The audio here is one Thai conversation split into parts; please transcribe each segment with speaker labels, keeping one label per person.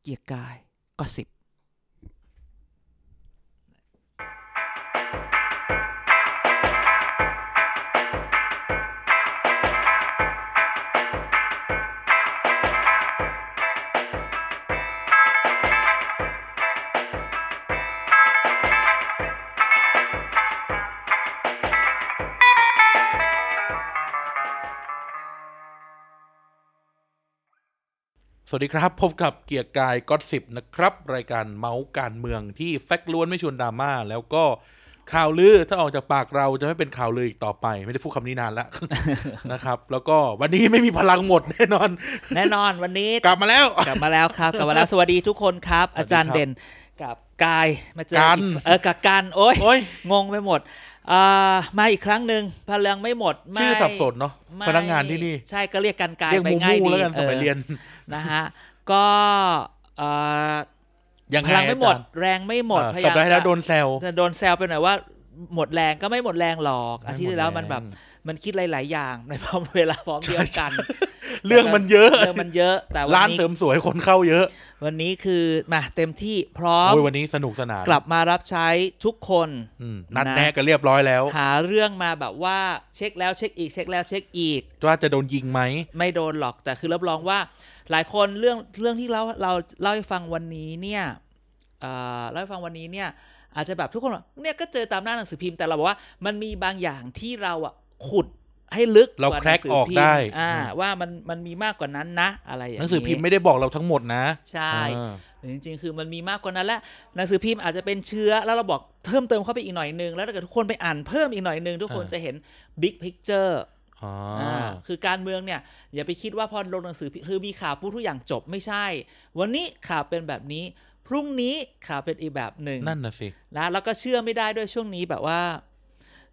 Speaker 1: เกียร์กายก็สิบ
Speaker 2: สวัสดีครับ พบกับเกียร์กายก็สิบนะครับ รายการเมาส์การเมืองที่แฟกต์ล้วนไม่ชวนดราม่าแล้วก็ข่าวลือถ้าออกจากปากเราจะไม่เป็นข่าวลืออีกต่อไป ไม่ได้พูดคำนี้นานแล้ว นะครับ แล้วก็วันนี้ไม่มีพลังหมดแน่นอน
Speaker 1: แน่นอนวันนี้
Speaker 2: กลับมาแล้ว
Speaker 1: กลับมาแล้วครับ กลับมาแล้วสวัสดีทุกคนครับ
Speaker 2: สวัสดีครับ
Speaker 1: อาจารย์เด่นกับกายมาเจอ
Speaker 2: กัน
Speaker 1: อีเออกับกันโอ้ย
Speaker 2: โอ้ย
Speaker 1: งงไปหมดอ่ามาอีกครั้งหนึ่งพลังไม่หมดไม่
Speaker 2: ชื่อสับสนเนาะ
Speaker 1: ไม่
Speaker 2: พนักงานที่นี่
Speaker 1: ใช่ก็เรียกกันกาย
Speaker 2: เรียก
Speaker 1: ไป
Speaker 2: มู
Speaker 1: ง่าย
Speaker 2: มู
Speaker 1: ดี
Speaker 2: แล้วกันสมัยเรียน
Speaker 1: นะฮะก็เอ่อ
Speaker 2: ยัง
Speaker 1: พลังไม่หมด
Speaker 2: อาจารย์
Speaker 1: แรงไม่หมด
Speaker 2: อ่า
Speaker 1: พยา
Speaker 2: สัป
Speaker 1: ยาม
Speaker 2: ดาห์ที่แล้วโด
Speaker 1: จะ
Speaker 2: นแซว
Speaker 1: จะโดนแซวไปหน่อยว่าหมดแรงก็ไม่หมดแรงหรอกอาทิตย์ที่แล้วมันแบบมันคิดหลาย ๆ อย่างในพร้อมเวลาพร้อมเดียวกัน
Speaker 2: เรื่องมันเยอะ
Speaker 1: เรื่องมันเยอะแต่วัน
Speaker 2: ร้าน
Speaker 1: นี้
Speaker 2: เสริมสวยคนเข้าเยอะ
Speaker 1: วันนี้คือมาเต็มที่พร้อม
Speaker 2: โอ้ยวันนี้สนุกสนาน
Speaker 1: กลับมารับใช้ทุกคน
Speaker 2: อืมนัดแนะกันเรียบร้อยแล้ว
Speaker 1: หาเรื่องมาแบบว่าเช็คแล้วเช็คอีกเช็คแล้วเช็คอีก
Speaker 2: ว่าจะโดนยิงไหม
Speaker 1: ไม่โดนหรอกแต่คือรับรองว่าหลายคนเรื่องเรื่องที่เราเราเล่าให้ฟังวันนี้เนี่ยเอ่อเล่าให้ฟังวันนี้เนี่ยอาจจะแบบทุกคนบอกเนี่ยก็เจอตามหน้าหนังสือพิมพ์แต่เราบอกว่ามันมีบางอย่างที่เราอ่ะขุดให้ลึก
Speaker 2: เรา
Speaker 1: ว่หนัง
Speaker 2: crack
Speaker 1: สื
Speaker 2: ออกได้
Speaker 1: พิมพ์อ่า
Speaker 2: อืม
Speaker 1: ว่ามันมันมีมากกว่านั้นนะอะไรอย่าง
Speaker 2: หนัง
Speaker 1: นี้
Speaker 2: สือพิมพ์ไม่ได้บอกเราทั้งหมดนะ
Speaker 1: ใช่
Speaker 2: เออ
Speaker 1: หรือจริงๆ คือมันมีมากกว่านั้นแหละหนังสือพิมพ์อาจจะเป็นเชื้อแล้วเราบอกเพิ่มเติมเข้าไปอีกหน่อยนึง แล้วถ้าเกิดทุกคนไปอ่านเพิ่มอีกหน่อยนึง ทุกคนจะเห็นบิ๊กพิกเจอร์
Speaker 2: อ๋อ
Speaker 1: คือการเมืองเนี่ย อย่าไปคิดว่าพอลงหนังสือพิมพ์คือมีข่าวพูดทุกอย่างจบไม่ใช่ วันนี้ข่าวเป็นแบบนี้ พรุ่งนี้ข่าวเป็นอีกแบบหนึ่ง
Speaker 2: นั่นน่ะสิ
Speaker 1: นะแล้วก็เชื่อไม่ได้ด้วยช่วงนี้แบบว่า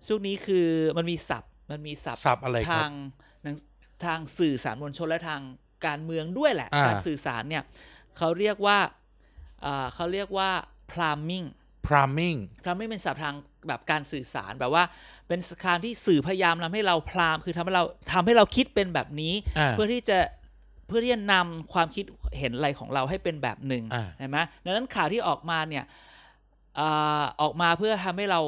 Speaker 1: ช่วงนี้คือมันมีศัพท์มันมีศัพท์
Speaker 2: สับอะไรค
Speaker 1: ทา
Speaker 2: รับ
Speaker 1: งหนังทางสื่อสารมวลชนและทางการเมืองด้วยแหละ
Speaker 2: อ่า
Speaker 1: การสื่อสารเนี่ยเขาเรียกว่าอ่าเขาเรียกว่า plumbing
Speaker 2: priming
Speaker 1: plumbing เป็นศัพท์ทางแบบการสื่อสารแบบว่า เป็นการที่สื่อพยายามทำให้เราพรามคือทำให้เราทำให้เราคิดเป็นแบบนี้
Speaker 2: อ่า
Speaker 1: เพื่อที่จะเพื่อที่จะนำความคิดเห็นอะไรของเราให้เป็นแบบหนึ่ง
Speaker 2: อ่า
Speaker 1: ใช่ไหมดังนั้นข่าวที่ออกมาเนี่ยอ่าออกมาเพื่อทำให้เรา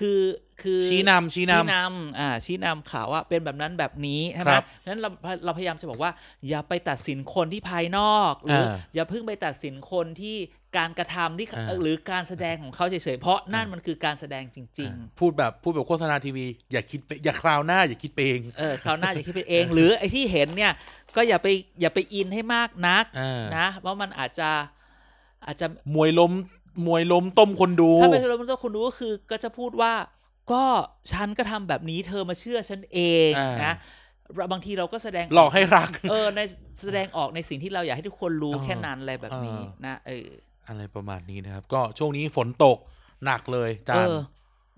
Speaker 1: คือคือ
Speaker 2: ชี้นำชี้น
Speaker 1: ชี้นำอ่าชี้นำข่าวว่าเป็นแบบนั้นแบบนี้ใช่ไหม
Speaker 2: ครับ
Speaker 1: นั้นเราเราพยายามจะบอกว่า อย่าไปตัดสินคนที่ภายนอก หรืออา อย่าเพิ่งไปตัดสินคนที่การกระทำที่
Speaker 2: อ่า
Speaker 1: หรือการแสดงของเขาเฉยๆ เพราะนั่น
Speaker 2: อ่ามั
Speaker 1: มันคือการแสดงจ
Speaker 2: ำ
Speaker 1: ริง
Speaker 2: อ่าพูดแบบพูดแบบโฆษณาทีวี อย่าคิดไปอย่าคราวหน้า อย่าคิดไปเอง
Speaker 1: ๆ เออคราวหน้าอย่าคิดไปเอง หรือไอ้ที่เห็นเนี่ย ก็อย่าไปอย่าไปอินให้มากนัก
Speaker 2: อ่า
Speaker 1: นะเพราะมันอาจจะอาจจะ
Speaker 2: มวยล้มมวยล้มต้มคนดู
Speaker 1: ถ้าเป็นเราต้องคุณรู้ก็คือก็จะพูดว่า ก็ฉันก็ทำแบบนี้เธอมาเชื่อฉันเอง
Speaker 2: อ่าน
Speaker 1: นะบางทีเราก็แสดง
Speaker 2: หลอกให้รัก
Speaker 1: เออในแสดงออกในสิ่งที่เราอยากให้ทุกคนรู้
Speaker 2: เออ
Speaker 1: แค่นั้นอะไรแบบนี้
Speaker 2: เออ
Speaker 1: นะเออ
Speaker 2: อะไรประมาณนี้นะครับ ก็ช่วงนี้ฝนตกหนักเลยจา
Speaker 1: เอน อ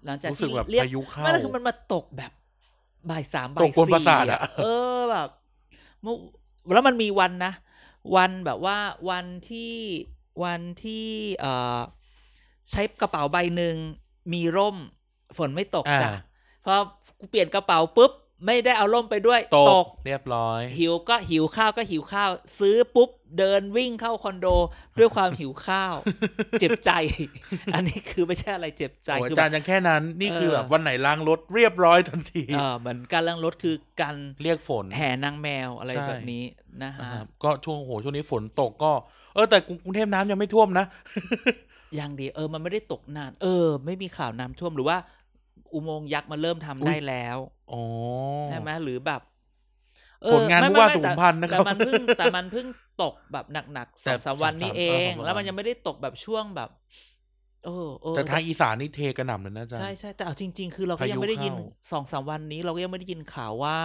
Speaker 1: หลังจาก
Speaker 2: รู้สึ
Speaker 1: ที่
Speaker 2: กแบบ
Speaker 1: เรียก
Speaker 2: พายุเข้า
Speaker 1: ไม่แล้วคือมันมาตกแบบบ่ายสามบ่าย
Speaker 2: ต
Speaker 1: สี่
Speaker 2: กกวนประสาทอะ
Speaker 1: เออแบบเมื่อแล้วมันมีวันนะ วันแบบว่าวันที่วันที่เออใช้กระเป๋าใบหนึ่งมีร่ม ฝนไม่ตก
Speaker 2: อ่า
Speaker 1: จ้ะพอเปลี่ยนกระเป๋าปุ๊บ ไม่ได้เอาร่มไปด้วย
Speaker 2: ตกเรียบร้อย
Speaker 1: หิวก็หิวข้าวก็หิวข้าว ซื้อปุ๊บ เดินวิ่งเข้าคอน โด ด้วยความหิวข้าว เจ็บใจ อันนี้คือไม่ใช่อะไรเจ็บใจ
Speaker 2: โอ้ย
Speaker 1: คือ
Speaker 2: จา
Speaker 1: แบ
Speaker 2: น
Speaker 1: บ
Speaker 2: ยังแค่นั้น นี่
Speaker 1: เออ
Speaker 2: คือแบบวันไหนล้างรถเรียบร้อยทันที
Speaker 1: เออเหมือนการล้างรถคือการ
Speaker 2: เรียกฝน
Speaker 1: แห่นางแมวอะไร
Speaker 2: ใช่
Speaker 1: แบบนี้นะฮะ
Speaker 2: นะครับก็ช่วงโอ้โหช่วงนี้ฝนตกก็ เออแต่กรุงเทพน้ำยังไม่ท่วมนะ
Speaker 1: อย่างดีเออมันไม่ได้ตกนาน เออ ไม่มีข่าวน้ำท่วมหรือว่า อุโมงค์ยักษ์มาเริ่มทำ
Speaker 2: อุ๊ย
Speaker 1: ได้แล้ว
Speaker 2: อ๋อ
Speaker 1: ใช่ไหมหรือแบบเออ
Speaker 2: ผลงาน
Speaker 1: ไม่
Speaker 2: ผู้ว่า
Speaker 1: ไม่
Speaker 2: สุขุมพันธ์นะครับ
Speaker 1: แต่มันเพิ่งแต่มันเพิ่งตกแบบหนักๆสองสาม
Speaker 2: แบบ
Speaker 1: วันนี้
Speaker 2: สามสาม
Speaker 1: เอง
Speaker 2: สามวัน
Speaker 1: แล้วมันยังไม่ได้ตกแบบช่วงแบบเออเออ
Speaker 2: แต่ทางอีสานนี่เทกระหน่ำเลยนะอาจ๊ะ
Speaker 1: ใช่ใช่แต่เอาจริง ๆ คือเราก็
Speaker 2: พายุ
Speaker 1: ยังไม่ได้ยิน
Speaker 2: เข้
Speaker 1: สองสามวันนี้ เราก็ยังไม่ได้ยินข่าวว่า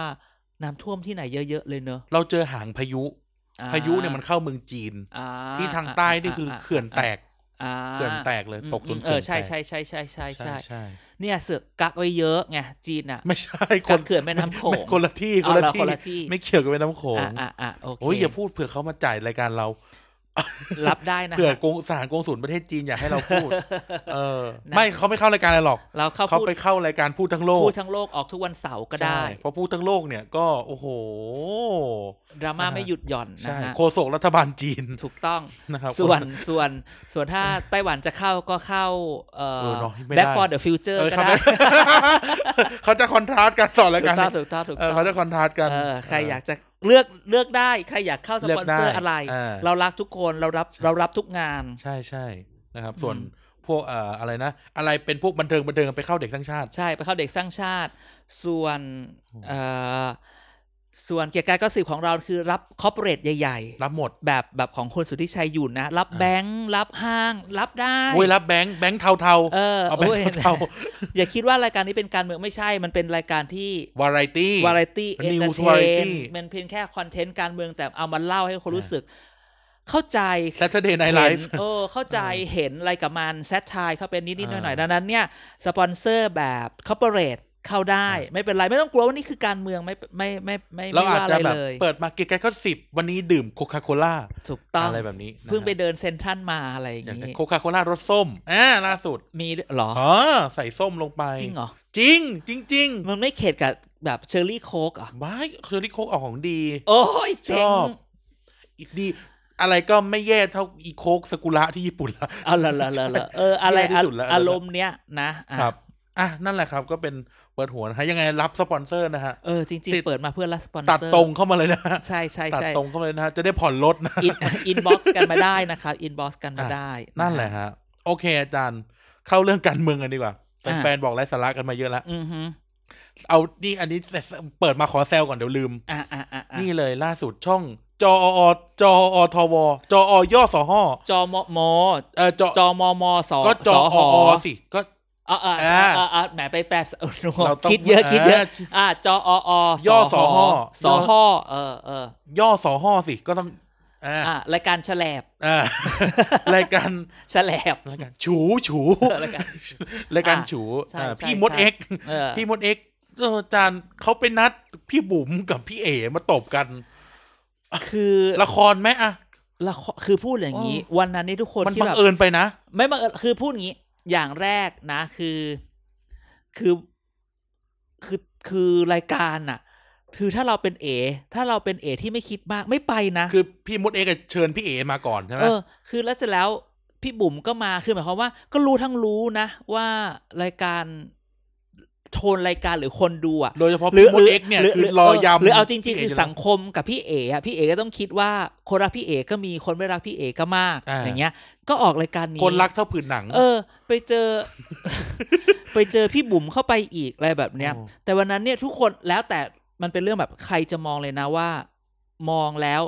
Speaker 1: น้ำท่วมที่ไหนเยอะๆเลยเนอะ
Speaker 2: เราเจอหางพายุ
Speaker 1: อ่
Speaker 2: พายุเนี่ยมันเข้าเมืองจีน
Speaker 1: อ่า
Speaker 2: ที่ทางใต้นี่คืออา เขื่อนแตก
Speaker 1: า
Speaker 2: เขื่อนแตกเลย
Speaker 1: อืม
Speaker 2: ตกจน
Speaker 1: เอ
Speaker 2: เขื่
Speaker 1: อ
Speaker 2: อนแตก
Speaker 1: ใช่ใช่ใช่ใช่ใช่
Speaker 2: ใช่
Speaker 1: ใช่
Speaker 2: ใช่
Speaker 1: เนี่ยเสือกกักไว้เยอะไงจีนอ่ะ
Speaker 2: ไม่ใช่ค
Speaker 1: กัน กเขื่อนแม่น้ำโข
Speaker 2: ไม่
Speaker 1: ง
Speaker 2: คนละที่
Speaker 1: เอาละคนละที่
Speaker 2: ไม่เกี่ยวกับแม่น้ำโขง
Speaker 1: อ่าอ่าอ่าโอเค
Speaker 2: โอ้ยอย่าพูดเผื่อเขามาจ่ายรายการเรา
Speaker 1: รับได้นะ
Speaker 2: เผื่อ
Speaker 1: ฮะ
Speaker 2: กงสถารกงสุลประเทศจีนอยากให้เรา พูด เออ ไม่เขาไม่เข้ารายการอะไรหรอก
Speaker 1: เราเข้า
Speaker 2: เขา
Speaker 1: พูด
Speaker 2: ไปเข้ารายการพูดทั้งโลก
Speaker 1: พูดทั้งโลกออกทุกวันเสาร์ก็ได้
Speaker 2: ใช่เพราะพูดทั้งโลกเนี่ยก็ โอ้โห
Speaker 1: ดราม่า
Speaker 2: อ่า
Speaker 1: ไม่หยุดหย่อนนะ
Speaker 2: ใช่
Speaker 1: ฮะ
Speaker 2: โฆษกรัฐบาลจีน
Speaker 1: ถูกต้อง
Speaker 2: นะครับ
Speaker 1: ส่วนส่วนส่วน ถ้าไต้หวันจะเข้าก็เข้าเอ่
Speaker 2: เอ
Speaker 1: อ
Speaker 2: อเนอะไม่ได้
Speaker 1: Back for the Future
Speaker 2: เออ
Speaker 1: ก็
Speaker 2: เขา
Speaker 1: ได้
Speaker 2: จะ เขาจะค อนทราสต์กันต่อราย
Speaker 1: ถู
Speaker 2: การ
Speaker 1: กต้องถูกต้องถูก
Speaker 2: เอ
Speaker 1: ต้
Speaker 2: อ
Speaker 1: อง
Speaker 2: เขาจะคอนทราสต์กัน
Speaker 1: เออใครอยากจะเลือกเลือกได้ ใครอยากเข้าส
Speaker 2: เลือ
Speaker 1: ปอน
Speaker 2: กได้
Speaker 1: เซอร์อะไร
Speaker 2: อ่า
Speaker 1: เรารักทุกคนเรารับเรารับทุกงาน
Speaker 2: ใช่ใช่นะครับ
Speaker 1: อืม
Speaker 2: ส่วนพวกเอ่ออะไรนะ อะไรเป็นพวกบันเทิงบันเทิงไปเข้าเด็กทั้างชาติ
Speaker 1: ใช่ไปเข้าเด็กสร้างชาติ ส่วนเอ่อส่วนเกียรติกายก็สิบของเราคือรับคอร์ปอเรทใหญ่ๆ
Speaker 2: รับหมด
Speaker 1: แบบแบบของคนสุทธิชัยอยู่นะ รับแบงค์รับห้าง รับได้
Speaker 2: เว้ยรับแบงค์แบงค์เทาเทาๆ
Speaker 1: เออ
Speaker 2: เอาแบง
Speaker 1: โอ้ย
Speaker 2: ค์เทา
Speaker 1: อย่าคิดว่ารายการนี้เป็นการเมืองไม่ใช่ มันเป็นรายการที่
Speaker 2: วาไรตี้
Speaker 1: วาไรตี้
Speaker 2: มั
Speaker 1: เอน นเตอ
Speaker 2: news
Speaker 1: ร์เท
Speaker 2: variety
Speaker 1: นมันเพียงแค่คอนเทนต์การเมืองแต่เอามาเล่าให้คนรู้สึก เข้าใจ
Speaker 2: Saturday Night
Speaker 1: เห็น
Speaker 2: Live
Speaker 1: เออเข้าใจเห็นอะไรกับมันแซทชายเข้าเป็นนิดๆห
Speaker 2: อ่า
Speaker 1: น่อยๆดังนั้นเนี่ยสปอนเซอร์แบบคอร์ปอเรทเข้าได้
Speaker 2: อ่า
Speaker 1: ไม่เป็นไรไม่ต้องกลัวว่านี่คือการเมืองไม่ไม่ไม่ไม่
Speaker 2: เรา
Speaker 1: ไม่
Speaker 2: อา
Speaker 1: ว่า
Speaker 2: จ
Speaker 1: อะ
Speaker 2: จะ
Speaker 1: ไร
Speaker 2: แบบ
Speaker 1: เลย
Speaker 2: เปิดมาเกะกะข้อสิบวันนี้ดื่มโคคาโคล่า
Speaker 1: ถูกต้อง
Speaker 2: อะไรแบบนี้นะ
Speaker 1: เพิ่งไป
Speaker 2: ฮะ
Speaker 1: เดินเซ็นทรัลมาอะไรอย่าง
Speaker 2: อย่าง
Speaker 1: นี้
Speaker 2: โคคาโคล่ารสส้มอ่าล่าสุด
Speaker 1: มีเหรอ
Speaker 2: อ๋อใส่ส้มลงไป
Speaker 1: จริงเหรอ
Speaker 2: จริง จริงจริง
Speaker 1: มันไม่เข็ดกับแบบเชอร์รี่โค้กเหรอ่ะ
Speaker 2: ว้ายเชอรี่โคกออกของดี
Speaker 1: โอ้ยเจ๋
Speaker 2: ช
Speaker 1: ง
Speaker 2: อบ อีกดี อะไรก็ไม่แย่เท่าอีโคกสกุระที่ญี่ปุ่นละ
Speaker 1: เอาละละละละเออ อะไร
Speaker 2: ที่แย่ที่สุดละ
Speaker 1: อารมณ์เนี้ยนะอ่ะ
Speaker 2: ครับ อ่ะ นั่นแหละครับก็เป็นเปิดหัวนะฮะยังไงรับสปอนเซอร์นะฮะ
Speaker 1: เออ จริง
Speaker 2: ติด
Speaker 1: ๆ เปิดมาเพื่อรับสปอนเซอร์
Speaker 2: ตัดตรงเข้ามาเลยนะฮะ
Speaker 1: ใช่ใช่
Speaker 2: ตัด
Speaker 1: ใช่
Speaker 2: ตรงเข้ามาเลยนะฮะ จะได้ผ่อนลดนะ
Speaker 1: อินอินบ็อกซ์กันมาได้นะครับอินบ็อกซ์กันมา
Speaker 2: อ่ะ
Speaker 1: ได้
Speaker 2: นั่นแหละ
Speaker 1: ฮ
Speaker 2: ฮะ โอเค อาจารย์เข้าเรื่องการเมืองกันดีกว่า
Speaker 1: อ่ะ
Speaker 2: แฟนๆบอกไร้สาระกันมาเยอะแล้ว
Speaker 1: อือฮึ
Speaker 2: เอานี่อันนี้เปิดมาขอแซวก่อนเดี๋ยวลืม
Speaker 1: อ่ะอ่ะอ่ะอ่ะ
Speaker 2: นี่เลยล่าสุดช่องจออจออทวจอย่อสอหอ
Speaker 1: จอมม
Speaker 2: เออจอ
Speaker 1: จอมมส
Speaker 2: ก็จอ
Speaker 1: ห
Speaker 2: อสิก็
Speaker 1: เออเออเออเออเออแหมไปแปลเออโน้ต
Speaker 2: เราต้อง
Speaker 1: คิดเยอะ
Speaker 2: อ่า
Speaker 1: คิดเยอะ อ่ะจออ
Speaker 2: ย่อสห
Speaker 1: สอหอเออเออย่
Speaker 2: อสอหอสิก็ต้องอ่า
Speaker 1: อ่ะรายการแฉลบ
Speaker 2: อ่า รายการ
Speaker 1: แฉลบ
Speaker 2: รายการฉูฉู
Speaker 1: รายการ
Speaker 2: รายการ
Speaker 1: อ่ะ
Speaker 2: ฉู
Speaker 1: ใช่
Speaker 2: อ่า
Speaker 1: ใช่
Speaker 2: พี่
Speaker 1: ใช่
Speaker 2: มดเอ็กซ์
Speaker 1: เออ
Speaker 2: พี่มดเอ็กซ์เอออาจารย์เขาไปนัดพี่บุ๋มกับพี่เอ๋มาตบกัน
Speaker 1: คือ
Speaker 2: ละครไหมอะ
Speaker 1: ละครคือพูดอย่างนี้ วันนั้นนี่ทุกคน
Speaker 2: มัน
Speaker 1: ที่
Speaker 2: บัง
Speaker 1: แบบ
Speaker 2: เอิญไปนะ
Speaker 1: ไม่บังเอิญคือพูดอย่างนี้ อย่างแรกนะ คือ คือคือคือรายการน่ะ คือถ้าเราเป็นเอ ถ้าเราเป็นเอที่ไม่คิดมากไม่ไปนะ
Speaker 2: คือพี่มดเอ็กซ์เชิญพี่เอ๋มาก่อนใช่ไหม
Speaker 1: เออ คือแล้วเสร็จแล้วพี่บุ๋มก็มาคือหมายความว่า ก็รู้ทั้งรู้นะว่ารายการโทนรายการหรือคนดูอ่ะ
Speaker 2: โดยเฉพาะพี่มดเอ็กซ์เนี่ย
Speaker 1: ห
Speaker 2: คือรอยำ
Speaker 1: หรือเอาจริง ๆ
Speaker 2: พี่
Speaker 1: คือ
Speaker 2: เยู่
Speaker 1: สัง
Speaker 2: แล้ว
Speaker 1: คมกับพี่เอ๋อะพี่เอ๋ก็ต้องคิดว่าคนรักพี่เอ๋ก็มีคนไม่รักพี่เอ๋ก็มาก
Speaker 2: อ่า
Speaker 1: อย่างเงี้ย ก็ออกรายการนี้
Speaker 2: คนรักเท่าผืนหนัง
Speaker 1: เออ ไปเจอ ไปเจอพี่บุ๋มเข้าไปอีกอะไรแบบเนี้ย
Speaker 2: โอ้
Speaker 1: แต่วันนั้นเนี่ยทุกคนแล้วแต่มันเป็นเรื่องแบบใครจะมองเลยนะว่า มองแล้ว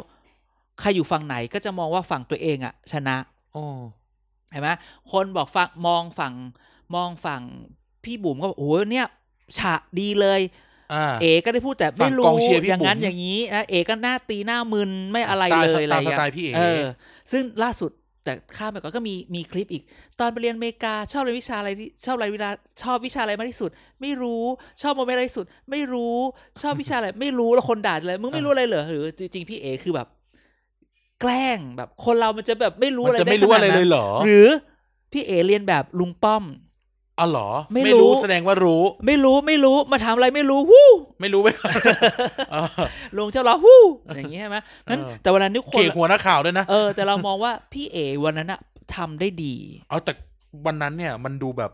Speaker 1: ใครอยู่ฝั่งไหนก็จะมองว่าฝั่งตัวเองอะชนะ
Speaker 2: โอ้
Speaker 1: เห็นไหมคนบอกฝั่งมองฝั่งมองฝั่งพี่บุ๋มก็บอกโอ้ยเนี่ยฉะดีเลย
Speaker 2: อ่า
Speaker 1: เอก็ได้พูดแต่
Speaker 2: ฝั่
Speaker 1: ไม่
Speaker 2: ง
Speaker 1: รู้
Speaker 2: กองเชียร์พี่
Speaker 1: อย่างนั้น
Speaker 2: บุ๋ม
Speaker 1: อย่างนี้นะเอก็หน้าตีหน้ามึนไม่อะไร
Speaker 2: ตา
Speaker 1: เลย
Speaker 2: ส
Speaker 1: อะไรอย่าง
Speaker 2: ตาสไตล์พี่เอ๋
Speaker 1: เออ ซึ่งล่าสุดแต่ข้ามไปก่อนก็มีมีคลิปอีก ตอนไปเรียนอเมริกาชอบเรียนวิชาอะไรที่ชอบอะไรเวลาชอบวิชาอะไรมากที่สุด ไม่รู้ชอบโมเมนต์อะไรที่สุด ไม่รู้ชอบวิชาอะไร ไม่รู้แล้วคนด่าเลยมึงไม่รู้อะไรเหรอหรือจริงๆพี่เอคือแบบ แกล้งแบบคนเรามันจะแบบไม่รู้
Speaker 2: มั
Speaker 1: อะ
Speaker 2: น
Speaker 1: ไร
Speaker 2: จะ
Speaker 1: ด้
Speaker 2: ไม่รู้
Speaker 1: ขนาด
Speaker 2: อะไรเล
Speaker 1: นั้
Speaker 2: ย
Speaker 1: น
Speaker 2: เหรอ
Speaker 1: หรือ พี่เอเรียนแบบลุงป้อม
Speaker 2: อ๋อเหรอ
Speaker 1: ไม่รู้
Speaker 2: รู้แสดงว่ารู้
Speaker 1: ไม่รู้ไม่รู้มาถามอะไรไม่รู้วู้
Speaker 2: ไม่ รู้ไปก่อน เออ
Speaker 1: ลงเจ้าล้อวู้อย่างนี้ใช่ไหมนั้น
Speaker 2: เออ
Speaker 1: แต่วันนั้นทุกค
Speaker 2: เข
Speaker 1: น
Speaker 2: กหัวนักข่าวด้วยนะ
Speaker 1: เออ แต่เรามองว่าพี่เอวันนั้นอะทำได้ดี
Speaker 2: เอาแต่วันนั้นเนี่ยมันดูแบบ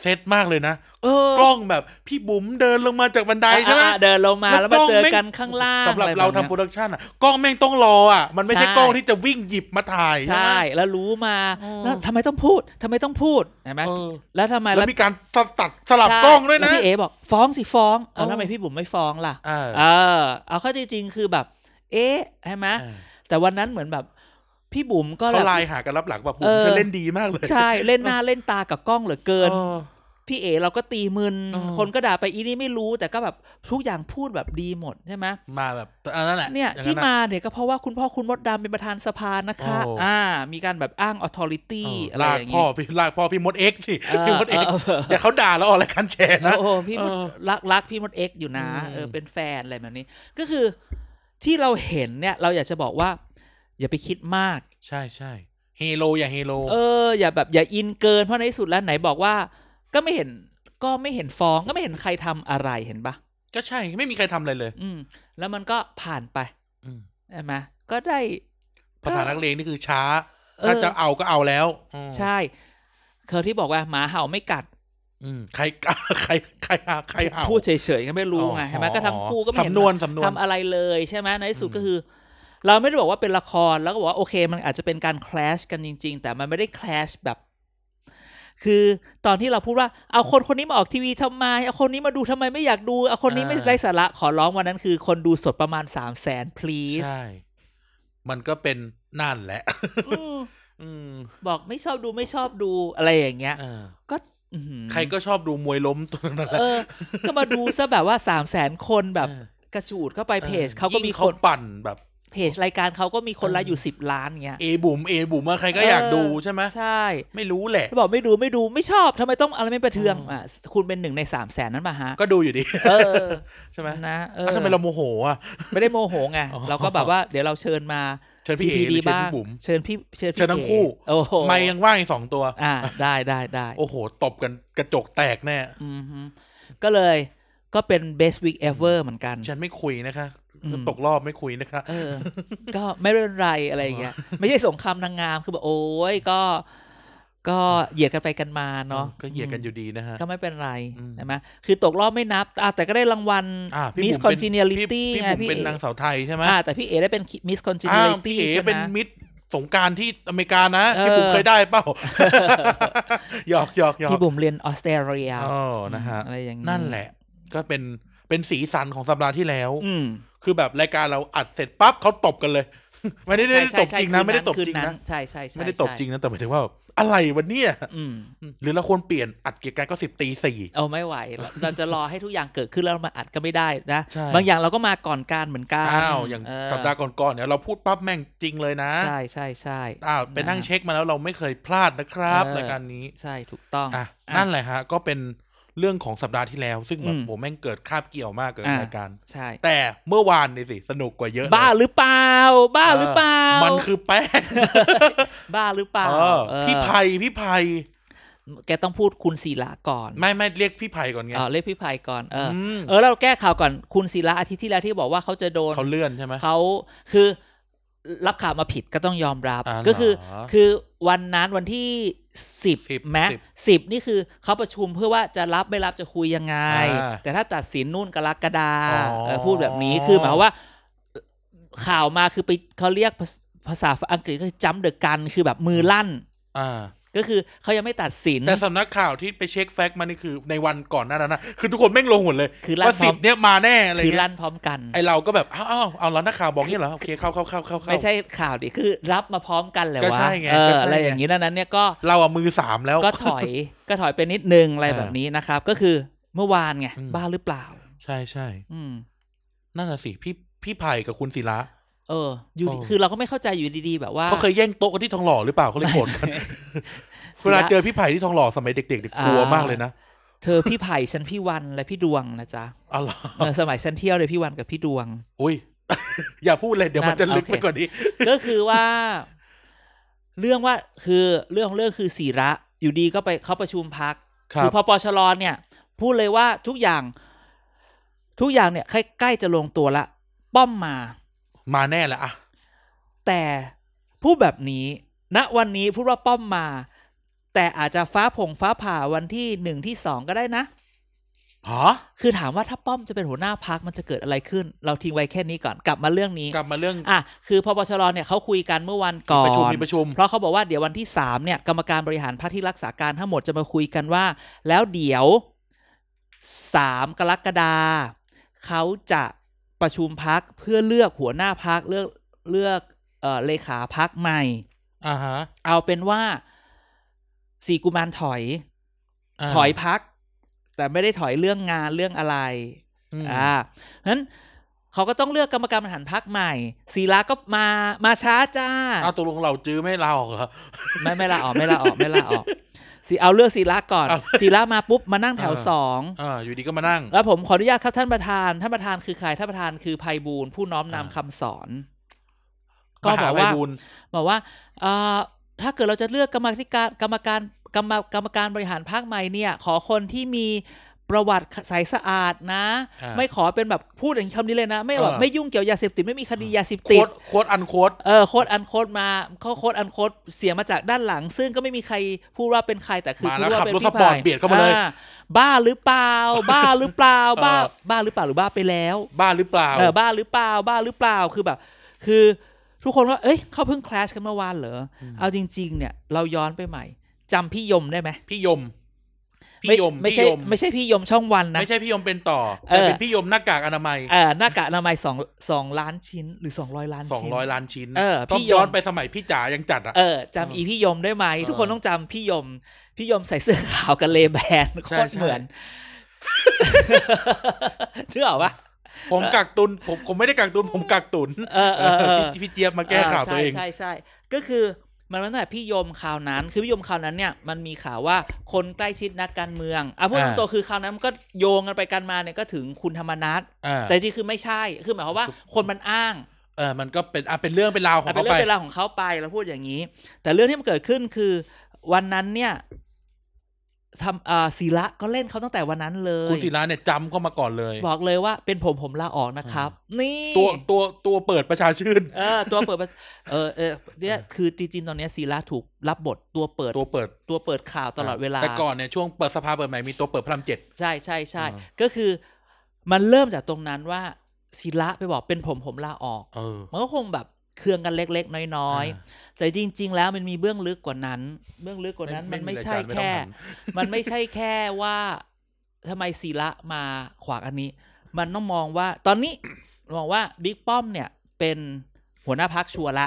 Speaker 2: เซตมากเลยนะ
Speaker 1: เออก
Speaker 2: ล้องแบบพี่บุ๋มเดินลงมาจากบันไดใช่ไหม
Speaker 1: อ่ะอ่ะเดินลงมาแล้ว
Speaker 2: ก
Speaker 1: มา
Speaker 2: อง
Speaker 1: เจอ
Speaker 2: แม่
Speaker 1: กันข้างล่าง
Speaker 2: สำหรับ
Speaker 1: อะไ
Speaker 2: เราทำโปร
Speaker 1: แบบนี้ย
Speaker 2: ดักชันอ่ะกล้องแม่งต้องรออ่ะ มันไม่ใช่
Speaker 1: ใช่
Speaker 2: กล้องที่จะวิ่งหยิบมาถ่ายใช่ไหม
Speaker 1: ใช่ แล้วรู้มา
Speaker 2: อืม
Speaker 1: แล้วทำไมต้องพูดทำไมต้องพูดใช่ไหม
Speaker 2: เออ
Speaker 1: แล้วทำไม
Speaker 2: แล้วมีการตัดสลับกล้องด้วยนะ
Speaker 1: แพี่เอบอกฟ้องสิฟ้อง
Speaker 2: เอ
Speaker 1: เอา
Speaker 2: อ
Speaker 1: ทำไมพี่บุ๋มไม่ฟ้องล่ะ
Speaker 2: อ่า
Speaker 1: เออ เอาเข้าจริงๆคือแบบ เอ๊ะใช่ไหม
Speaker 2: เออ
Speaker 1: แต่วันนั้นเหมือนแบบ พี่บุ๋มก็
Speaker 2: เขา
Speaker 1: แบบ
Speaker 2: ไลน์หากันรับหลังแบบบุ๋ม
Speaker 1: เออ
Speaker 2: เธอเล่นดีมากเลย
Speaker 1: ใช่เล่นหน้าเล่นตากับกล้องเหลือเกิน
Speaker 2: เออ
Speaker 1: พี่เอเราก็ตีมึน
Speaker 2: อ๋อ
Speaker 1: คนก็ด่าไปอีนี่ไม่รู้ แต่ก็แบบทุกอย่างพูดแบบดีหมดใช่ไหม
Speaker 2: มาแบบอันนั้นแหละ
Speaker 1: เนี่ย
Speaker 2: อ
Speaker 1: ที่
Speaker 2: งะ
Speaker 1: มาเนี่ยก็เพราะว่าคุณพ่อคุณมดดำเป็นประธานสภานะคะ
Speaker 2: โอ้
Speaker 1: อ่า มีการแบบอ้างออ t h ริตี้
Speaker 2: เอออ
Speaker 1: อะไร
Speaker 2: ลาก
Speaker 1: อย่าง
Speaker 2: พ่อ
Speaker 1: งี้
Speaker 2: พี่ลากพ่อพี่มดเอ็กซ์สิ
Speaker 1: เอ
Speaker 2: พี่
Speaker 1: อ
Speaker 2: มดเอ็กซ์
Speaker 1: เออเออ
Speaker 2: เดี๋ยวเขาด่าแล้วออกรายการแฉนะ
Speaker 1: โอ้โหพี่มด
Speaker 2: เออ
Speaker 1: รักรักพี่มดเอ็กซ์อยู่นะ
Speaker 2: อืม
Speaker 1: เออเป็นแฟนอะไรแบบนี้ ก็คือที่เราเห็นเนี่ย เราอยากจะบอกว่า อย่าไปคิดมาก
Speaker 2: ใช่ใช่เฮโลอย่าเฮโล
Speaker 1: เออ อย่าแบบอย่าอินเกินเพราะในที่สุดแล้วไหนบอกว่า ก็ไม่เห็นก็ไม่เห็นฟ้องก็ไม่เห็นใครทำอะไรเห็นปะ
Speaker 2: ก็ใช่ไม่มีใครทำอะไรเลย
Speaker 1: อืม แล้วมันก็ผ่านไป
Speaker 2: อืม
Speaker 1: ใช่ไหมก็ได้
Speaker 2: ภาษานักเลงนี่คือช้า
Speaker 1: เออ
Speaker 2: ถ้าจะเอาก็เอาแล้วอืม
Speaker 1: ใช่เคอที่บอกว่าหมาเห่าไม่กัด
Speaker 2: อืมใคร ใครใครหาใครเอา
Speaker 1: พูดเฉยๆก็ไม่รู้ไงใช่ไหมก็ทั้งคู่ก็ไม่เห็น
Speaker 2: สำนวนสำนวน
Speaker 1: ทำอะไรเลยใช่ไหมในที่สุด
Speaker 2: อืม
Speaker 1: ก็คือ เราไม่ได้บอกว่าเป็นละครแล้วก็บอกว่าโอเค มันอาจจะเป็นการคลชกันจริง ๆ แต่มันไม่ได้คลชแบบ คือตอนที่เราพูดว่าเอาคนคนนี้มาออกทีวีทำไมเอาคนนี้มาดูทำไมไม่อยากดูเอาคนนี้ไม่ไร้สาระขอร้องวันนั้นคือ คนดูสดประมาณสามแสน please
Speaker 2: ใช่ มันก็เป็นนั่นแหละ
Speaker 1: อืม
Speaker 2: อืม
Speaker 1: บอกไม่ชอบดูไม่ชอบดูอะไรอย่างเงี้ย
Speaker 2: เออ
Speaker 1: ก็อื้อหือ
Speaker 2: ใครก็ชอบดูมวยล้มตัวนั้นแหละ
Speaker 1: เออ ก็มาดูซะแบบว่าสามแสนคนแบบ
Speaker 2: เออก
Speaker 1: ระจูดเข้าไปเพจ
Speaker 2: ออ
Speaker 1: เขาก็
Speaker 2: ยิ่ง
Speaker 1: มีค
Speaker 2: เขา
Speaker 1: น
Speaker 2: ปั่นแบบ
Speaker 1: เพจรายการเขาก็มีคนละ
Speaker 2: เออ
Speaker 1: อ
Speaker 2: อ
Speaker 1: ยู่สิบล้านเงี้ย
Speaker 2: เอบุ๋มเอบุ๋มอะใครก็อยาก
Speaker 1: เออ
Speaker 2: ดูใช่ไหม
Speaker 1: ใช่
Speaker 2: ไม่รู้แหละ
Speaker 1: แล้วบอกไม่ดูไม่ดูไม่ชอบทำไมต้องอะไรไม่ประเทือง
Speaker 2: อืม
Speaker 1: อ่ะคุณเป็นหนึ่งในสามแสนนั้นมาฮะ
Speaker 2: ก็ดูอยู่ดี
Speaker 1: เออ
Speaker 2: ใช่ไหม
Speaker 1: นะเออ
Speaker 2: แล้วทำไมเราโมโหอ่ะ
Speaker 1: ไม่ได้โมโหไง
Speaker 2: อ๋อ
Speaker 1: เราก็แบบว่าเดี๋ยวเราเชิญมา
Speaker 2: เชิญพี่เอ
Speaker 1: CPD
Speaker 2: หรือเชิญ
Speaker 1: บ้าง
Speaker 2: พี่บุ๋ม
Speaker 1: เชิญพี่เชิญพี่
Speaker 2: เชิญทั้ง
Speaker 1: อ๋
Speaker 2: คู่
Speaker 1: โอ้โห
Speaker 2: ไม่ยังว่างอีกสองตัว
Speaker 1: อ่าได้ได้ได้
Speaker 2: โอ้โห ตบกันกระจกแตกแน่
Speaker 1: อืมฮึก็เลยก็เป็น best week ever เหมือนกัน
Speaker 2: ฉันไม่คุยนะคะ
Speaker 1: อืม
Speaker 2: ตกรอบไม่คุยนะคะ
Speaker 1: เออ ก็ไม่เป็นไรอะไรอย่างเงี้ย ไม่ใช่สงครามนางงามคือแบบโอ้ยก็ ก็เหยียดกันไปกันมาเนาะ
Speaker 2: ก็เหยียดกันอยู่ดีนะฮะ
Speaker 1: ก็ไม่เป็นไร
Speaker 2: อืม
Speaker 1: ใช่ไหมคือตกรอบไม่นับอ่ะแต่ก็ได้รางวัล
Speaker 2: อ่ะพี่
Speaker 1: Miss
Speaker 2: บุ๋มเป็น
Speaker 1: Congeniality
Speaker 2: พี่
Speaker 1: ไง
Speaker 2: บุ๋ม
Speaker 1: พี่
Speaker 2: เป็น
Speaker 1: เอ๋
Speaker 2: นางสาวไทยใช่ไหม
Speaker 1: อ่ะแต่พี่เอได้เป็น Miss
Speaker 2: อ้าว
Speaker 1: Congeniality
Speaker 2: พี่เอ๋
Speaker 1: ใช่ไหม
Speaker 2: เป็นมิตรสงกรารที่อเมริกานะ
Speaker 1: เออ
Speaker 2: ที่ผมเคยได้เปล่า หยอกหยอกหยอก
Speaker 1: พี่บุ๋มเรียนออสเตรเลีย
Speaker 2: อ๋อนะฮะ
Speaker 1: อะไรอย่าง
Speaker 2: นั่นแหละ ก็เป็นเป็นสีสันของสัปดาห์ที่แล้ว
Speaker 1: อืม
Speaker 2: คือแบบรายการเราอัดเสร็จปั๊บเขาตบกันเลย ไม่ได้ไม่ได้
Speaker 1: ใช่
Speaker 2: ตบจริงนะ ไม่ได้ตบ
Speaker 1: คื
Speaker 2: จริงนะ
Speaker 1: ใช่ใช่ใช่
Speaker 2: ไม่ได้ตบจริ
Speaker 1: ใช่
Speaker 2: งนะ แต่หมายถึงว่าแบบอะไรวันเนี้ย
Speaker 1: อืม
Speaker 2: หรือเราควรเปลี่ยนอัดเกียร์กายก็สิบตีสี่
Speaker 1: เอาไม่ไหวเราเราจะรอให้ทุกอย่างเกิดขึ้นแล้วเรามาอัดก็ไม่ได้นะ
Speaker 2: ใช่
Speaker 1: บางอย่างเราก็มาก่อนการเหมือนกัน
Speaker 2: อ้าวอย่าง
Speaker 1: เออ
Speaker 2: สัปดาห์ก่อนๆเนี่ยเราพูดปั๊บแม่งจริงเลยนะ
Speaker 1: ใช่ใช่ใช่
Speaker 2: อ้าวไปนั่งเช็คมาแล้วเราไม่เคยพลาดนะครับ
Speaker 1: เออ
Speaker 2: รายการนี้
Speaker 1: ใช่ถูกต้อง
Speaker 2: อ่ะนั่นแหละฮะ ก็เป็นเรื่องของสัปดาห์ที่แล้ว ซึ่งแบบ
Speaker 1: อืม
Speaker 2: ผมแม่งเกิดคาบเกี่ยวมากกับ
Speaker 1: อ่ะ
Speaker 2: รายการ
Speaker 1: ใช่
Speaker 2: แต่เมื่อวานนี่สิสนุกกว่าเยอะ
Speaker 1: บ้าหรือเปล่า บ้าหรือเปล่า
Speaker 2: มันคือแป้ง
Speaker 1: บ้าหรือเปล่า
Speaker 2: เออ
Speaker 1: เออ
Speaker 2: พี่ไผ่พี่ไผ่
Speaker 1: แกต้องพูดคุณศิลาก่อน
Speaker 2: ไม่ไม่เรียกพี่ไผ่ก่อนไง
Speaker 1: เออเรียกพี่ภัยก่อนเอออ
Speaker 2: ม
Speaker 1: เออแล้วเราแก้ข่าวก่อนคุณศิลาอาทิตย์ที่แล้วที่บอกว่าเขาจะโดน
Speaker 2: เขาเลื่อนใช่ไหม
Speaker 1: เขาคือรับข่าวมาผิดก็ต้องยอมรับ
Speaker 2: อ่าเหรอ
Speaker 1: ก็คือ คือวันนั้นวันที่สิบ
Speaker 2: 10
Speaker 1: แม้สิบนี่คือเขาประชุมเพื่อว่าจะรับไม่รับจะคุยยังไง
Speaker 2: อ่า
Speaker 1: แต่ถ้าตัดสินนู่นกรกฎา
Speaker 2: อ๋อ
Speaker 1: เออพูดแบบนี้คือหมายความว่า ข่าวมาคือไปเขาเรียกภาษาภาษาอังกฤษก็คือจัมเดอะกันคือแบบมือลั่น
Speaker 2: อ่า
Speaker 1: ก็คือเขายังไม่ตัดสิน
Speaker 2: แต่สำนักข่าวที่ไปเช็คแฟกต์มานี่คือในวันก่อนหน้านั้นนะคือทุกคนแม่งลงหมดเลย
Speaker 1: คือลั่น
Speaker 2: ว่า
Speaker 1: พร้
Speaker 2: สิ
Speaker 1: อม
Speaker 2: บเนี้ยมาแน่อะไร
Speaker 1: คือ
Speaker 2: เงี้ย
Speaker 1: ลั่นพร้อมกัน
Speaker 2: ไอเราก็แบบอ้าวอ้าวเอาแล้วนักข่าวบอกงี้เหรอโอเคเข้าเข้าเข้าเข้าเข้า
Speaker 1: ไม่ใช่ข่าวดิคือรับมาพร้อมกันแหละ
Speaker 2: ก็
Speaker 1: วะ
Speaker 2: ใช่ไง
Speaker 1: เอ
Speaker 2: ก็
Speaker 1: อ
Speaker 2: ใช่ไง
Speaker 1: อะไรอย่างนี้นั้นนั้นเนี่ย ก็
Speaker 2: เราอะมือสามแล้ว
Speaker 1: ก็ถอย ก็ถอยไปนิดนึงอะไร
Speaker 2: เออ
Speaker 1: แบบนี้นะครับ ก็คือเมื่อวานไง
Speaker 2: อืม
Speaker 1: บ้าหรือเปล่า
Speaker 2: ใช่ใช่
Speaker 1: อืม
Speaker 2: นั่นน่ะสิพี่พี่ไผ่กับคุณศิระ
Speaker 1: เออ อยู่ดี
Speaker 2: เออ
Speaker 1: คือเราก็ไม่เข้าใจอยู่ดีๆ แบบว่า
Speaker 2: เขาเคยแย่งโต๊ะกันที่ทองหล่อหรือเปล่าเขาเลยโกรธกัน เวลาเจอพี่ไผ่ที่ทองหล่อสมัยเด็กๆเนี่ยกลัว
Speaker 1: อ่าม
Speaker 2: มากเลยนะ
Speaker 1: เธอพี่ไผ่ฉันพี่วันและพี่ดวงนะจ๊ะ
Speaker 2: อ๋อเหรอ
Speaker 1: เออสมัยฉันเที่ยวเลยพี่วันกับพี่ดว ง
Speaker 2: อุ้ย อย่าพูดเลยเดี๋ยวมันจะลึก
Speaker 1: นั่นโอเค
Speaker 2: ไปกว่านี้
Speaker 1: ก็คือว่า เรื่องว่าคือเรื่องของเรื่องคือสีระอยู่ดีก็ไปเขาประชุมพัก
Speaker 2: ครับ
Speaker 1: คือพอปชรเนี่ย พูดเลยว่าทุกอย่าง ทุกอย่างเนี่ยใกล้ใกล้จะลงตัวละ ป้อมมา
Speaker 2: มาแน่แหละอะ
Speaker 1: แต่พูดแบบนี้ณนะวันนี้พูดว่าป้อมมา แต่อาจจะฟ้าผงฟ้าผ่าวันที่หนึ่งที่สองก็ได้นะ
Speaker 2: ฮะ
Speaker 1: คือถามว่าถ้าป้อมจะเป็นหัวหน้าพักมันจะเกิดอะไรขึ้น เราทิ้งไว้แค่นี้ก่อนกลับมาเรื่องนี้
Speaker 2: กลับมาเรื่อง
Speaker 1: อ่ะคือพอปชรเนี่ยเขาคุยกันเมื่อวันก่อน
Speaker 2: ประชุมมีประชุม
Speaker 1: เพราะเขาบอกว่าเดี๋ยววันที่ 3 เนี่ย กรรมการบริหารพรรคที่รักษาการทั้งหมดจะมาคุยกันว่า แล้วเดี๋ยว 3 กรกฎาเขาจะประชุมพักเพื่อเลือกหัวหน้าพักเลือกเลือกเอ่อเลขาพักใหม่
Speaker 2: อ่าฮะ
Speaker 1: เอาเป็นว่าสีกุมารถอย
Speaker 2: า
Speaker 1: ถอยพัก แต่ไม่ได้ถอยเรื่องงานเรื่องอะไร
Speaker 2: อืม
Speaker 1: อ่าเพราะฉะนั้นเขาก็ต้องเลือกกรรมการบริหารพักใหม่ศิลาก็มามาช้าจ้า
Speaker 2: เอาตกลงเราจื้อไม่เราออกเหรอ
Speaker 1: ไม่ไม่ลาออกไม่ลาออกไม่ลาออก สีเอาเลือกศิระก่อน
Speaker 2: เอา
Speaker 1: ศิระมาปุ๊บมานั่งแถว
Speaker 2: เออ
Speaker 1: สอง
Speaker 2: อ่าอยู่ดีก็มานั่ง
Speaker 1: แล้วผมขออนุญาตครับท่านประธาน ท่านประธานคือใครท่านประธานคือภัยบูลย์ผู้น้อมนำ
Speaker 2: อ่า
Speaker 1: คำสอน ก็
Speaker 2: ม
Speaker 1: บ
Speaker 2: หา
Speaker 1: อก
Speaker 2: ไพ
Speaker 1: ว่า
Speaker 2: บูลย์
Speaker 1: บอกว่าเอ่อถ้าเกิดเราจะเลือกกรรมาธิการกรรมการกรรมกรรมการบริหารพรรคใหม่เนี่ย ขอคนที่มีประวัติใสสะอาดนะ
Speaker 2: อ่า
Speaker 1: ไม่ขอเป็นแบบพูดอย่างคำนี้เลยนะ ไม่แบบ
Speaker 2: อ่า
Speaker 1: ไม่ยุ่งเกี่ยวยาเสพติดไม่มีคดียาเสพ
Speaker 2: โค
Speaker 1: ติด
Speaker 2: ดโค้ดอันโค้ด
Speaker 1: เออโคดอันโคดมาเขาโคดอันโคดเสียมาจากด้านหลัง ซึ่งก็ไม่มีใครพูดว่าเป็นใครแต่คือ
Speaker 2: มา
Speaker 1: พู
Speaker 2: แล้ว
Speaker 1: ดว่า
Speaker 2: ขับ
Speaker 1: เป็น
Speaker 2: รถส
Speaker 1: พี่
Speaker 2: ปอร์ต
Speaker 1: พ
Speaker 2: เบียดเข้ามาเลย
Speaker 1: อ่บ้าหรือเป ล่า บ้าหรือเปล่าบ้า
Speaker 2: เออ
Speaker 1: บ้าหรือเปล่าหรือบ้าไปแล้ว
Speaker 2: บ้าหรือเปล่า
Speaker 1: เออบ้าหรือเปล่าบ้าหรือเปล่าคือแบบ คือทุกคนว่าเอ้ยเขาเพิ่งคลาสกันเมื่อวานเหรออ
Speaker 2: ม
Speaker 1: เอาจริง ๆ เนี่ย เราย้อนไปใหม่จำพี่ยมได้ไหม
Speaker 2: พี่ยม พี่
Speaker 1: ไม่
Speaker 2: ยม
Speaker 1: ไม่
Speaker 2: พี่
Speaker 1: ใช่
Speaker 2: ยม
Speaker 1: ไม่ใช่พี่ยมช่องวันนะ
Speaker 2: ไม่ใช่พี่ยมเป็นต่อ
Speaker 1: เอ
Speaker 2: แต่
Speaker 1: อ
Speaker 2: เป็นพี่ยมหน้ากากอนามัย
Speaker 1: เออหน้ากากอนามัยสองสองล้านชิ้นหรือสองร้อยล้าน
Speaker 2: สอง
Speaker 1: ชิ้น
Speaker 2: ร้อยล้านชิ้น
Speaker 1: เออ
Speaker 2: ต้อ
Speaker 1: พี่
Speaker 2: ง
Speaker 1: ยม
Speaker 2: ย้อนไปสมัยพี่จ๋ายังจัดอ่ะ
Speaker 1: เออจำอีพี่ยมได้ไหม
Speaker 2: เออ
Speaker 1: ทุกคนต้องจำพี่ยม พี่ยมใส่เสื้อขาวกับเลแบน โคต
Speaker 2: ใช่
Speaker 1: ร
Speaker 2: ใช่
Speaker 1: เหมือน เชื่อปะ
Speaker 2: ผมกักตุนผมผมไม่ได้กักตุนผมกักตุน
Speaker 1: เออเออเออ
Speaker 2: พี่พี่เจี๊ยบมาแก้ข่าวตัวเอง
Speaker 1: ใช่ใช่ใช่ก็คือมันมาตั้งแต่พี่ยมข่าวนั้น คือพี่ยมข่าวนั้นเนี่ยมันมีข่าวว่าคนใกล้ชิดนักการเมืองอ่ะพูดตร
Speaker 2: อ่า
Speaker 1: งๆคือข่าวนั้นมันก็โยงกันไปกันมาเนี่ยก็ถึงคุณธรรมนัฐ
Speaker 2: อ่า
Speaker 1: แต่จริงคือไม่ใช่คือหมายความว่าคนมันอ้าง
Speaker 2: เออมันก็เป็นอ่ะเป็นเรื่องเป็นราวของ
Speaker 1: แต่เป็น
Speaker 2: เขา
Speaker 1: เรื่อง
Speaker 2: ไป
Speaker 1: เป็นราวของเขาไปเราพูดอย่างนี้ แต่เรื่องที่มันเกิดขึ้นคือวันนั้นเนี่ยทำอ่าศิระก็เล่นเขาตั้งแต่วันนั้นเลย
Speaker 2: คุณศิลาเนี่ยจำเข้ามาก่อนเลย
Speaker 1: บอกเลยว่าเป็นผมผมลาออกนะครับ นี่
Speaker 2: ตัวตัวตัวเปิดประชาชื่น
Speaker 1: เออตัวเปิดประเออเออเนี่ยคือจริงๆตอนเนี้ยศิระถูกรับบทตัวเปิด
Speaker 2: ตัวเปิด
Speaker 1: ตัวเปิดข่าวตลอดเวลา
Speaker 2: แต่ก่อนเนี่ยช่วงเปิดสภาเปิดใหม่มีตัวเปิดพระรามเจ็ด
Speaker 1: ใช่ใช่ใช่
Speaker 2: อ่า
Speaker 1: ก็คือมันเริ่มจากตรงนั้นว่าศิระไปบอกเป็นผมผมลาออก
Speaker 2: เออ
Speaker 1: มันก็คงแบบเคืองกันเล็กๆ น้อยๆ แต่จริง ๆ แล้วมันมีเบื้องลึกกว่านั้น เบื้องลึกกว่านั้นมันไม่ใช่
Speaker 2: รายการ
Speaker 1: แค่
Speaker 2: ต้องหัน
Speaker 1: มันไม่ใช่แค่ว่าทำไมศิระมาขวางอันนี้ มันต้องมองว่าตอนนี้ มองว่าบิ๊กป้อมเนี่ยเป็นหัวหน้าพักชัวร์ละ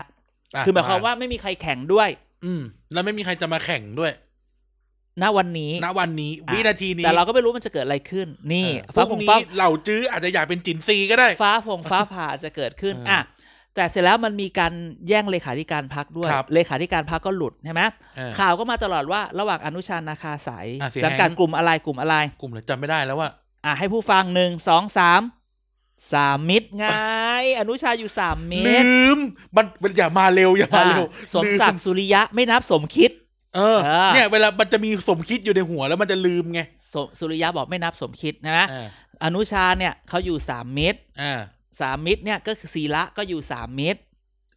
Speaker 2: อ่ะ
Speaker 1: คือหมายความว่าไม่มีใครแข่งด้วย
Speaker 2: อืม แล้วไม่มีใครจะมาแข่งด้วย
Speaker 1: ณวันนี้
Speaker 2: ณวันนี้
Speaker 1: อ่ะ
Speaker 2: วินาทีนี้
Speaker 1: แต่เราก็ไม่รู้มันจะเกิดอะไรขึ้น นี่
Speaker 2: เออ
Speaker 1: ฟ้า
Speaker 2: พ
Speaker 1: ผ
Speaker 2: รุ่
Speaker 1: ง
Speaker 2: ง
Speaker 1: ฟ้า
Speaker 2: นี้เหล่าจื้ออาจจะอยากเป็นจินซีก็ได้
Speaker 1: ฟ้าผงฟ้าผ่าจะเกิดขึ้น
Speaker 2: เอออ่
Speaker 1: อ่ะแต่เสร็จแล้วมันมีการแย่งเลขาธิการพักด้วย
Speaker 2: ครับ
Speaker 1: เลขาธิการพักก็หลุดใช่ไหม
Speaker 2: เออ
Speaker 1: ข่าวก็มาตลอดว่าระหว่างอนุชานาคาสาย
Speaker 2: อ่ะเสีย
Speaker 1: สังกัด
Speaker 2: แหง
Speaker 1: กลุ่มอะไรกลุ่มอะไร
Speaker 2: กลุ่มเหลยจำไม่ได้แล้วว่า
Speaker 1: อ่ะให้ผู้ฟังหนึ่งสองสามสามมิตรไง อนุชาอยู่สามมิ
Speaker 2: ลื
Speaker 1: ตร
Speaker 2: ม มันมันอย่ามาเร็วอย่ามา
Speaker 1: อ่ะ
Speaker 2: เร็ว
Speaker 1: สม
Speaker 2: ลื
Speaker 1: ศักดิ์สุริยะไม่นับสมคิด
Speaker 2: เออ
Speaker 1: เออ
Speaker 2: เนี่ย เวลามันจะมีสมคิดอยู่ในหัวแล้วมันจะลืมไง
Speaker 1: สมสุริยะบอกไม่นับสมคิดนะฮะ
Speaker 2: อ่า
Speaker 1: อนุชาเนี่ยเขาอยู่สามมิตร
Speaker 2: อ่า
Speaker 1: สามมิตรเนี่ยก็คือศีละก็อยู่สามมิตร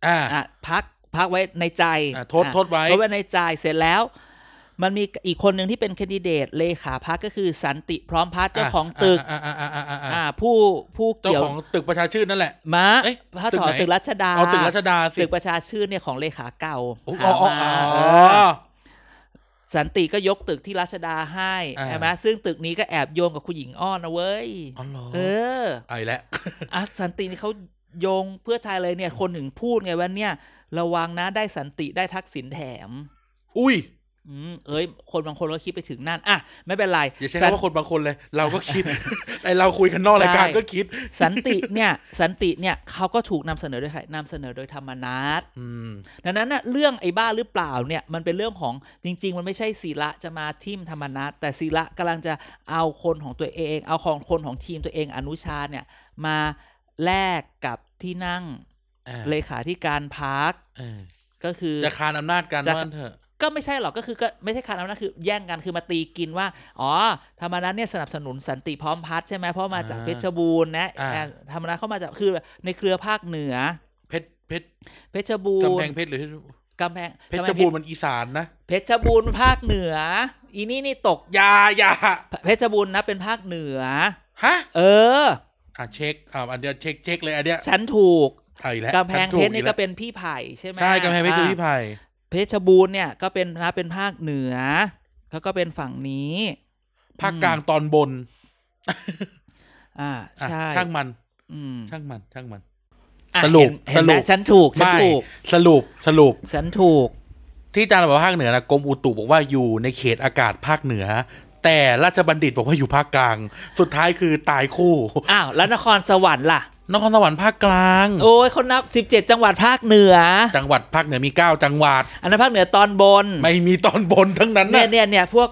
Speaker 2: อ่า
Speaker 1: อ่ะพักพักไว้ในใจ
Speaker 2: อ่าโทษ
Speaker 1: อ่ะ
Speaker 2: โทษไว้
Speaker 1: ทดไว้ในใจเสร็จแล้ว มันมีอีกคนหนึ่งที่เป็นแคนดิเดตเลขาพักก็คือสันติพร้อมพัฒน์เจ้าของตึก
Speaker 2: อ่าอ่าอ่าอ่าอ่าอ่า
Speaker 1: อ่ะผู้ผู้
Speaker 2: เจ้า
Speaker 1: เกี่ยว
Speaker 2: ของตึกประชาชื่นนั่นแหละ
Speaker 1: มา
Speaker 2: เอ้ย
Speaker 1: พระ
Speaker 2: ตึก
Speaker 1: ต่อ
Speaker 2: ไหน
Speaker 1: ตึกรัชดา
Speaker 2: เอาตึกรัชดาสิ
Speaker 1: ตึกประชาชื่นเนี่ยของเลขาเก่า
Speaker 2: อ๋อ
Speaker 1: หา
Speaker 2: อ๋ออ๋อ
Speaker 1: มา
Speaker 2: อ๋อ
Speaker 1: เออสันติก็ยกตึกที่รัชดาให้
Speaker 2: อ่า
Speaker 1: ใช่ไหมซึ่งตึกนี้ก็แอบโยงกับคุณหญิงอ้อนนะเว้ย
Speaker 2: อ๋อเหรอ
Speaker 1: เออ
Speaker 2: ไอ้แล้ว
Speaker 1: อ่ะสันตินี่เขาโยงเพื่อไทยเลยเนี่ยคนถึงพูดไงว่าเนี่ย ระวังนะได้สันติได้ทักษิณแถม
Speaker 2: อุ้ย
Speaker 1: อืมเอ้ย คนบางคนก็คิดไปถึงนั่นอ่ะไม่เป็นไร
Speaker 2: อย่าใช้
Speaker 1: สัน
Speaker 2: คำว่าคนบางคนเลย เราก็คิด ไอเราคุยกันนอกรายการ
Speaker 1: ใช่
Speaker 2: ก็คิด
Speaker 1: สันติเนี่ยสันติเนี่ยเขาก็ถูกนำเสนอโดยใครนำเสนอโดยธรรมนัต
Speaker 2: อืม
Speaker 1: ดังนั้นน่ะเรื่องไอ้บ้าหรือเปล่าเนี่ยมันเป็นเรื่องของจริง ๆ มันไม่ใช่ศิระจะมาทิมธรรมนัตแต่ศิระกำลังจะเอาคนของตัวเอง เอาของคนของทีมตัวเองอนุชาเนี่ยมาแลกกับที่นั่ง
Speaker 2: อ่า
Speaker 1: เลขาธิการพัก
Speaker 2: เออ
Speaker 1: ก็คือ
Speaker 2: จะคานอำนาจกัน
Speaker 1: จะ
Speaker 2: ว่างั้นเถอะ
Speaker 1: ก็ไม่ใช่หรอกก็คือก็ไม่ใช่คานอำนาจคือแย่งกันคือมาตีกินว่า อ๋อธรรมนัฐเนี่ยสนับสนุนสันติพร้อมพัฒน์ใช่ไหมเพราะมาจาก
Speaker 2: อ่า
Speaker 1: เพชรบูรณ์นะ
Speaker 2: อ่า
Speaker 1: เอ่อธรรมนัฐเข้ามาจากคือในเครือภาคเหนือ
Speaker 2: เพชรเพชร
Speaker 1: เพชรบูร
Speaker 2: กำ
Speaker 1: ณ์
Speaker 2: แพงเพชรหรือ
Speaker 1: กำแพง
Speaker 2: เพชรบูร
Speaker 1: กำแพง
Speaker 2: ณ์มันอีสานนะ
Speaker 1: เพชรบูรณ์ภาคเหนือ อีนี่นี่ตก
Speaker 2: อยาอยา
Speaker 1: เพชรบูรณ์นะเป็นภาคเหนือ
Speaker 2: ฮะ
Speaker 1: เออ
Speaker 2: อ่ะเช็คอ่าอันเดียวเช็คเช็คเลยอันเดียว
Speaker 1: ฉันถูก
Speaker 2: ไอ้แล้ว
Speaker 1: กำแพง
Speaker 2: ฉัถู
Speaker 1: เพชรนี่
Speaker 2: อี
Speaker 1: ก็
Speaker 2: แล้ว
Speaker 1: เป็นพี่ไผ่ใช่ไหม
Speaker 2: ใช่กำแพงเพชรคือพี่
Speaker 1: อ่า
Speaker 2: ไผ่
Speaker 1: เพชรบูรณ์เนี่ยก็เป็นนะเป็นภาคเหนือเขาก็เป็นฝั่งนี้
Speaker 2: ภาคกลางตอนบน
Speaker 1: อ่า
Speaker 2: อ่ะ
Speaker 1: ใช่
Speaker 2: ช่างมัน
Speaker 1: อืม
Speaker 2: ช่างมันช่างมัน
Speaker 1: อ่ะ
Speaker 2: สรุป
Speaker 1: เห็นเห็น
Speaker 2: สรุ
Speaker 1: ไหม
Speaker 2: ป
Speaker 1: ฉันถูก ฉัน
Speaker 2: ไม่
Speaker 1: ถูก
Speaker 2: สรุปสรุป
Speaker 1: ฉันถูก
Speaker 2: ที่อาจารย์บอกว่าภาคเหนือนะกรมอุตุบอกว่าอยู่ในเขตอากาศภาคเหนือ แต่ราชบัณฑิตบอกว่าอยู่ภาคกลาง สุดท้ายคือตายคู่
Speaker 1: อ้าว แล้วนครสวรรค์ล่ะ
Speaker 2: นครสวรรค์ภาคกลาง
Speaker 1: โอ้ยคนนับ 17 จังหวัดภาคเหนือ
Speaker 2: จังหวัดภาคเหนือมี 9 จังหวัด
Speaker 1: อันนั้นภาคเหนือตอนบน
Speaker 2: ไม่มีตอนบนทั้งนั้น
Speaker 1: เนี่ย
Speaker 2: นะ
Speaker 1: เนี่ยเนี่ยพวก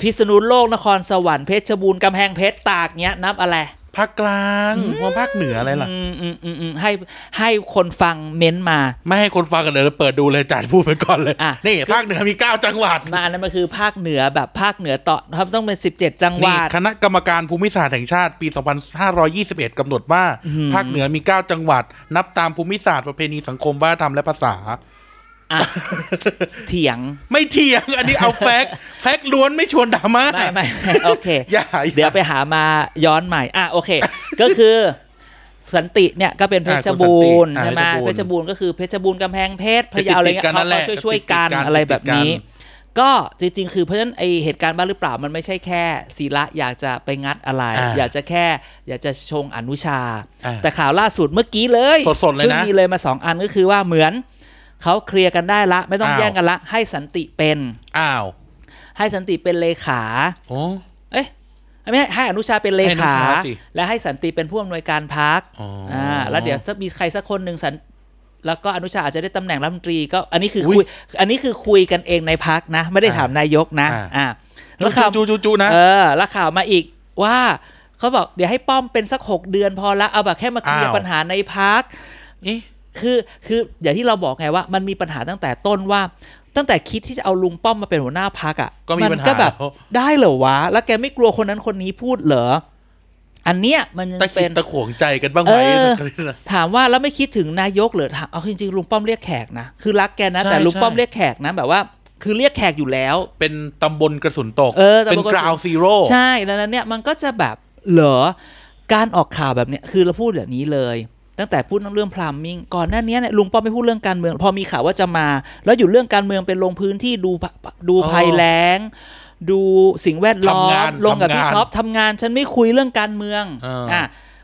Speaker 1: พิษณุโลกนครสวรรค์เพชรบูรณ์กำแพงเพชรตากเนี้ยนับอะไร
Speaker 2: ภาคกลางมองภาคเหนืออะไรล่ะ
Speaker 1: อืมอืมอืมอืมให้ให้คนฟังเม้นต์มา
Speaker 2: ไม่ให้คนฟังกันเดี๋ยวเราเปิดดูเลยจานพูดไปก่อนเลย
Speaker 1: อ่ะ
Speaker 2: นี่ภาคเหนือมีเก้าจังหวัด
Speaker 1: นะอันนั้นมันคือภาคเหนือแบบภาคเหนือต่อนะครับต้องเป็น 17 จังห
Speaker 2: นี่
Speaker 1: วัด
Speaker 2: คณะกรรมการภูมิศาสตร์แห่งชาติปี 2521 กำหนดว่า
Speaker 1: อืม
Speaker 2: ภาคเหนือมี 9 จังหวัด นับตามภูมิศาสตร์ประเพณีสังคมวัฒนธรรมและภาษา
Speaker 1: อ่ะเถียง
Speaker 2: ไม่เถียง อันนี้เอาแฟกต์ แฟกต์ล้วนไม่ชวนดราม่า
Speaker 1: ไม่ไม่ไม่โอเค
Speaker 2: อย่า
Speaker 1: เดี๋ยวไปหามาย้อนใหม่ อ่ะโอ เค ก็คือสันติเนี่ยก็เป็นเพชรบูรณ์ใช่ไหมเพชรบูรณ์ก็คือเพชรบูรณ์กำแพงเพชรพะเยาอะไรเงี้ยเขาก็ช่วยช่วยๆกันอะไรแบบนี้ ก็จริงๆ คือเพราะฉะนั้นไอเหตุการณ์บ้านหรือเปล่ามันไม่ใช่แค่ศิระอยากจะไปงัดอะไร อยากจะแค่อยากจะชงอนุชา แต่
Speaker 2: แต่
Speaker 1: ข่าวล่าสุดเมื่อกี้เลย
Speaker 2: สดๆเลยนะ
Speaker 1: พิ่งมีเลยมาสองอันก็คือว่าเหมือนเขาเคลียร์กันได้ละ ไม่ต้อง
Speaker 2: อ้าว
Speaker 1: แย่งกันละ ให้สันติเป็น
Speaker 2: อ้าว
Speaker 1: ให้สันติเป็นเลขา
Speaker 2: โอ้
Speaker 1: เอ้ยไม่ให้ให้อนุชาเป็นเลขา
Speaker 2: ให้อนุชาสิ
Speaker 1: และให้สันติเป็นผู้อำนวยการพัก
Speaker 2: อ๋ออ่
Speaker 1: ่าแล้วเดี๋ยวจะมีใครสักคนหนึ่งสันแล้วก็อนุชาอาจจะได้ตำแหน่งรัฐมนตรีก็อันนี้คืออย คุยอันนี้คือคุยกันเองในพักนะ ไม่ได้
Speaker 2: อ่า
Speaker 1: ถามนายกนะ
Speaker 2: อ่า
Speaker 1: อ่า
Speaker 2: จู
Speaker 1: แล้วข่าว
Speaker 2: จูจูจูนะ
Speaker 1: เออแล้วข่าวมาอีกว่าเขาบอกเดี๋ยวให้ป้อมเป็นสักหกเดือนพอละเอาแบบแค่มาเคลียร์
Speaker 2: อ้าว
Speaker 1: ปัญหาในพัก
Speaker 2: เอ๊ะ
Speaker 1: คือคืออย่างที่เราบอกไงว่ามันมีปัญหาตั้งแต่ต้นว่า ตั้งแต่คิดที่จะเอาลุงป้อมมาเป็นหัวหน้าพักอะ่ะ
Speaker 2: ก็มีปัญหา
Speaker 1: ก็แบบ
Speaker 2: แล้ว
Speaker 1: ได้เหรอวะ แล้วแกไม่กลัวคนนั้นคนนี้พูดเหรอ อันเนี้ยมันยัง
Speaker 2: ตะขิ
Speaker 1: เป็
Speaker 2: ด
Speaker 1: น
Speaker 2: ตะขวงใจกันบ้างไหม
Speaker 1: เออ ถามว่าแล้วไม่คิดถึงนายกเหรือถามเอาจริงๆลุงป้อมเรียกแขกนะคือรักแกนะแต่ลุงป้อมเรียกแขกนะแบบว่า คือเรียกแขกอยู่แล้ว
Speaker 2: เป็นตำบลกระสุนตก
Speaker 1: เออตำบลกระสุ
Speaker 2: น
Speaker 1: น
Speaker 2: กราวซีโร่
Speaker 1: ใช่ดังนั้นเนี่ยมันก็จะแบบเหรอการออกข่าวแบบเนี้ยคือเราพูดแบบนี้เลย ตั้งแต่พูดเรื่องพลามมิงก่อนหน้าเนี้ยเนี่ยลุงป้อมไม่พูดเรื่องการเมือง พอมีข่าวว่าจะมา แล้วอยู่เรื่องการเมืองเป็นลงพื้นที่ดูพะดูภัยแล้ง ดูสิ่งแวดล้อ
Speaker 2: ำงาม น
Speaker 1: ลงกับ
Speaker 2: ทำงาน
Speaker 1: พี่ท็อปทำงานฉันไม่คุยเรื่องการเมือง
Speaker 2: เอออ่
Speaker 1: ะ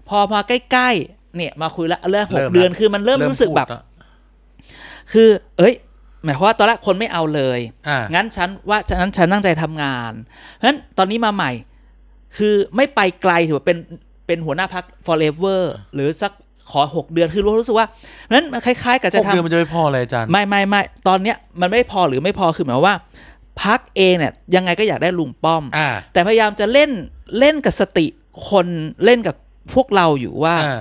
Speaker 1: พอมาใกล้ๆเนี่ยมาคุยละเรื่องหก
Speaker 2: ริ่มละ
Speaker 1: เดือนคือมันเริ่มรู้สึก
Speaker 2: พูด
Speaker 1: แบบ
Speaker 2: ละ
Speaker 1: คือ เอ้ย หมายความว่าตอนแรกคนไม่เอาเลย
Speaker 2: อ่า
Speaker 1: งั้นฉันว่าฉะนั้นฉันตั้งใจทำงานเพราะฉะนั้นตอนนี้มาใหม่ คือไม่ไปไกลถือว่าเป็นเป็นหัวหน้าพัก forever หรือสักขอหกเดือนคือรู้รู้สึกว่าเพราะฉะนั้นมันคล้าย ๆ กับจะ
Speaker 2: หกเดือน
Speaker 1: ทำ
Speaker 2: มันจะไม่พอเลยอาจารย์
Speaker 1: ไม่ไม่ไม่ตอนเนี้ยมันไม่พอหรือไม่พอคือหมายความว่าพักเองเนี่ยยังไงก็อยากได้ลุงป้อม
Speaker 2: อ่า
Speaker 1: แต่พยายามจะเล่นเล่นกับสติคนเล่นกับพวกเราอยู่ว่า
Speaker 2: อ่า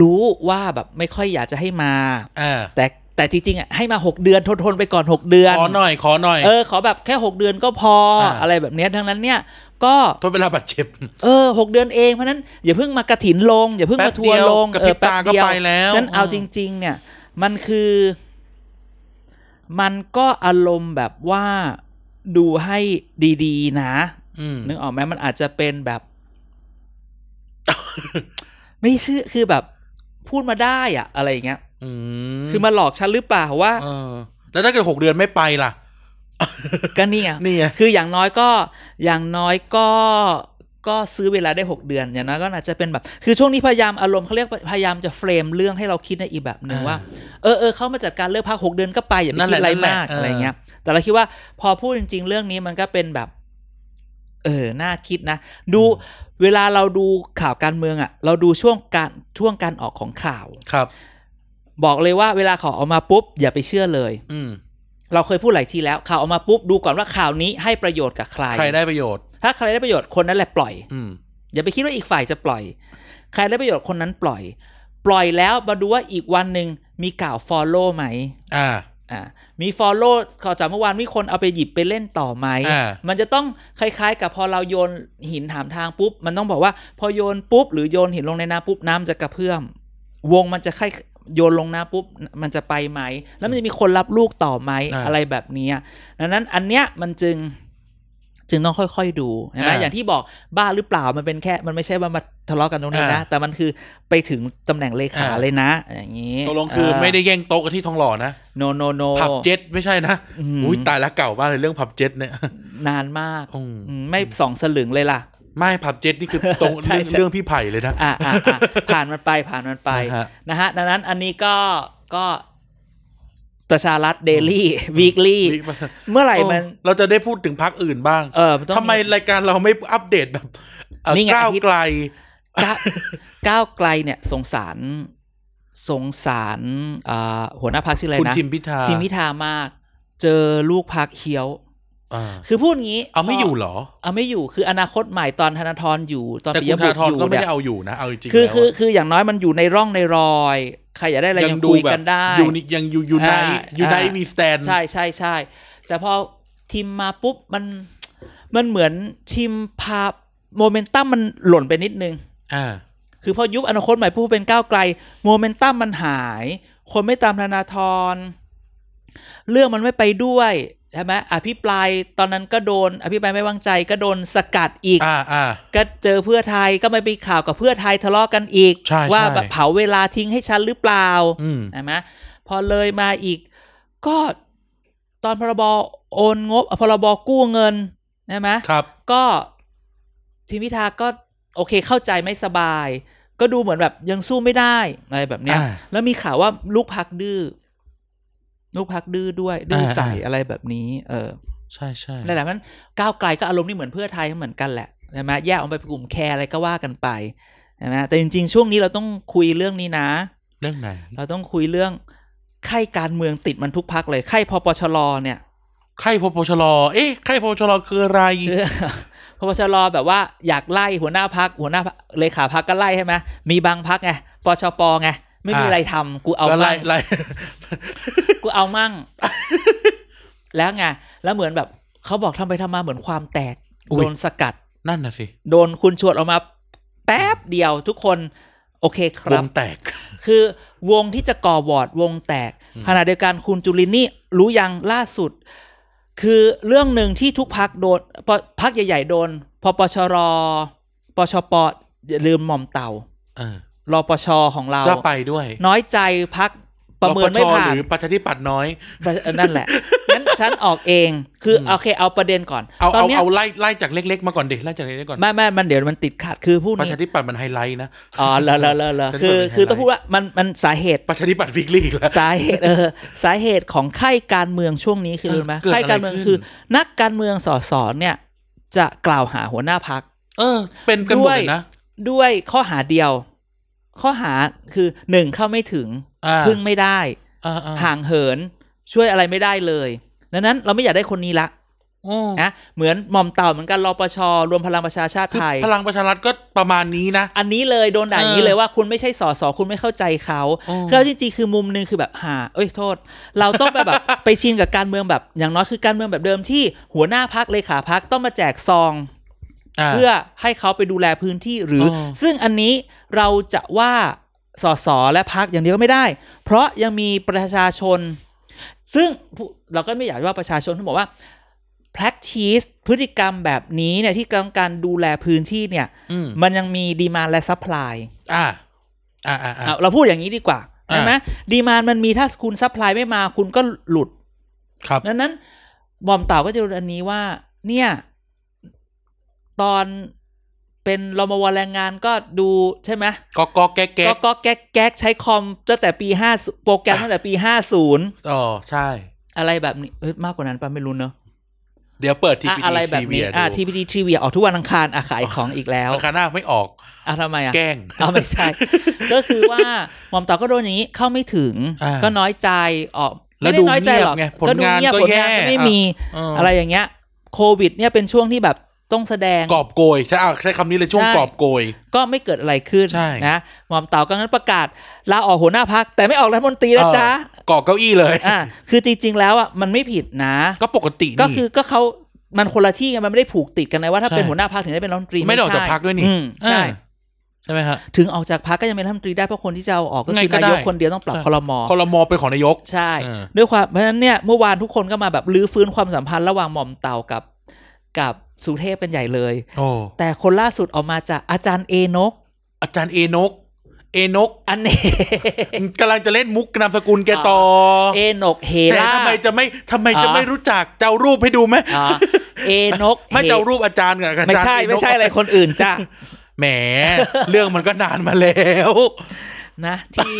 Speaker 1: รู้ว่าแบบไม่ค่อยอยากจะให้มา
Speaker 2: อ่า
Speaker 1: แต่แต่จริงๆอ่ะให้มาหกเดือนทนทนไปก่อนหกเดือน
Speaker 2: ขอหน่อยขอหน่อย
Speaker 1: เออขอแบบแค่ 6 เดือนก็พอ
Speaker 2: อ่า
Speaker 1: อะไรแบบเนี้ยทั้งนั้นเนี่ย ก็
Speaker 2: ทนเวลาบาดเจ็บ
Speaker 1: เออหเดือนเองเพราะฉะนั้นอย่าเพิ่งมากระถินลง อย่าเพิ่ง
Speaker 2: แป๊
Speaker 1: มา
Speaker 2: บ
Speaker 1: ทัว
Speaker 2: เดี
Speaker 1: ร์
Speaker 2: ยว
Speaker 1: ลง
Speaker 2: กระพริบตาก็ไปแล้ว
Speaker 1: ฉะนันเอาจริง ๆ เนี่ย มันคือ มันก็อารมณ์แบบว่าดูให้ดีๆ นะ
Speaker 2: อืม
Speaker 1: นึกออกไหมมันอาจจะเป็นแบบ ไม่เชื่อคือแบบพูดมาได้อะอะไรอย่างเงี้ย
Speaker 2: อืม
Speaker 1: คือมาหลอกฉันหรือเปล่าว่า
Speaker 2: เออ แล้วถ้าเกิดหกเดือนไม่ไปล่ะ
Speaker 1: ก็เนี่ย
Speaker 2: นี่ไง
Speaker 1: คืออย่างน้อยก็อย่างน้อยก็ก็ซื้อเวลาได้ 6 เดือนอย่างน้อยก็อาจจะเป็นแบบ คือช่วงนี้พยายามอารมณ์เขาเรียกพยายามจะเฟรมเรื่องให้เราคิดในอีกแบบหนึ่งว่า เออเออเขามาจัดการเลือกพักหกเดือนก็ไปอย่าไปคิดอะไรมากอะไรเงี้ย แต่เราคิดว่าพอพูดจริง ๆ เรื่องนี้มันก็เป็นแบบ เออน่าคิดนะ ดูเวลาเราดูข่าวการเมืองอ่ะ เราดูช่วงการช่วงการออกของข่าว
Speaker 2: ครับ
Speaker 1: บอกเลยว่าเวลาข่าวออกมาปุ๊บอย่าไปเชื่อเลย
Speaker 2: อืม
Speaker 1: เราเคยพูดหลายทีแล้วข่าวออกมาปุ๊บดูก่อนว่าข่าวนี้ให้ประโยชน์กับใคร
Speaker 2: ใครได้ประโยชน์
Speaker 1: ถ้าใครได้ประโยชน์คนนั้นแหละปล่อย
Speaker 2: อืม
Speaker 1: อย่าไปคิดว่าอีกฝ่ายจะปล่อย ใครได้ประโยชน์คนนั้นปล่อย ปล่อยแล้วมาดูว่าอีกวันหนึ่งมีข่าว follow ไหม
Speaker 2: อ่า
Speaker 1: อ่ามี follow ข่าวจากเมื่อวานมีคนเอาไปหยิบไปเล่นต่อไหม
Speaker 2: อ่า
Speaker 1: มันจะต้องคล้ายๆ กับพอเราโยนหินถามทางปุ๊บ มันต้องบอกว่า พอโยนปุ๊บ หรือโยนหินลงในน้ำปุ๊บน้ำจะกระเพื่อม วงมันจะค่อยโยนลงน้ำปุ๊บมันจะไปไหม แล้วมันจะมีคนรับลูกต่อไหม
Speaker 2: อ่า
Speaker 1: อะไรแบบเนี้ยดังนั้นอันเนี้ยมันจึงจึงต้องค่อย ๆ ดูใช่ไหม
Speaker 2: อ่า
Speaker 1: อย่างที่บอกบ้าหรือเปล่ามันเป็นแค่มันไม่ใช่ว่ามาทะเลาะกันตรงนี้นะ
Speaker 2: อ่า
Speaker 1: แต่มันคือไปถึงตำแหน่งเลขา
Speaker 2: อ่า
Speaker 1: เลยนะ อย่างนี้
Speaker 2: ตกลงคือไม่ได้แย่งโต๊ะกันที่ทองหล่อนะ
Speaker 1: โนโนโน
Speaker 2: ผับเจ็ตไม่ใช่นะ
Speaker 1: อืม
Speaker 2: อุ้ยตายละเก่ามากเลยเรื่องผับเจ็ตเนี่ย
Speaker 1: นานมาก
Speaker 2: อืม
Speaker 1: อืมไม่สองสลึงเลยล่ะ
Speaker 2: ไม่ผับเจ็ตนี่คือตรง
Speaker 1: ใช่
Speaker 2: เรื่อง
Speaker 1: ใช่
Speaker 2: เรื่องพี่ไผ่เลยนะ
Speaker 1: อ่าอ่าอ่า ผ่านมันไปผ่านมันไป
Speaker 2: นะฮะ
Speaker 1: นะฮะดังนั้นอันนี้ก็ก็ประชารัฐเดลี่วีคลี่ เมื่อไหร่มัน
Speaker 2: เราจะได้พูดถึงพักอื่นบ้าง
Speaker 1: เออมันต้อง
Speaker 2: ทำไมรายการเราไม่อัปเดตแบบเอ่อ
Speaker 1: นี่ไง
Speaker 2: ก้าว
Speaker 1: อาทิตย์
Speaker 2: ไกล
Speaker 1: ก้าก้าวไกลเนี่ยสงสารสงสารอ่าหัวหน้าพักชื่ออะไร
Speaker 2: คุณ
Speaker 1: นะ
Speaker 2: ทิมพิธา
Speaker 1: ทิมพิธามาก เจอลูกพักเคี้ยว
Speaker 2: อ่า
Speaker 1: คือพูดงี้
Speaker 2: เอาไม่
Speaker 1: พ
Speaker 2: อยู่เหรอ
Speaker 1: เอาไม่อยู่คืออนาคตใหม่ตอนธนาธรอยู่ตอน
Speaker 2: แต่
Speaker 1: ปิ
Speaker 2: คุ
Speaker 1: ย
Speaker 2: ณ
Speaker 1: บุ
Speaker 2: ธา
Speaker 1: ตร
Speaker 2: ธร
Speaker 1: อยู่
Speaker 2: ก็ไม่
Speaker 1: เนี่ย
Speaker 2: ได้เอาอยู่นะเอาจริงๆ
Speaker 1: คือ
Speaker 2: แล้ว
Speaker 1: คือคืออย่างน้อยมันอยู่ในร่องในรอย ใครอยากได้อะไรยังคุยกันได้
Speaker 2: ยูนิยังอยู่ยูไน
Speaker 1: อ่า
Speaker 2: ยูไน
Speaker 1: อ่า
Speaker 2: วีสแตน
Speaker 1: ใช่ใช่ใช่แต่พอทีมมาปุ๊บมันมันเหมือนทีมพาโมเมนตัมมันหล่นไปนิดนึง
Speaker 2: อ่า
Speaker 1: คือพอยุบอนาคตใหม่ผู้เป็นก้าวไกล โมเมนตัมมันหาย คนไม่ตามธนาธรเรื่องมันไม่ไปด้วยใช่ไหมอภิปรายตอนนั้นก็โดน อภิปรายไม่วางใจก็โดนสกัดอีก
Speaker 2: อ่าอ่า
Speaker 1: ก็เจอเพื่อไทยก็ไม่ไปข่าวกับเพื่อไทยทะเลาะกันอีก
Speaker 2: ใช่ใช่
Speaker 1: ว่าแบบเผาเวลาทิ้งให้ฉันหรือเปล่า
Speaker 2: อืม
Speaker 1: ใช่ไหมพอเลยมาอีกก็ตอนพรบโอนงบอ่ะพรบกู้เงินใช่ไหม
Speaker 2: ครับ
Speaker 1: ก็ทีมพิธาก็โอเคเข้าใจไม่สบาย ก็ดูเหมือนแบบยังสู้ไม่ได้อะไรแบบเนี้ย
Speaker 2: อ่า
Speaker 1: แล้วมีข่าวว่าลูกพักดื้อลูกพักดื้อด้วยดื้อใส่
Speaker 2: อ่าอ่า
Speaker 1: อะไรแบบนี้ เออ
Speaker 2: ใช่ใช่
Speaker 1: นั่นแหละมันก้าวไกลก็อารมณ์นี่เหมือนเพื่อไทยเหมือนกันแหละใช่ไหมแยกออกไปเป็นกลุ่มแคร์อะไรก็ว่ากันไปใช่ไหมแต่จริงๆช่วงนี้เราต้องคุยเรื่องนี้นะ
Speaker 2: เรื่องไหน
Speaker 1: เราต้องคุยเรื่องไข้การเมืองติดมันทุกพักเลยไข้พปชรเนี่ย
Speaker 2: ไข้พปชรเอ๊ะไข้พปชรคืออะไร
Speaker 1: คือพปชรแบบว่าอยากไล่หัวหน้าพักหัวหน้าพรรคเลขาพักก็ไล่ใช่ไหมมีบางพักไงปชปไงไม่มี
Speaker 2: อ่า
Speaker 1: อะไรทำกูเอา
Speaker 2: ก็ไล่
Speaker 1: มั่ง
Speaker 2: ไล่
Speaker 1: กูเอามั่ง แล้วไงแล้วเหมือนแบบเขาบอกทำไปทำมาเหมือนความแตก
Speaker 2: อุ๊ย
Speaker 1: โดนสกัด
Speaker 2: นั่นน่ะสิ
Speaker 1: โดนคุณชวนออกมาแป๊บเดียวทุกคน โอเคคว รับ
Speaker 2: งแตก
Speaker 1: คือวงที่จะก่อวอร์ดวงแตก
Speaker 2: อืม
Speaker 1: ขณะเดียวกันคุณจุลินนี่รู้ยังล่าสุด คือเรื่องหนึ่งที่ทุกพักโดนปพักใหญ่ ๆ โดนพปชรปชปอย่าลืมหม่อมเต่า
Speaker 2: เออ
Speaker 1: รปชของเรา
Speaker 2: ก็ไปด้วย
Speaker 1: น้อยใจพักประเมินไม่
Speaker 2: ปช
Speaker 1: ผ่า
Speaker 2: ห
Speaker 1: น
Speaker 2: รือประชาธิปัตย์น้อย
Speaker 1: เออนั่นแหละ งั้นฉันออกเองคืออ
Speaker 2: ม
Speaker 1: โอเคเอาประเด็นก่อน
Speaker 2: เอา
Speaker 1: ตอน
Speaker 2: เอา
Speaker 1: เนี้ย
Speaker 2: เอาไล่ไล่จากเล็ก ๆ มาก่อนเด็กไล่จากเล็กๆก่อน
Speaker 1: ไม่ไม่มันเดี๋ยวมันติดขัดคือพูด
Speaker 2: ประ
Speaker 1: นี้
Speaker 2: ชาธิปัตย์มันไฮไลท์นะ
Speaker 1: อ๋อเหรอเหรอเหรอเหรอ
Speaker 2: ฉันเปิด
Speaker 1: คือคือ
Speaker 2: เป็นไฮไลท์
Speaker 1: ต้องพูดว่ามันมันสาเหตุ
Speaker 2: ประชาธิปัตย์ฟิกลี่อีกแล้ว
Speaker 1: สาเหตุเออสาเหตุของไข้การเมืองช่วงนี้คือรู้ไหม
Speaker 2: เออเกิดอะไร
Speaker 1: ไข้การเมือง
Speaker 2: ขึ้น
Speaker 1: คือ นักการเมืองสสเนี่ย จะกล่าวหาหัวหน้าพัก
Speaker 2: เออ เป็นกันหม
Speaker 1: ด้
Speaker 2: ด
Speaker 1: วย
Speaker 2: เลยนะ
Speaker 1: ด้วยข้อหาเดียว ข้อหาคือหนึ่งเข้าไม่ถึง
Speaker 2: อ่า
Speaker 1: พึ่งไม่ได้
Speaker 2: อ่าอ่า
Speaker 1: ห่างเหิน ช่วยอะไรไม่ได้เลยดังนั้นเราไม่อยากได้คนนี้ละ
Speaker 2: โอ้
Speaker 1: นะเหมือนหม่อมเต่าเหมือนกันรปชรวมพลังประชาชาติ
Speaker 2: คือ
Speaker 1: ไทย
Speaker 2: พลังประชารัฐก็ประมาณนี้นะ
Speaker 1: อันนี้เลยโดนด่าอย่างนี้
Speaker 2: เออ
Speaker 1: เลยว่าคุณไม่ใช่สอสอคุณไม่เข้าใจเขา
Speaker 2: โอ้
Speaker 1: คือเอาจริงๆคือมุมหนึงคือแบบหาเอ้ยโทษ เราต้องไปแบบ ไปชินกับการเมืองแบบอย่างน้อยคือการเมืองแบบเดิมที่หัวหน้าพักเลขาพักต้องมาแจกซอง
Speaker 2: า
Speaker 1: เพื่อให้เขาไปดูแลพื้นที่หรืออ
Speaker 2: อ
Speaker 1: ซึ่งอันนี้เราจะว่าสอสอและพักอย่างเดียวก็ไม่ได้ เพราะยังมีประชาชน ซึ่งผู้เราก็ไม่อยากว่าประชาชนที่บอกว่า practice พฤติกรรมแบบนี้เนี่ยที่ต้องการดูแลพื้นที่เนี่ย
Speaker 2: อืม
Speaker 1: มันยังมีดีมาและซัพพลาย
Speaker 2: อ่า อ่าอ่าอ่า
Speaker 1: เราพูดอย่างนี้ดีกว่า
Speaker 2: อ่ะ
Speaker 1: ใช่ไหมดีมานมันมีถ้าคุณซัพพลายไม่มาคุณก็หลุด
Speaker 2: ครับ
Speaker 1: ดังนั้นบอมเต่าก็จะรู้อันนี้ว่า เนี่ย ตอนเป็นรมวแรงงานก็ดูใช่ไหม
Speaker 2: ก็ก็แก๊กแก๊
Speaker 1: ก็
Speaker 2: ก
Speaker 1: ก็แก๊กแก๊กใช้คอมตั้งแต่ปีห้าโปรแกรมตั้งแต่ปีห้าศูนย์
Speaker 2: อ๋อใช่
Speaker 1: อะไรแบบนี้เอ้ยมากกว่านั้นปะไม่รู้เนอะ
Speaker 2: เดี๋ยวเปิดที
Speaker 1: อ่ะ
Speaker 2: พี
Speaker 1: อะไรแบบนี้อ่ะ
Speaker 2: ที
Speaker 1: TPD Trivia ออกทุกวันอังคารอ่ะขายของอีกแล้ว
Speaker 2: ราคาหน้าไม่ออก
Speaker 1: อ่ะทำไมอ่ะ
Speaker 2: แกล้ง
Speaker 1: เอาไม่ใช่ ก็คือว่าหม่อมเต๋าก็โดนอย่างนี้เข้าไม่ถึง
Speaker 2: อ่า
Speaker 1: ก็น้อยใจออก
Speaker 2: แล้ว
Speaker 1: ไม่ได้น้อยใจหรอก
Speaker 2: ดูเงียบ
Speaker 1: เยบ
Speaker 2: ไงผลงานก็
Speaker 1: ผลงาน
Speaker 2: แย่
Speaker 1: ก็ไม่มี
Speaker 2: เอออ
Speaker 1: อะไรอย่างเงี้ย โควิด เนี่ยเป็นช่วงที่แบบต้องแสดง
Speaker 2: กอบโกยใช่อ่ะใช้คำนี้เลยช่วง
Speaker 1: ใช่
Speaker 2: กอบโกย
Speaker 1: ก็ไม่เกิดอะไรขึ้น
Speaker 2: ใช่
Speaker 1: นะหม่อมเต๋าก็งั้นประกาศลาออกหัวหน้าพัก แต่ไม่ออกรัฐมนตรีนะจ๊ะ
Speaker 2: เออกอบเก้าอี้เลย
Speaker 1: อ่าคือจริง ๆ แล้วอ่ะมันไม่ผิดนะ
Speaker 2: ก็ปกตินี่
Speaker 1: ก็คือก็เขามันคนละที่ไงมันไม่ได้ผูกติดกันนะว่าถ้า
Speaker 2: ใช่
Speaker 1: เป็นหัวหน้าพักถึงได้เป็นรัฐมนตรี
Speaker 2: ไม่ได้ออกจาก
Speaker 1: ใช่
Speaker 2: พรรคด้วยนี่
Speaker 1: อืมใช่
Speaker 2: อ่าใช่ไหมฮะ
Speaker 1: ถึงออกจากพักก็ยังเป็นรัฐมนตรีได้เพราะคนที่จะเอาออกก็
Speaker 2: ไง
Speaker 1: คือ
Speaker 2: ก็
Speaker 1: นายก
Speaker 2: ได้
Speaker 1: คนเดียวต้องปรับ
Speaker 2: ใช่
Speaker 1: คอรมอ
Speaker 2: คอรมอเป็นของนายก
Speaker 1: ใช่
Speaker 2: เออ
Speaker 1: ด้วยความเพราะฉะนั้นเนี่ยเมื่อวานทุกคนก็มาแบบรื้อฟื้นความสัมพันธ์ระหว่างหม่อมเต่ากับ กับสุเทพเป็นใหญ่เลย
Speaker 2: โอ้
Speaker 1: แต่คนล่าสุดออกมาจากอาจารย์เอนก
Speaker 2: อาจารย์เอนก เอนก
Speaker 1: อันเอก
Speaker 2: ำลังจะเล่นมุกนามสกุลแกต่อ
Speaker 1: เอนกเฮ
Speaker 2: แต่
Speaker 1: ล่า
Speaker 2: ทำไมจะไม่ทำไมจะ
Speaker 1: อ๋อ
Speaker 2: ไม่รู้จักจะเอารูปให้ดูไหม
Speaker 1: อ๋อเอน ก
Speaker 2: ไม่จะเอา
Speaker 1: เฮ
Speaker 2: รูปอาจารย์กับอาจารย์
Speaker 1: ไม่ใช่
Speaker 2: เอนก
Speaker 1: ไม่ใช่อะไรคนอื่นจ้ะ
Speaker 2: แหม เรื่องมันก็นานมาแล้ว
Speaker 1: นะ ที่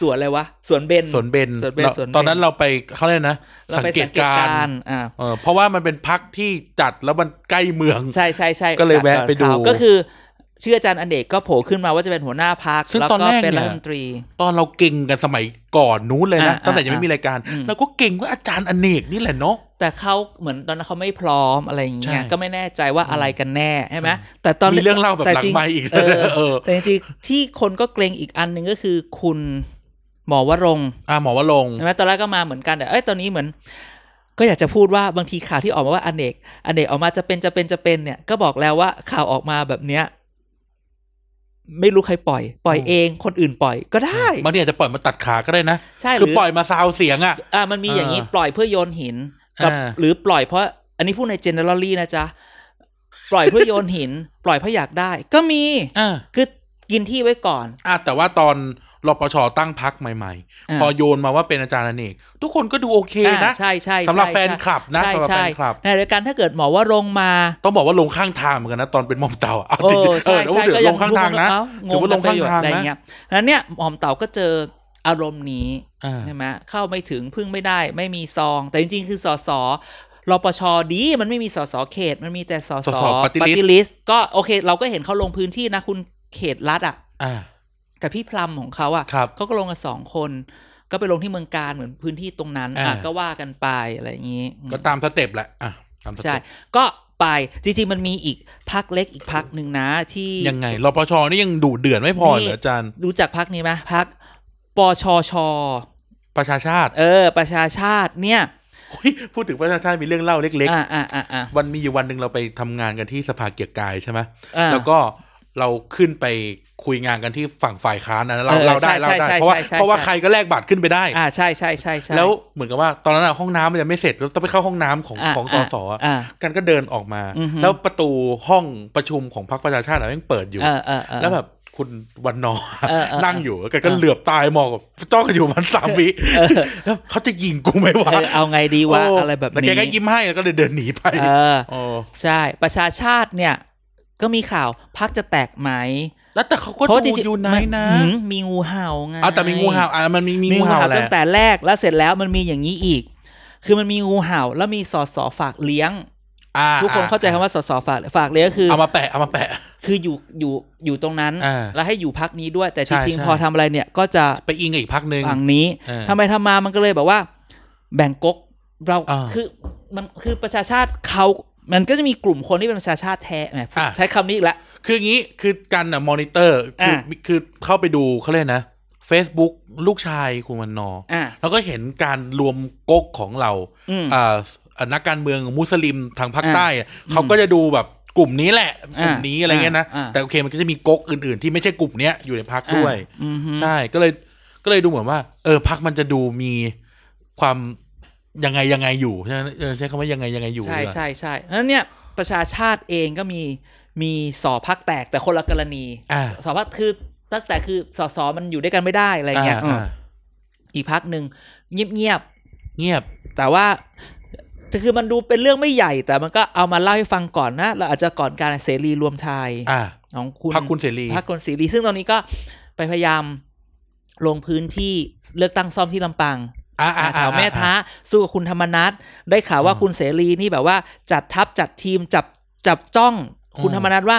Speaker 1: สวนอะไรวะสวนเบน
Speaker 2: สวนเบน
Speaker 1: สวนเบญ
Speaker 2: เรา
Speaker 1: สวนเบญ
Speaker 2: ตอนนั้นเราไปเขาเรียกนะ
Speaker 1: เรา
Speaker 2: สัง
Speaker 1: ไป
Speaker 2: เก
Speaker 1: สั
Speaker 2: ต
Speaker 1: งเกต
Speaker 2: กา
Speaker 1: การ ร
Speaker 2: ณ์
Speaker 1: ณ์อ่า
Speaker 2: เออเพราะว่ามันเป็นพักที่จัดแล้วมันใกล้เมือง
Speaker 1: ใช่ใช่ใช่
Speaker 2: ก็เลยแวะไปดู
Speaker 1: ข่าก็คือเชื่ออาจารย์อเนกก็โผล่ขึ้นมาว่าจะเป็นหัวหน้าพัก
Speaker 2: ซึ่ง
Speaker 1: แล้ว
Speaker 2: ตอน
Speaker 1: ก็
Speaker 2: แรก
Speaker 1: เป็น
Speaker 2: เนี่ย
Speaker 1: รัฐมนตรี
Speaker 2: ตอนเราเก่งกันสมัยก่อนนู้นเลยนะ
Speaker 1: อ่า
Speaker 2: ตั้งแต่ยังไม่
Speaker 1: อ่ามี
Speaker 2: มีรายการ
Speaker 1: อืม
Speaker 2: เราก็เก่งว่าอาจารย์อเนกนี่แหละเนาะ
Speaker 1: แ แต่เขาเหมือนตอนนั้นเขาไม่พร้อมอะไรอย่างเงี้ย
Speaker 2: ใช่
Speaker 1: ก็ไม่แน่ใจว่าอะไรกันแน่ใช่ไหม
Speaker 2: ใช่
Speaker 1: แต่ตอน
Speaker 2: มีเรื่องเล่าแบบ
Speaker 1: ต่
Speaker 2: หลัง
Speaker 1: จริ
Speaker 2: ไมค์อีก
Speaker 1: เออ
Speaker 2: เออ
Speaker 1: แต่จริงๆที่คนก็เกรงอีกอันหนึ่งก็คือคุณหมอวรงค์
Speaker 2: อ่าหมอว่าลงค์
Speaker 1: ใช่ไหมตอนแรกก็มาเหมือนกันแต่เอ้ยตอนนี้เหมือน ก็อยากจะพูดว่าบางทีข่าวที่ออกมาว่าอเนกอเนกออกมาจะเป็นจะเป็นจะเป็นเนี่ย ก็บอกแล้วว่าข่าวออกมาแบบเนี้ย ไม่รู้ใครปล่อย ปล่อยเอง คนอื่นปล่อยก็ได้
Speaker 2: บางทีอาจจะปล่อยมาตัดขาก็ได้นะ
Speaker 1: ใช่ห
Speaker 2: คือ
Speaker 1: รือ
Speaker 2: ปล่อยมาซาวเสียงอ่ะ
Speaker 1: อ่ามันมีอย่างนี้
Speaker 2: อ่า
Speaker 1: ปล่อยเพื่อโยนหินกับ
Speaker 2: อ่า
Speaker 1: หรือปล่อยเพราะ อันนี้พูดในเจเนอเรลลี่นะจ๊ะปล่อยเพื่อโยนหิน ปล่อยเพราะอยากได้ ก็มี
Speaker 2: อ่า
Speaker 1: คือกินที่ไว้ก่อน
Speaker 2: อ่ะแต่ว่าตอนรปชตั้งพักใหม่
Speaker 1: า
Speaker 2: ๆ พอโยนมาว่าเป็นอาจารย์อเนกทุกคนก็ดูโอเค
Speaker 1: อ่า
Speaker 2: นะ
Speaker 1: ใช่ใช่
Speaker 2: สำหรับแฟ
Speaker 1: ใช่
Speaker 2: นคลับนะ
Speaker 1: ใช่
Speaker 2: สำหรับแฟ
Speaker 1: ใช่
Speaker 2: นคลับ
Speaker 1: ในรายการถ้าเกิดหมอว่าลงค์มา
Speaker 2: ต้องบอกว่าลงข้างทางเหมือนกันนะตอนเป็นมอมเต่าอะเอาจริง
Speaker 1: โอ้
Speaker 2: ๆเออแล้วเดี๋ยวลงข้างทางนะ
Speaker 1: เอ้
Speaker 2: ถือว่าลงข้างทางนะ
Speaker 1: อะไรเงี้ยนั้นเนี่ยหมอมเต่าก็เจออารมณ์นี้
Speaker 2: อ่า
Speaker 1: ใช่ไหมเข้าไม่ถึงพึ่งไม่ได้ ไม่มีซอง แต่จริงๆ คือสสรปชดีมันไม่มีสสเขต มันมีแต่ส
Speaker 2: สส party
Speaker 1: ปฏิลิสก็โอเค เราก็เห็นเขาลงพื้นที่นะคุณเขตรัฐอ่ะ
Speaker 2: อ่า
Speaker 1: กับพี่พลัมของเขา
Speaker 2: ครั
Speaker 1: อะ่ะ
Speaker 2: บ
Speaker 1: เขาก็ลงกันสองคน ก็ไปลงที่เมืองการเหมือนพื้นที่ตรงนั้นอ่ะ
Speaker 2: อ่า
Speaker 1: ก็ว่ากันไปอะไรอย่างนี้อืม
Speaker 2: ก็ตามสเต็ปแหละอ่ะตามส
Speaker 1: ใช่
Speaker 2: เต็ป
Speaker 1: ก็ไปจริงๆมันมีอีกพักเล็กอีกพักหนึ่งนะที่
Speaker 2: ยังไงรปชนี่ยังดูเดือดไม่พอเหร
Speaker 1: นี่
Speaker 2: ออาจารย์
Speaker 1: รู้จักพักนี้ไหมพักปชช
Speaker 2: ประชาชาติ
Speaker 1: เออ ประชาชาติเนี่ย
Speaker 2: เฮ้ยพูดถึงประชาชาติมีเรื่องเล่าเล็ก
Speaker 1: อ่าอ่าอ่าอ่า
Speaker 2: ๆ วันมีอยู่วันหนึ่งเราไปทำงานกันที่สภาเกียรติกายใช่ไหม
Speaker 1: อ่า
Speaker 2: แล้วก็เราขึ้นไปคุยงานกันที่ฝั่งฝ่ายค้านนะเรา
Speaker 1: เออ
Speaker 2: เราได้
Speaker 1: ใช่
Speaker 2: เราได้
Speaker 1: ใช่
Speaker 2: เพราะว่า
Speaker 1: ใช่ใช่
Speaker 2: เพราะว่า
Speaker 1: ใช่
Speaker 2: ใครก็แลกบัตรขึ้นไปได้
Speaker 1: อ่าใช่ใช่ใช่ใช่
Speaker 2: แล้วเหมือนกับว่าตอนนั้นอะห้องน้ำมันยังไม่เสร็จเราต้องไปเข้าห้องน้ำของ
Speaker 1: า
Speaker 2: ของสสอะ
Speaker 1: อ่า
Speaker 2: กันก็เดินออกมา
Speaker 1: อือฮึ
Speaker 2: แล้วประตูห้องประชุมของพรรคประชาชาติอะแม่งเปิดอยู่
Speaker 1: เออเออเออ
Speaker 2: แล้วแบบคุณวันนอร์
Speaker 1: เออเออ
Speaker 2: นั่งอยู่กันก็
Speaker 1: เออ
Speaker 2: เหลือบตายมองแบบจ้องกันอยู่มันสามวิแล้วเขาจะยิงกูไหมวะ
Speaker 1: เออเอาไงดีวะ
Speaker 2: โ
Speaker 1: อะไรแบบ
Speaker 2: ล้ว
Speaker 1: นี้
Speaker 2: แกก็ยิ้มให้แล้วก็เลยเดินหนีไป
Speaker 1: เออ
Speaker 2: โอ้
Speaker 1: ใช่ ประชาชาติเนี่ย ก็มีข่าวพักจะแตกไหม
Speaker 2: แล้วแต่เขาก็
Speaker 1: เพราะจ
Speaker 2: ดู
Speaker 1: ริงๆ
Speaker 2: อยู่ไหน
Speaker 1: มั
Speaker 2: นะ
Speaker 1: หืมมีงูเห่าไง
Speaker 2: เอาแต่มีงูเห่าอ่ะมันมีมี
Speaker 1: มีงู
Speaker 2: งูเห่า
Speaker 1: เห่า
Speaker 2: แหละ
Speaker 1: ตั้งแต่แรกแล้วเสร็จแล้วมันมีอย่างนี้อีก คือมันมีงูเห่าแล้วมีสอสอฝากเลี้ยง
Speaker 2: อ่า
Speaker 1: ทุกคนเข้าใจคำว่าสอสอฝากฝากเลี้ยงก็คือ
Speaker 2: เอามาแปะเอามาแปะ
Speaker 1: คืออยู่อยู่อยู่ตรงนั้น
Speaker 2: อ่า
Speaker 1: แล้วให้อยู่พักนี้ด้วย แต่
Speaker 2: ใช่
Speaker 1: จริง
Speaker 2: ใช่
Speaker 1: ๆพอทำอะไรเนี่ยก็จะ
Speaker 2: ไปอิงกับอีกพักหนึ่ง
Speaker 1: ฝั่งนี้
Speaker 2: เออ
Speaker 1: ทำไมทำมามันก็เลยแบบว่า แบ่งก๊กเรา
Speaker 2: อ่า
Speaker 1: คือมันคือประชาชาติเขามันก็จะมีกลุ่มคนที่เป็นประชาชาติแท้แหม
Speaker 2: อ่า
Speaker 1: ใช้คำนี้อีกแล้ว
Speaker 2: คืออย่างนี้คือการอ่ะมอนิเตอร์คือ
Speaker 1: อ่ะ
Speaker 2: คือเข้าไปดูเขาเรียกนะ Facebook ลูกชายคุณวันนอร์
Speaker 1: อ่า
Speaker 2: แล้วก็เห็นการรวมก๊กของเรา
Speaker 1: อืม
Speaker 2: อ่าอ่านักการเมืองมุสลิมทางภาค
Speaker 1: อ่า
Speaker 2: ใต้อะเขาก็จะดูแบบกลุ่มนี้แหละ กลุ่มนี้อะไรเงี้ยนะ
Speaker 1: อ่าอ่า
Speaker 2: แต่โอเคมันก็จะมีก๊กอื่นๆ ที่ไม่ใช่กลุ่มเนี้ยอยู่ในพักด้วย
Speaker 1: อืมฮึ
Speaker 2: ใช่ก็เลยก็เลยดูเหมือนว่า เออพักมันจะดูมีความยังไงยังไงอยู่ใช่ไหมเออใช้คำว่ายังไงยังไงอยู่
Speaker 1: ใช่
Speaker 2: ดีกว่า
Speaker 1: ใช่ใช่แล้วเนี่ยประชาชาติเองก็มีมีสอพักแตกแต่คนละกรณี
Speaker 2: อ่า
Speaker 1: สอพักคือตั้งแต่คือสอสอมันอยู่ด้วยกันไม่ได้อะไรเงี้ย
Speaker 2: อ่า
Speaker 1: เอออีกพักหนึ่งเงียบ
Speaker 2: เงียบ
Speaker 1: ๆแต่ว่าคือมันดูเป็นเรื่องไม่ใหญ่ แต่มันก็เอามาเล่าให้ฟังก่อนนะ เราอาจจะก่อนการเสรีรวมไทย
Speaker 2: อ่า
Speaker 1: ของคุณ
Speaker 2: พักคุณเสรี
Speaker 1: พรรคคนเสรีซึ่งตอนนี้ก็ไปพยายามลงพื้นที่เลือกตั้งซ่อมที่ลำปาง
Speaker 2: อ่าอ่า
Speaker 1: อ่าแถ
Speaker 2: อ่า
Speaker 1: วแม่ท้าสู้กับคุณธรรมนัทได้ข่าวว่า
Speaker 2: อ่า
Speaker 1: คุณเสรีนี่แบบว่าจัดทัพจัดทีมจับจับจ้องคุณ
Speaker 2: อืม
Speaker 1: ธรรมนัทว่า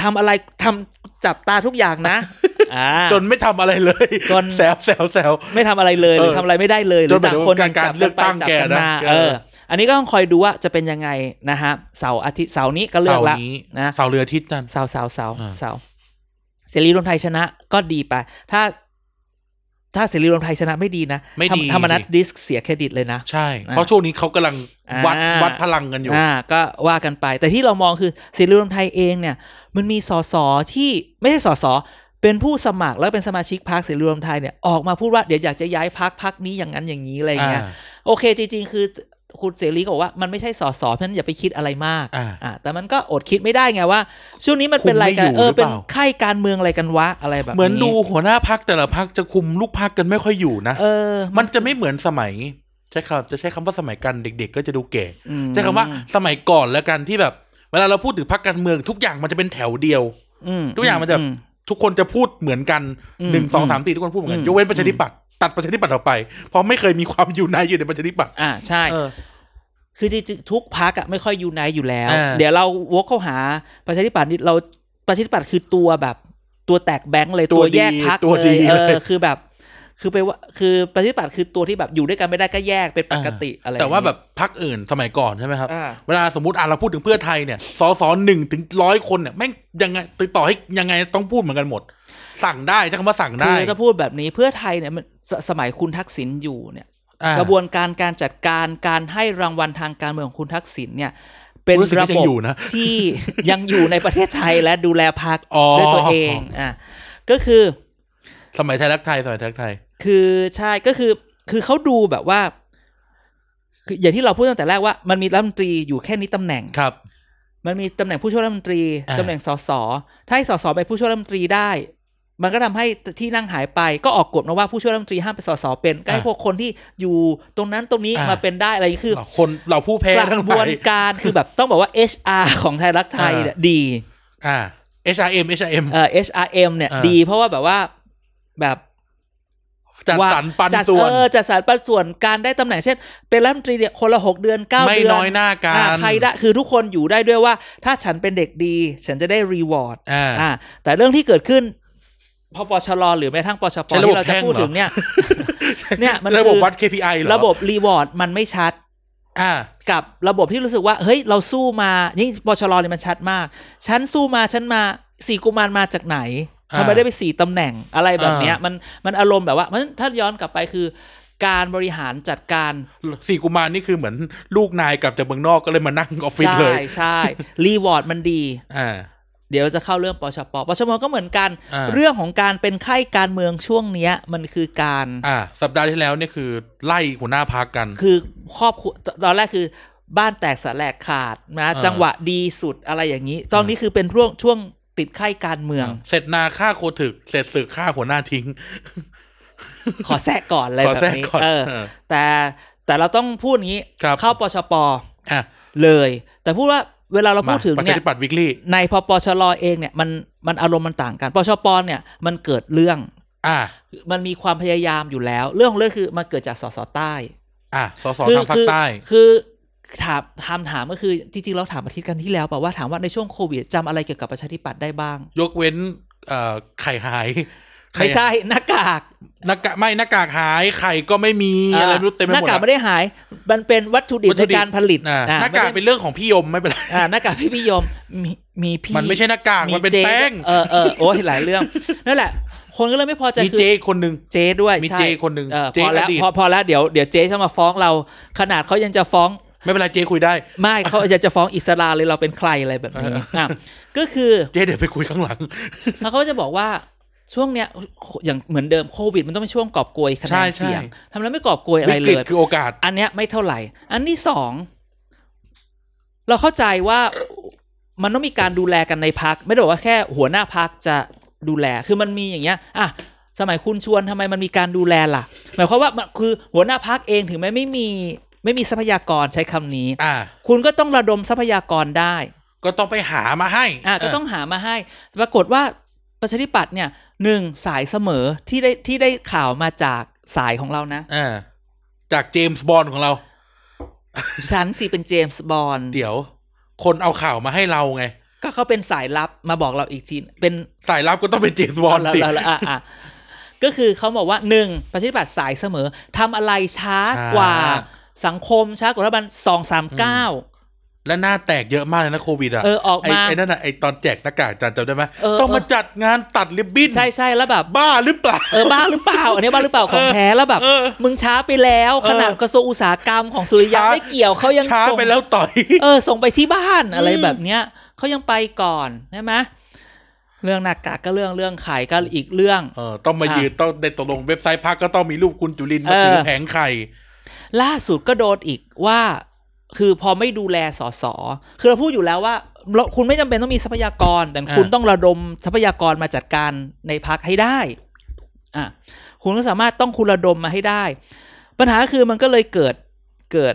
Speaker 1: ทำอะไรทำจับตาทุกอย่าง นะ อ่า
Speaker 2: จนไม่ทำอะไรเลย
Speaker 1: จน
Speaker 2: แซวแซวแซว
Speaker 1: ไม่ทำอะไรเลยหรือ
Speaker 2: เออ
Speaker 1: ทำอะไรไม่ได้เลยหรือ
Speaker 2: จนห
Speaker 1: ต่า
Speaker 2: มาย
Speaker 1: ง
Speaker 2: ถึง
Speaker 1: คน
Speaker 2: การการ
Speaker 1: จับน
Speaker 2: เลือกตั้ง
Speaker 1: ไปจับ
Speaker 2: แกนะ
Speaker 1: มา
Speaker 2: แก
Speaker 1: เออ อันนี้ก็ต้องคอยดูว่าจะเป็นยังไงนะฮะเสาร์อาทิตย์เสาร์นี้ก็เลือก
Speaker 2: เสาร์
Speaker 1: ละ
Speaker 2: นี้
Speaker 1: นะ
Speaker 2: เสาร์เรืออาทิตย์จัน
Speaker 1: เสาเสาเสา
Speaker 2: อ่า
Speaker 1: เสาเสรีรวมไทยชนะก็ดีไป ถ้า ถ้าเสรีรวมไทยชนะไม่ดีนะ
Speaker 2: ไม่ดี
Speaker 1: ธรรมนัทดิสเสียเครดิตเลยนะ
Speaker 2: ใช่ เพราะช่วงนี้เขากำลังวัด
Speaker 1: อ่า
Speaker 2: วัดพลังกันอยู่
Speaker 1: อ่าก็ว่ากันไป แต่ที่เรามองคือเสรีรวมไทยเองเนี่ย มันมีสสที่ไม่ใช่สสเป็นผู้สมัครแล้วเป็นสมาชิกพรรคเสรีรวมไทยเนี่ยออกมาพูดว่าเดี๋ยวอยากจะย้ายพักพักนี้อย่างนั้นอย่างนี้อะไรเงี้ย
Speaker 2: อ่า
Speaker 1: โอเคจริง ๆ คือคุณเสรีก็บอกว่ามันไม่ใช่สสเพราะฉะนั้นอย่าไปคิดอะไรมาก
Speaker 2: อ่า
Speaker 1: แต่มันก็อดคิดไม่ได้ไงว่า ช่วงนี้มันเป็นอะไรกัน
Speaker 2: คุมไม่อยู่
Speaker 1: เออ
Speaker 2: หรือเป
Speaker 1: เป็น
Speaker 2: ล่า
Speaker 1: ค่ายการเมืองอะไรกันวะอะไรแบบ
Speaker 2: เหมือนดูหัวหน้าพักแต่ละพักจะคุมลูกพักกันไม่ค่อยอยู่นะ
Speaker 1: เออ
Speaker 2: มันจะไม่เหมือนสมัย ใช้คำจะใช้คำว่าสมัยกันเด็ก ๆ ก็จะดูเก๋
Speaker 1: อืม
Speaker 2: ใช้คำว่าสมัยก่อนแล้วกันที่แบบ เวลาเราพูดถึงพักการเมืองทุกอย่างมันจะเป็นแถวเดียว
Speaker 1: ม
Speaker 2: ทุกอย่างมันจะ ทุกคนจะพูดเหมือนกัน
Speaker 1: อืม
Speaker 2: หนึ่งสอง
Speaker 1: อืม
Speaker 2: สามสี่ทุกคนพูดเหมือนกั
Speaker 1: อืม
Speaker 2: นยกเว้นประชาธิปัตย์ตัดประชาธิปัตย์ออกไป เพราะไม่เคยมีความอยู่ในอยู่ในประชาธิปัตย์
Speaker 1: อ่าใช่
Speaker 2: เออ
Speaker 1: คือจริงๆทุกพักอะไม่ค่อยยูไนต์อยู่แล้ว
Speaker 2: อ่า
Speaker 1: เดี๋ยวเราวกเข้าหาประชาธิปัตย์นี่เราประชาธิปัตย์คือตัวแบบตัวแตกแบงค์เลย
Speaker 2: ตัว
Speaker 1: แยก
Speaker 2: ดี
Speaker 1: พัก
Speaker 2: ตัว
Speaker 1: เล
Speaker 2: ดี
Speaker 1: ยเอ
Speaker 2: เล
Speaker 1: อย คือแบบ คือไปว่าคือประชาธิปัตย์คือตัวที่แบบอยู่ด้วยกันไม่ได้ก็แยกเป็นปกติอะไร
Speaker 2: แต่ว่าแบบพักอื่นสมัยก่อนใช่ไหมครับ
Speaker 1: อ่า
Speaker 2: เวลาสมมติอ่ะเราพูดถึงเพื่อไทยเนี่ยสสหนึ่งถึงร้อยคนเนี่ยแม่งยังไงติดต่อให้ยังไงต้องพูดเหมือนกันหมด สั่งได้ใช้คำว่าสั่ง
Speaker 1: คื
Speaker 2: ได้
Speaker 1: อถ้าพูดแบบนี้เพื่อไทยเนี่ยมันสสมัยคุณทักษิณอยู่เนี่ย
Speaker 2: อ่า
Speaker 1: กระบวนการการจัดการการให้รางวัลทางการเมืองของคุณทักษิณเนี่ย เป็น
Speaker 2: รู้สึก
Speaker 1: ระ
Speaker 2: ว่ายั
Speaker 1: บ
Speaker 2: ง
Speaker 1: บ
Speaker 2: อยู่นะ
Speaker 1: ที่ ยังอยู่ในประเทศไทย และดูแลพัก
Speaker 2: อ๋อ
Speaker 1: ด้วยตัวเองอ่ะก็คือ
Speaker 2: สมัยไทยรักไทยสมัยไทยรักไทย
Speaker 1: คือใช่ก็คือคือเขาดูแบบว่า คืออย่างที่เราพูดตั้งแต่แรกว่ามันมีรัฐมนตรีอยู่แค่นี้ตำแหน่ง
Speaker 2: ครับ
Speaker 1: มันมีตำแหน่งผู้ช่วยรัฐมนตรี
Speaker 2: อ่า
Speaker 1: ตำแหน่งสสถ้าให้สสเป็นผู้ช่วยรัฐมนตรีได้ มันก็ทำให้ที่นั่งหายไปก็ออกกฎมาว่าผู้ช่วยรัฐมนตรีห้ามเป็นสสเป็นก็ให้พวกคนที่อยู่ตรงนั้นตรงนี้มาเป็นได้อะไรอย่างนี้คือ
Speaker 2: คนเราผู้แพ้
Speaker 1: ก
Speaker 2: ทั้ง
Speaker 1: ระ
Speaker 2: ห
Speaker 1: บว
Speaker 2: ลา
Speaker 1: ย นการ คือแบบต้องบอกว่า HR ของไทยรักไทยเนี่ยดี
Speaker 2: อ่า HRM HRM
Speaker 1: เอ่อ HRM เนี่ย
Speaker 2: อ่า
Speaker 1: ดีเพราะว่าแบบว่าแบบ
Speaker 2: จัด
Speaker 1: ว่า
Speaker 2: สรรปัน
Speaker 1: จัด
Speaker 2: ส่วน
Speaker 1: เออจัดสรรปันส่วนการได้ตำแหน่งเช่น เป็นรัฐมนตรีเนี่ยคนละหกเดือนเก้า
Speaker 2: ไม่
Speaker 1: เดือน
Speaker 2: น้อยหน้ากั
Speaker 1: อ่าน ใครได้คือทุกคนอยู่ได้ด้วยว่า ถ้าฉันเป็นเด็กดี ฉันจะได้รีวอร์ด
Speaker 2: อ่า
Speaker 1: อ่าแต่เรื่องที่เกิดขึ้นพอปชรหรือแม้กระทั่งปชป
Speaker 2: ใช้ระบบ
Speaker 1: ที่เราจะพูด
Speaker 2: แท่งเหรอ
Speaker 1: ถึงเนี่ย เนี่ยมัน
Speaker 2: ระบบ
Speaker 1: คือ
Speaker 2: วัด KPI เหรอ
Speaker 1: ระบบรีวอร์ดมันไม่ชัด
Speaker 2: อ่า
Speaker 1: กับระบบที่รู้สึกว่า เฮ้ย เราสู้มานี่ปชรเนี่ยมันชัดมาก ฉันสู้มา ฉันมาสี่กุมารมาจากไหน
Speaker 2: อ่า
Speaker 1: ทำไมได้ไปสี่ตำแหน่งอะไรแบบเนี้ย
Speaker 2: อ่ามั
Speaker 1: มันมันอารมณ์แบบว่ามันถ้าย้อนกลับไปคือ การบริหารจัดการ
Speaker 2: สี่กุมารนี่คือเหมือนลูกนายกลับจากเมืองนอกก็เลยมานั่งออฟฟิศเล
Speaker 1: ใช่
Speaker 2: ย
Speaker 1: ใช่รีวอร์ดมันดี
Speaker 2: อ่า
Speaker 1: เดี๋ยวจะเข้าเรื่องปชปปชมก็เหมือนกัน
Speaker 2: อ่า
Speaker 1: เรื่องของการเป็นไข้การเมืองช่วงเนี้ย มันคือการ
Speaker 2: อ่า สัปดาห์ที่แล้วเนี่ยคือไล่หัวหน้าพักกัน
Speaker 1: คือครอบครัวตอนแรกคือบ้านแตกสแลกขาดนะ
Speaker 2: อ่า
Speaker 1: จังหวะดีสุดอะไรอย่างนี้ ตอนนี้คือเป็นช่วงช่วงติดไข้การเมือง
Speaker 2: เสร็จนาฆ่าโคถึก เสร็จศึกฆ่าหัวหน้าทิ้ง
Speaker 1: ขอแทรกก่อนอะไร
Speaker 2: ขอ
Speaker 1: แบบ
Speaker 2: แทรก
Speaker 1: นี้
Speaker 2: ก่อน
Speaker 1: เออ
Speaker 2: เออ
Speaker 1: แต่แต่เราต้องพูดอย่างนี้
Speaker 2: ครับ
Speaker 1: เข้าปชป
Speaker 2: อ่ะ
Speaker 1: เลย แต่พูดว่าเวลาเราพูดถึง
Speaker 2: ประชา
Speaker 1: เนี่ย
Speaker 2: ธิปัตย์วิกฤต
Speaker 1: ในพปชรเองเนี่ยมันมันอารมณ์มันต่างกันปชปเนี่ยมันเกิดเรื่อง
Speaker 2: อ่า
Speaker 1: มันมีความพยายามอยู่แล้ว เรื่องของเรื่องคือมันเกิดจากสสใต้
Speaker 2: อ่ะสส
Speaker 1: คื
Speaker 2: ทางภา
Speaker 1: คื
Speaker 2: คใต้
Speaker 1: คือถามถามถามก็คือจริงๆเราถามอาทิตย์กันที่แล้วแบบว่าถามว่าในช่วงโควิดจำอะไรเกี่ยวกับประชาธิปัตย์ได้บ้าง
Speaker 2: ยกเว้น เอ่อ ไข่หาย
Speaker 1: ไม่ใช่หน้ากาก
Speaker 2: หน้ากากไม่หน้ากากหาย ไข่ก็ไม่มี
Speaker 1: อ่า
Speaker 2: อะไรไม่รู้เต็มไป
Speaker 1: หน้า
Speaker 2: หมด
Speaker 1: กาก
Speaker 2: อะ
Speaker 1: ไม่ได้หาย มันเป็นวัตถุดิบ
Speaker 2: วัตถุ
Speaker 1: ใน
Speaker 2: ดิบ
Speaker 1: การผลิต
Speaker 2: อ่ะ
Speaker 1: อ่
Speaker 2: หน้ากาก
Speaker 1: ไม่
Speaker 2: เป็นเรื่องของพี่ยมไม่เป็นไร
Speaker 1: ได้อ่าหน้ากากพี่พี่ยมมีมีพี่
Speaker 2: มันไม่ใช่หน้ากากมันเป็น
Speaker 1: จ๊
Speaker 2: แป้ง
Speaker 1: เออเออโอ้ยหลายเรื่อง นั่นแหละ คนก็เลยไม่พอใจ
Speaker 2: มี
Speaker 1: คือ
Speaker 2: เจคนหนึ่ง
Speaker 1: เจ๊ด้วย
Speaker 2: มี
Speaker 1: ใช่
Speaker 2: เจคนหนึ่ง
Speaker 1: เออ
Speaker 2: เจ๊
Speaker 1: พอแล้ว
Speaker 2: อดีต
Speaker 1: พอพอแล้วเดี๋ยวเดี๋ยวเจ๊จะมาฟ้องเรา ขนาดเขายังจะฟ้อง
Speaker 2: ไม่เป็นไรเจคุยได้
Speaker 1: ไม่เขาอยากจะฟ้องอิสราเลยเราเป็นใครอะไรแบบนี้
Speaker 2: เออ
Speaker 1: อ่ะก็คือ
Speaker 2: เจเดี๋ยวไปคุยข้างหลัง
Speaker 1: แล้วเขาก็จะบอกว่าช่วงเนี้ยอย่างเหมือนเดิมโควิด มันต้องเป็นช่วงกอบโกยคะ
Speaker 2: ใช่
Speaker 1: แนน
Speaker 2: ใช่
Speaker 1: เสียงทำแล้วไม่กอบโกยอะไร
Speaker 2: วิก
Speaker 1: เล
Speaker 2: ฤต
Speaker 1: ย
Speaker 2: คือโอกาส
Speaker 1: อันเนี้ยไม่เท่าไหร่ อันที่สองเราเข้าใจว่ามันต้องมีการดูแลกันในพัก ไม่ได้บอกว่าแค่หัวหน้าพักจะดูแล คือมันมีอย่างเงี้ย อ่ะ สมัยคุณชวนทำไมมันมีการดูแลล่ะ หมายความว่ามันคือหัวหน้าพักเองถึงแม้ไม่มีไม่มีทรัพยากรใช้คำนี้
Speaker 2: อ่า
Speaker 1: คุณก็ต้องระดมทรัพยากรได้
Speaker 2: ก็ต้องไปหามาให้
Speaker 1: อ่ะก็ต้องหามาให้แต่ปรากฏว่าประชาธิปัตย์เนี่ยหนึ่งสายเสมอที่ได้ที่ได้ข่าวมาจากสายของเรานะ
Speaker 2: เอ่าจากเจมส์บอลของเรา
Speaker 1: ฉันสิเป็นเจมส์บอน
Speaker 2: เดี๋ยว คนเอาข่าวมาให้เราไง
Speaker 1: ก็เขาเป็นสายลับมาบอกเราอีกที เป็น
Speaker 2: สายลับก็ต้องเป็นเจมส์บอล
Speaker 1: เรา
Speaker 2: สิ
Speaker 1: เราเราอ่ะอ่ะ ก็คือเขาบอกว่าหนึ่งประชาธิปัตย์สายเสมอทำอะไรช้า
Speaker 2: ช้าก
Speaker 1: ว่า
Speaker 2: อื
Speaker 1: สังคมช้ากว่ารัฐบาลสองสามเก้า
Speaker 2: และหน้าแตกเยอะมากเลยนะโควิดอ่ะ
Speaker 1: เออออกมา
Speaker 2: ไไอ้นั่นอ่ะไอ้ตอนแจกหน้ากากจันจำได้ไหม
Speaker 1: เออ
Speaker 2: ต้องมา
Speaker 1: เออ
Speaker 2: จัดงานตัดริบบิ้น
Speaker 1: ใช่ใช่แล้วแบบ
Speaker 2: บ้าหรือเปล่า
Speaker 1: เออบ้าหรือเปล่า อันนี้บ้าหรือเปล่าของ
Speaker 2: เออ
Speaker 1: แท้แล้วแบบ
Speaker 2: เออ
Speaker 1: มึงช้าไปแล้ว
Speaker 2: เออ
Speaker 1: ขนาดกระทรวงอุตสาหกรรมของสุริยะ
Speaker 2: ช้า
Speaker 1: ไม่เกี่ยวเขายัง
Speaker 2: ช้า
Speaker 1: ส่ง
Speaker 2: ไปแล้วต่อย
Speaker 1: เออ ส่งไปที่บ้านอะไร
Speaker 2: อืม
Speaker 1: แบบเนี้ยเขายังไปก่อนใช่ไหมเรื่องหน้ากากก็เรื่องเรื่องไข่ก็อีกเรื่อง
Speaker 2: เออต้องมายืนต้องในตกลงเว็บไซต์พักก็ต้องมีรูปคุณจุลินทร์มา
Speaker 1: เออ
Speaker 2: ถือแผงไข่
Speaker 1: ล่าสุดก็โดนอีกว่า คือพอไม่ดูแลสสคือเราพูดอยู่แล้วว่าเราคุณไม่จำเป็นต้องมีทรัพยากร แต่คุณ
Speaker 2: อ่า
Speaker 1: ต้องระดมทรัพยากรมาจัดการในพักให้ได้ อ่ะคุณก็สามารถต้องคุณระดมมาให้ได้ ปัญหาคือมันก็เลยเกิดเกิด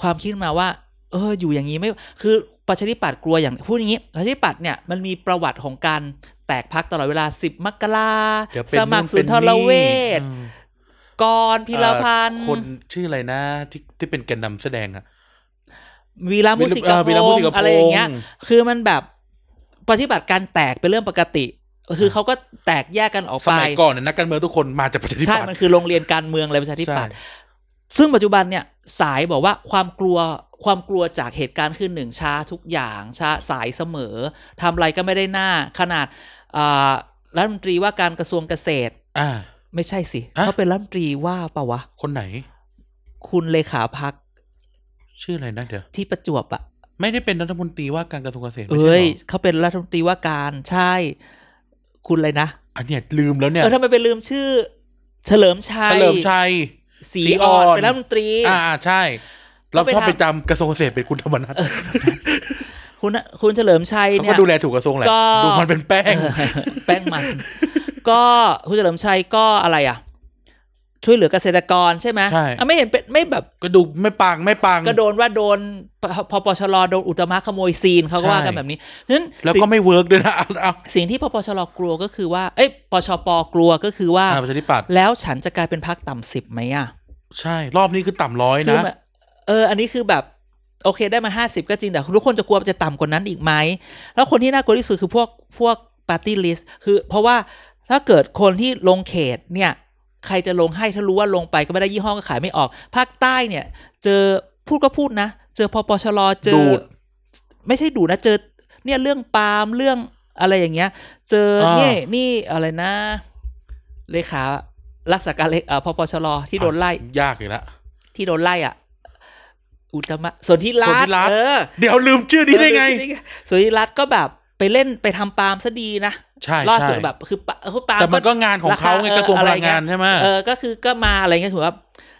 Speaker 1: ความคิดมาว่า เออ อยู่อย่างนี้ไม่คือประชาธิปัตย์กลัวอย่างพูดอย่างนี้ประชาธิปัตย์เนี่ยมันมีประวัติของการแตกพักตลอดเวลาสิบมกรา
Speaker 2: เดี๋ยวเป็น
Speaker 1: สมัคร
Speaker 2: นู่น
Speaker 1: สุ
Speaker 2: ป็
Speaker 1: นทรเวช
Speaker 2: อืม
Speaker 1: กรพิรพันธ์
Speaker 2: เอ่อคนชื่ออะไรนะ ที่ที่เป็นแกนนำแสดงอะ
Speaker 1: วีระมุสิก
Speaker 2: เออวีระมุสิก
Speaker 1: พง
Speaker 2: พงษ์
Speaker 1: ษ์อะไรอย่างเงี้ย
Speaker 2: อืม
Speaker 1: คือมันแบบปฏิบัติการแตกเป็นเรื่องปกติ คือเขาก็แตกแยกกันออก
Speaker 2: ส
Speaker 1: ไป
Speaker 2: มัยก่อนเนี่ยนักการเมืองทุกคนมาจากประชาธิ
Speaker 1: ใช่
Speaker 2: ปัต
Speaker 1: มัน
Speaker 2: ย์
Speaker 1: คือโรงเรียนการเมืองเลยประชาธิปัตย์
Speaker 2: ใช่
Speaker 1: ซึ่งปัจจุบันเนี่ยสายบอกว่าความกลัวความกลัวจากเหตุการณ์คือหนึ่งช้าทุกอย่างช้าสายเสมอทำอะไรก็ไม่ได้หน้า ขนาดอ่ารัฐมนตรีว่าการกระทรวงเกษตร
Speaker 2: อ่า
Speaker 1: ไม่ใช่สิ
Speaker 2: ฮะ
Speaker 1: เขาเป็นรัฐมนตรีว่าปะวะ
Speaker 2: คนไหน
Speaker 1: คุณเลขาพัก
Speaker 2: ชื่ออะไรนะเดี๋ยว
Speaker 1: ที่ประจวบอะ
Speaker 2: ไม่ได้เป็นรัฐมนตรีว่าการกระทรวงเกษตรไม่ใช่หร
Speaker 1: เอ้ย
Speaker 2: อ
Speaker 1: เขาเป็นรัฐมนตรีว่าการใช่ คุณอะไรนะ
Speaker 2: อันเนี้ยลืมแล้วเนี่ย
Speaker 1: เออทำไมไปลืมชื่อ เฉลิมชัย
Speaker 2: เฉลิมชัย
Speaker 1: ศรี
Speaker 2: ศรี
Speaker 1: อ่อน
Speaker 2: อ่อน
Speaker 1: เป็นรัฐมนตรี
Speaker 2: อ่าใช่ เราชอบ
Speaker 1: เขา
Speaker 2: ไป
Speaker 1: ไป
Speaker 2: จำ
Speaker 1: ทำ
Speaker 2: กระทรวงเกษตรเป็นคุณธรรมนัฐ
Speaker 1: คุณคุณเฉลิมชัย
Speaker 2: เขา
Speaker 1: เนี่
Speaker 2: ก็
Speaker 1: ย
Speaker 2: ดูแลถูกกระทรวงแหละ
Speaker 1: ก็
Speaker 2: ดูมันเป็นแป้ ง
Speaker 1: เออแป้งมัน ก็คุณเฉลิมชัยก็อะไรอ่ะ ช่วยเหลือเกษตรกรใช่ไหม
Speaker 2: ใช่
Speaker 1: อ่ะไม่เห็นเป็นไม่แบบ
Speaker 2: ก็ดูไม่ปังไม่ปัง
Speaker 1: กระโดนว่าโดนพพปชรโดนอุตมะขโมยซีนเขาก็ว่ากัน
Speaker 2: ใช่
Speaker 1: แบบนี้เพราะฉะนั้น
Speaker 2: แล้ว
Speaker 1: สิ่ง
Speaker 2: ก็ไม่เวิร์กด้วยนะเอาเอา
Speaker 1: สิ่งที่พปชรกลัวก็คือว่า เอ้ยปชปกลัวก็คือว่า
Speaker 2: อ่าประชาธิปัตย์
Speaker 1: แล้วฉันจะกลายเป็นพักต่ำสิบไหมอ่ะ
Speaker 2: ใช่ รอบนี้คือต่ำร้อย
Speaker 1: คือ
Speaker 2: นะ
Speaker 1: มันเออ อันนี้คือแบบ โอเคได้มาห้าสิบก็จริงแต่ทุกคนจะกลัวจะต่ำกว่านั้นอีกไหม แล้วคนที่น่ากลัวที่สุดคือพวกพวกปาร์ตี้ลิสต์คือเพราะว่าถ้าเกิดคนที่ลงเขตเนี่ย ใครจะลงให้ถ้ารู้ว่าลงไปก็ไม่ได้ยี่ห้อก็ขายไม่ออก ภาคใต้เนี่ย เจอพูดก็พูดนะ เจอพปชรเจ
Speaker 2: ดู
Speaker 1: อ
Speaker 2: ด
Speaker 1: ไม่ใช่ดูดนะเจอ เนี่ยเรื่องปาล์มเรื่องอะไรอย่างเงี้ย เจอ
Speaker 2: อ่า
Speaker 1: เนี่ยนี่อะไรนะ เลขารักษาการเลเอ่อพปชรที่โดนไล่
Speaker 2: ยากอีกแล้ว
Speaker 1: ที่โดนไล่อ่ะ อุตมะส่วนที่รั
Speaker 2: สนธิรัต
Speaker 1: ฐ
Speaker 2: น์
Speaker 1: เออ
Speaker 2: เดี๋ยวลืมชื่อนี้ได้ไง
Speaker 1: ส่วนที่รัฐก็แบบไปเล่นไปทำปาล์มซะดีนะ
Speaker 2: ใช่
Speaker 1: ล่า
Speaker 2: ใช่
Speaker 1: สุดแบบคือปาคือปาล์ม
Speaker 2: แต่มันก็งานของเขาไง
Speaker 1: ราคา
Speaker 2: กระทรวงพลังงานใช่ไหม
Speaker 1: เออก็คือก็มาอะไรเงี้ยถือว่า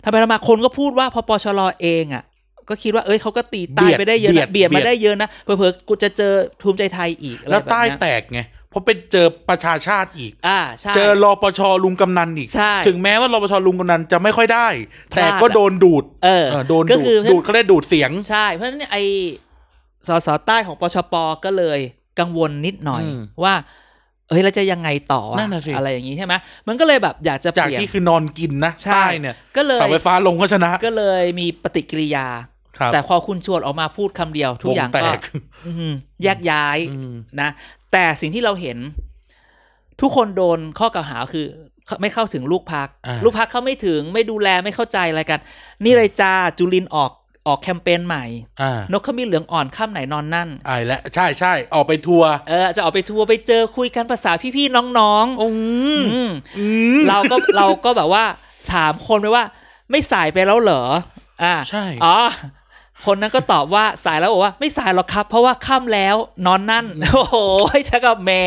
Speaker 1: ทำไปทำมาคนก็พูดว่าพอปชรเองอ่ะ ก็คิดว่าเอ้ยเขาก็ตีใต้ไปได้เยอะนะเบียดมาได้เยอะนะเผลอๆกูจะเจอภูมิใจไทยอีกอะไร
Speaker 2: แล้ว
Speaker 1: แบบ
Speaker 2: ใต้
Speaker 1: เนี้ย
Speaker 2: แตกไงเพราะไปเจอประชาชาติอีก
Speaker 1: อ่าใช่
Speaker 2: เจอรอปชลุงกำนันอีก
Speaker 1: ใช่
Speaker 2: ถึงแม้ว่ารอปชลุงกำนันจะไม่ค่อยได้
Speaker 1: พลาด
Speaker 2: แต่ก็
Speaker 1: อะ
Speaker 2: โดนดูด
Speaker 1: เออ
Speaker 2: เออโดน
Speaker 1: ก็
Speaker 2: ดูด
Speaker 1: คือ
Speaker 2: ดูดเขาเรียกดูดเสียง
Speaker 1: ใช่ เพราะฉะนั้นเนี่ยไอสสใต้ของปชปก็เลยกังวลนิดหน่อย
Speaker 2: อืม
Speaker 1: ว่า เฮ้ยเราจะยังไงต่อว
Speaker 2: นั่นน่ะสิ
Speaker 1: อะไรอย่างนี้ใช่ไหมมันก็เลยแบบอยากจะเป
Speaker 2: จาก
Speaker 1: ลี่ยน
Speaker 2: ที่คือนอนกินนะ
Speaker 1: ใช่
Speaker 2: ใต้เนี่ย
Speaker 1: ก็เลย
Speaker 2: เสาไฟฟ้าลงก็ชนะ
Speaker 1: ก็เลยมีปฏิกิริยา
Speaker 2: ครับ
Speaker 1: แต่พอคุณชวนออกมาพูดคำเดียว ทุกอย่าง
Speaker 2: วแต
Speaker 1: ก็
Speaker 2: ก
Speaker 1: อืมแยกย้าย
Speaker 2: อืม
Speaker 1: นะ แต่สิ่งที่เราเห็น ทุกคนโดนข้อกล่าวหาคือไม่เข้าถึงลูกพัก
Speaker 2: า
Speaker 1: ลูกพักเข้าไม่ถึงไม่ดูแลไม่เข้าใจอะไรกัน นี่เลยจ้าจุลินออกออกแคมเปญใหม่
Speaker 2: อ่าน
Speaker 1: กขมิ้นเหลืองอ่อนข้ามไหนนอนนั่น
Speaker 2: ไอ้และใช่ใช่ออกไปทัวร์
Speaker 1: เออจะออกไปทัวร์ไปเจอคุยกันภาษาพี่ๆน้องๆ
Speaker 2: อืม
Speaker 1: อืม
Speaker 2: อืม
Speaker 1: เราก็ เราก็แบบว่า ถามคนไปว่า ไม่สายไปแล้วเหรอ อ่า
Speaker 2: ใช่
Speaker 1: อ๋อ คนนั้นก็ตอบว่าสายแล้วบอกว่า ไม่สายหรอกครับ เพราะว่าค่ำแล้วนอนนั่น โอ้โห ชักกับแหม่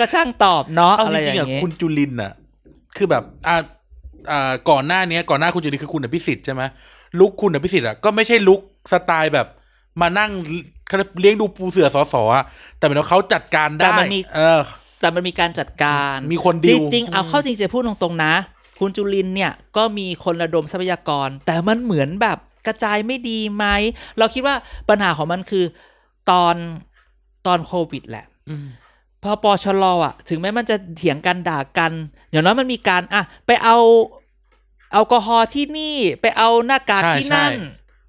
Speaker 1: ก็ช่างตอบเนาะ
Speaker 2: เอา
Speaker 1: อะไร
Speaker 2: จ
Speaker 1: อ
Speaker 2: ริ
Speaker 1: ย่าง
Speaker 2: ๆ
Speaker 1: ง
Speaker 2: อ่ะ
Speaker 1: งี้
Speaker 2: คุณจุลินน่ะ คือแบบอ่าอ่าก่อนหน้าเนี้ยก่อนหน้าคุณจุลินคือคุณอภิสิทธิ์ใช่ไหมลุกคุณอภิสิทธิ์อ่ะก็ไม่ใช่ลุกสไตล์แบบ มานั่งเลี้ยงดูปูเสือสอสออ่ะแต่เป็นว่าเขาจัดการได้เออ
Speaker 1: แต่มันมีการจัดการ
Speaker 2: มีคนดิ
Speaker 1: จ
Speaker 2: ว
Speaker 1: ริงๆ เอาเข้าจริงๆจะพูดตรงๆนะ คุณจุลินเนี่ยก็มีคนระดมทรัพยากร แต่มันเหมือนแบบกระจายไม่ดีไหม เราคิดว่าปัญหาของมันคือตอนตอนโควิดแหละ
Speaker 2: อืม
Speaker 1: พอปอชลออ่ะ ถึงแม้มันจะเถียงกันด่ากันอย่างน้อยมันมีการอ่ะไปเอาแอลกอฮอล์ที่นี่ไปเอาหน้ากาก
Speaker 2: ใช่
Speaker 1: ที่
Speaker 2: ใช่
Speaker 1: นั่น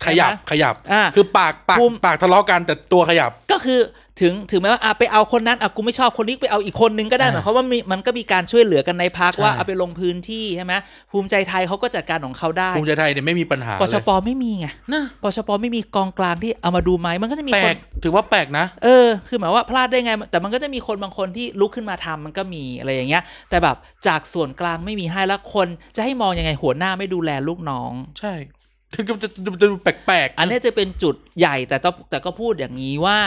Speaker 2: ขยับ
Speaker 1: นะ
Speaker 2: ขยับ
Speaker 1: อ่า
Speaker 2: คือปากปาก
Speaker 1: ภูมิ
Speaker 2: ปากทะเลาะกันแต่ตัวขยับ
Speaker 1: ก็คือถึงถึงแม้ว่าอ่ะไปเอาคนนั้นอ่ะกูไม่ชอบคนนี้ไปเอาอีกคนนึงก็ได้
Speaker 2: อ่า
Speaker 1: หมายความว่ามีมันก็มีการช่วยเหลือกันในพัก
Speaker 2: ใช่
Speaker 1: ว่าเอาไปลงพื้นที่ใช่ไหมภูมิใจไทยเขาก็จัดการของเขาได้
Speaker 2: ภูมิใจไทยเนี่ยไม่มีปัญหา
Speaker 1: ป
Speaker 2: เล
Speaker 1: ช
Speaker 2: ย
Speaker 1: ปไม่มีไง
Speaker 2: นะ
Speaker 1: ปชปไม่มีกองกลางที่เอามาดูไหมมันก็จะมี
Speaker 2: แปล
Speaker 1: ค
Speaker 2: ก
Speaker 1: น
Speaker 2: ถือว่าแปลกนะ
Speaker 1: เออ คือหมายว่าพลาดได้ไง แต่มันก็จะมีคนบางคนที่ลุกขึ้นมาทำมันก็มีอะไรอย่างเงี้ย แต่แบบจากส่วนกลางไม่มีให้แล้วคนจะให้มองยังไงหัวหน้าไม่ดูแลลูกน้อง
Speaker 2: ใช่ ถึงจะจะจะดูแปลกๆ
Speaker 1: อันเนี้ยจะเป็นจุดใหญ่แต่ต้องแต่ก็พูดอย่างนี้ว่า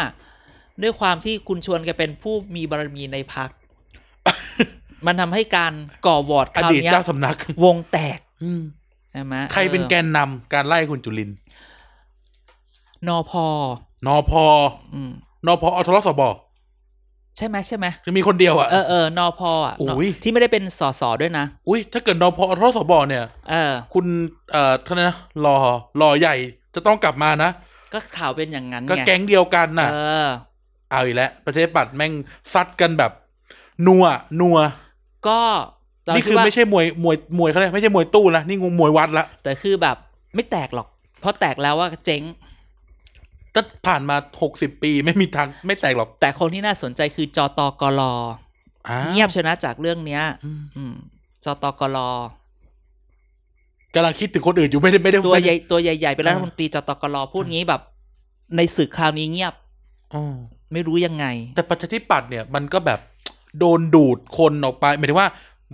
Speaker 1: ด้วยความที่คุณชวนแกเป็นผู้มีบารมีใน พัก มันทำให้การก่อวอร์ดค
Speaker 2: อ
Speaker 1: ราว
Speaker 2: ดีต
Speaker 1: เนี้ย
Speaker 2: เจ้าสำนัก
Speaker 1: วงแตก
Speaker 2: อืม
Speaker 1: ใช่ไหม
Speaker 2: ใครเป็นแก
Speaker 1: อน
Speaker 2: นำการไล่คุณจุลินทร์
Speaker 1: อนอพอน
Speaker 2: อพอ
Speaker 1: อืม
Speaker 2: นอพออทรสบ
Speaker 1: ใช่ไหมใช่ไหม
Speaker 2: จะมีคนเดียวอ่ะ
Speaker 1: เออเออนอพออ่ะ
Speaker 2: โอ้ย
Speaker 1: นที่ไม่ได้เป็นสอสอด้วยนะ
Speaker 2: อุ้ยถ้าเกิดนอพออทรสบเนี่ย
Speaker 1: เออ
Speaker 2: คุณเอ่อท่านนะรอรอใหญ่จะต้องกลับมานะ
Speaker 1: ก็ข่าวเป็นอย่างนั้น
Speaker 2: ก็
Speaker 1: ไง
Speaker 2: แก๊งเดียวกันน่ะ
Speaker 1: เออ
Speaker 2: เอาอีกแล้วประชาธิปัตย์แม่งซัดกันแบบ นัวนัว
Speaker 1: ก็เรา
Speaker 2: นี่คือ
Speaker 1: ว่า
Speaker 2: ไม่ใช่มวยมวยมวยเขาเลยกไม่ใช่มวยตู้นะนี่งูมวยวัดละ
Speaker 1: แต่คือแบบไม่แตกหรอก เพราะแตกแล้วว่าเจ๊ง
Speaker 2: ถ้าผ่านมาหกสิบปีไม่มีทางไม่แตกหรอก
Speaker 1: แต่คนที่น่าสนใจคือจอตกล
Speaker 2: อ้าว
Speaker 1: เงียบชนะจากเรื่องเนี้ย
Speaker 2: อืม
Speaker 1: อืมสตกล
Speaker 2: กำลังคิดถึงคนอื่นอยู่ไม่ได้ไม่ได้
Speaker 1: ตัวใหญ่
Speaker 2: ไม่ได้
Speaker 1: ตัวใหญ่ๆเป็นรัฐ
Speaker 2: อ่าม
Speaker 1: นตรีจตกลพูด
Speaker 2: อ่างี้
Speaker 1: งี้แบบ ในศึกคราวนี้เงียบ
Speaker 2: อ๋อ
Speaker 1: ไม่รู้ยังไง
Speaker 2: แต่ประชาธิปัตย์เนี่ยมันก็แบบโดนดูดคนออกไปหมายถึงว่า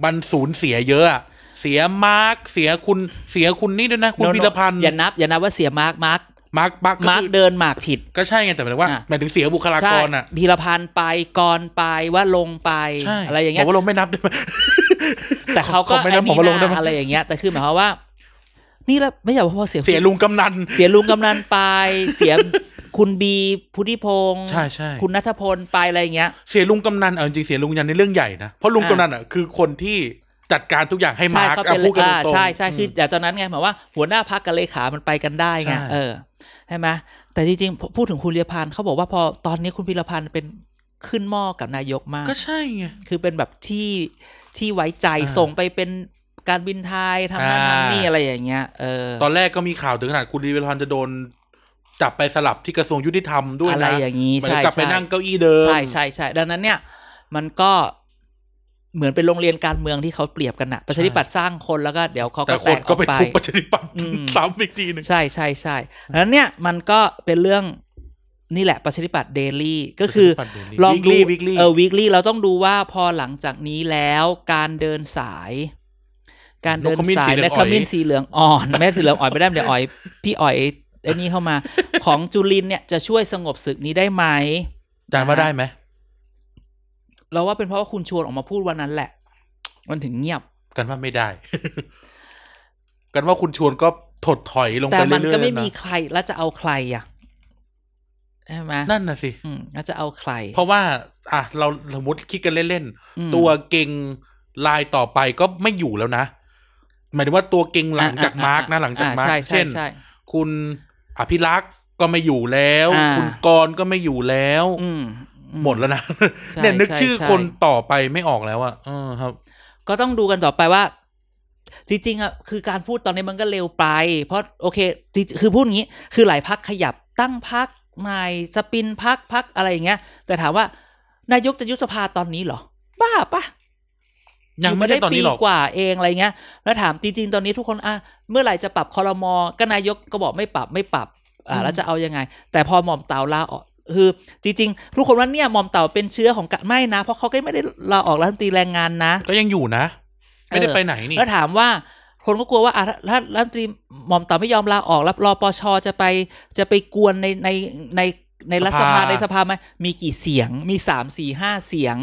Speaker 2: มันสูญเสียเยอะอะเสียมาร์กเสียคุณเสียคุณนี่ด้วยนะ คุณ
Speaker 1: No, no.
Speaker 2: พิรพันธ์
Speaker 1: อย่านับ อย่านับว่าเสียมาร์กมาร์ก
Speaker 2: มาร์กมาร์ก
Speaker 1: มาร์กเดินหมากผิด
Speaker 2: ก็ใช่ไงแต่หมายถึงว่า
Speaker 1: อ่ะ
Speaker 2: หมายถึงเสียบุคลา
Speaker 1: ใช่
Speaker 2: กรอ่ะ
Speaker 1: พีรพันธ์ไปกรไปว่าลงไป
Speaker 2: ใช่
Speaker 1: อะไรอย่างเงี้ย
Speaker 2: ผมว่าลงไม่นับได้ไหม
Speaker 1: แต่เขาก็
Speaker 2: ผมไม่นับผมว่าลงได้ไหม
Speaker 1: อันนี้น่อะไรอย่างเงี้ย แต่คือหมายความว่า นี่แหละไม่ใช่ว่าพอเสีย
Speaker 2: เสียลุงกำนัน
Speaker 1: เสียลุงกำนันไป เสียคุณบีพุทธิพงศ์
Speaker 2: ใช่ใช่
Speaker 1: คุณนัทพลไปอะไรอย่างเงี้ย
Speaker 2: เสียลุงกำนันเอาจริงๆเสียลุงกำนันในเรื่องใหญ่นะเพราะลุง
Speaker 1: อ่ะ
Speaker 2: กำนันอ่ะคือคนที่จัดการทุกอย่างให้
Speaker 1: ใช่
Speaker 2: มาร์ก
Speaker 1: เขาเป็น
Speaker 2: พูดกัน
Speaker 1: อ่า
Speaker 2: ตรงๆ
Speaker 1: ใช่ใช่คือแต่ตอนนั้นไงหมายว่าหัวหน้าพักกับเลขา มันไปกันได้ไง
Speaker 2: ใช่
Speaker 1: เออใช่ไหมแต่จริงๆพอพูดถึงคุณพิรพันธ์เขาบอกว่าพอตอนนี้คุณพิรพันธ์เป็นขึ้นหม้อกับนายกมาก
Speaker 2: ก็ใช่ไง
Speaker 1: คือเป็นแบบที่ที่ไว้ใจ
Speaker 2: อ่า
Speaker 1: ส่งไปเป็นการบินไทยทำนั่น
Speaker 2: อ่า
Speaker 1: ทำนี่อะไรอย่างเงี้ยเออ
Speaker 2: ตอนแรกก็มีข่าวถึงขนาดคุณลีเวลพันธ์จะโดนจับไปสลับที่กระทรวงยุติธรรมด้วยนะ
Speaker 1: อะไรอย่างนี้
Speaker 2: เหมือน
Speaker 1: ใช่
Speaker 2: กลับไป
Speaker 1: ใช่
Speaker 2: นั่งเก้าอี้เดิม
Speaker 1: ใช่ใช่ใช่ดังนั้นเนี่ย มันก็เหมือนเป็นโรงเรียนการเมืองที่เขาเปรียบกันนะประชาธิปัตย์สร้างคนแล้วก็เดี๋ยวเขา
Speaker 2: แต่
Speaker 1: ก็
Speaker 2: ค
Speaker 1: แต
Speaker 2: น
Speaker 1: กอ
Speaker 2: ก็
Speaker 1: อก
Speaker 2: ไป
Speaker 1: ไป
Speaker 2: ทุบประชาธิปัตย์
Speaker 1: อืม
Speaker 2: ซ้ำอีกทีหนึ่ง
Speaker 1: ใช่ใช่ใช่ดังนั้นเนี่ยมันก็เป็นเรื่องนี่แหละประชาธิปัตย์เดลี่ก็คือลองดู
Speaker 2: วิกลี่วิกลี่
Speaker 1: เออวิกลี่เราต้องดูว่าพอหลังจากนี้แล้วการเดินสาย การเดินสายและขมิ้นสีเหลืองอ่อนแม่สีเหลืองอ่อนไม่ได้เดี๋ยวอ่อยพี่อ่อยไอ้นี่เข้ามา ของจุลินเนี่ยจะช่วยสงบศึกนี้ได้ไหม
Speaker 2: จานว่าได้ไหม
Speaker 1: เราว่าเป็นเพราะว่าคุณชวนออกมาพูดวันนั้นแหละ มันถึงเงียบ
Speaker 2: กันว่า ไม่ได้ กันว่าคุณชวนก็ถดถอยลง
Speaker 1: แต่
Speaker 2: ไปเรื่อยๆ
Speaker 1: มันก็ไม่มี
Speaker 2: นะ
Speaker 1: ใครแล้วจะเอาใครอ่ะใช่ไหม
Speaker 2: นั่นน่ะสิ
Speaker 1: อืมแล้วจะเอาใคร
Speaker 2: เพราะว่า อ่ะเราสมมติคิดกันเล่น
Speaker 1: อืม
Speaker 2: ๆ ตัวเก่งลายต่อไปก็ไม่อยู่แล้วนะ หมายถึงว่าตัวเก่งหลังจาก
Speaker 1: อ่
Speaker 2: มาร์กนะหลังจากมา
Speaker 1: อ่
Speaker 2: ร์ก
Speaker 1: ใช่
Speaker 2: เช่น
Speaker 1: ใช่ใช่
Speaker 2: คุณอภิรักษ์ก็ไม่อยู่แล้ว
Speaker 1: อ่า
Speaker 2: คุณกรณ์ก็ไม่อยู่แล้ว
Speaker 1: อืมอื
Speaker 2: หมดแล้วนะ
Speaker 1: ใช่
Speaker 2: เนี่ยนึกชื่อ
Speaker 1: ใช่
Speaker 2: คนต่อไปไม่ออกแล้วอะเออครับ
Speaker 1: ก็ต้องดูกันต่อไปว่า จริงๆอ่ะคือการพูดตอนนี้มันก็เร็วไป เพราะโอเคจริงคือพูดอย่างนี้ คือหลายพักขยับตั้งพักใหม่สปินพักพักอะไรอย่างเงี้ย แต่ถามว่านายกจะยุบสภาตอนนี้เหรอ บ้าปะ
Speaker 2: ยังไม่ได้ตอนนี้หรอก
Speaker 1: ยู่ไม่ได้ปีกว่าเองอะไรเงี้ย แล้วถามจริงๆ ตอนนี้ทุกคนอ่ะเมื่อไหร่จะปรับคอรมอก็นายกก็บอกไม่ปรับไม่ปรับอ่า
Speaker 2: อืม
Speaker 1: แล้วจะเอายังไง แต่พอหม่อมเต่าลาออกคือ จริงๆ ทุกคนว่าเนี่ยหม่อมเต่าเป็นเชื้อของกะไม่นะ เพราะเขาก็ไม่ได้ลาออกรัฐมนตรีแรงงานนะ
Speaker 2: ก็ยังอยู่นะ ไม่ได้
Speaker 1: เออ
Speaker 2: ไปไหนนี่
Speaker 1: แล้วถามว่าคนก็กลัวว่าอ่ะถ้ารัฐมนตรีหม่อมเต่าไม่ยอมลาออกแล้วรอปชจะไปจะไปกวนในในในในรัฐสภา
Speaker 2: สภา
Speaker 1: ในสภาไหมมีกี่เสียงมีสามสี่ห้าเสียง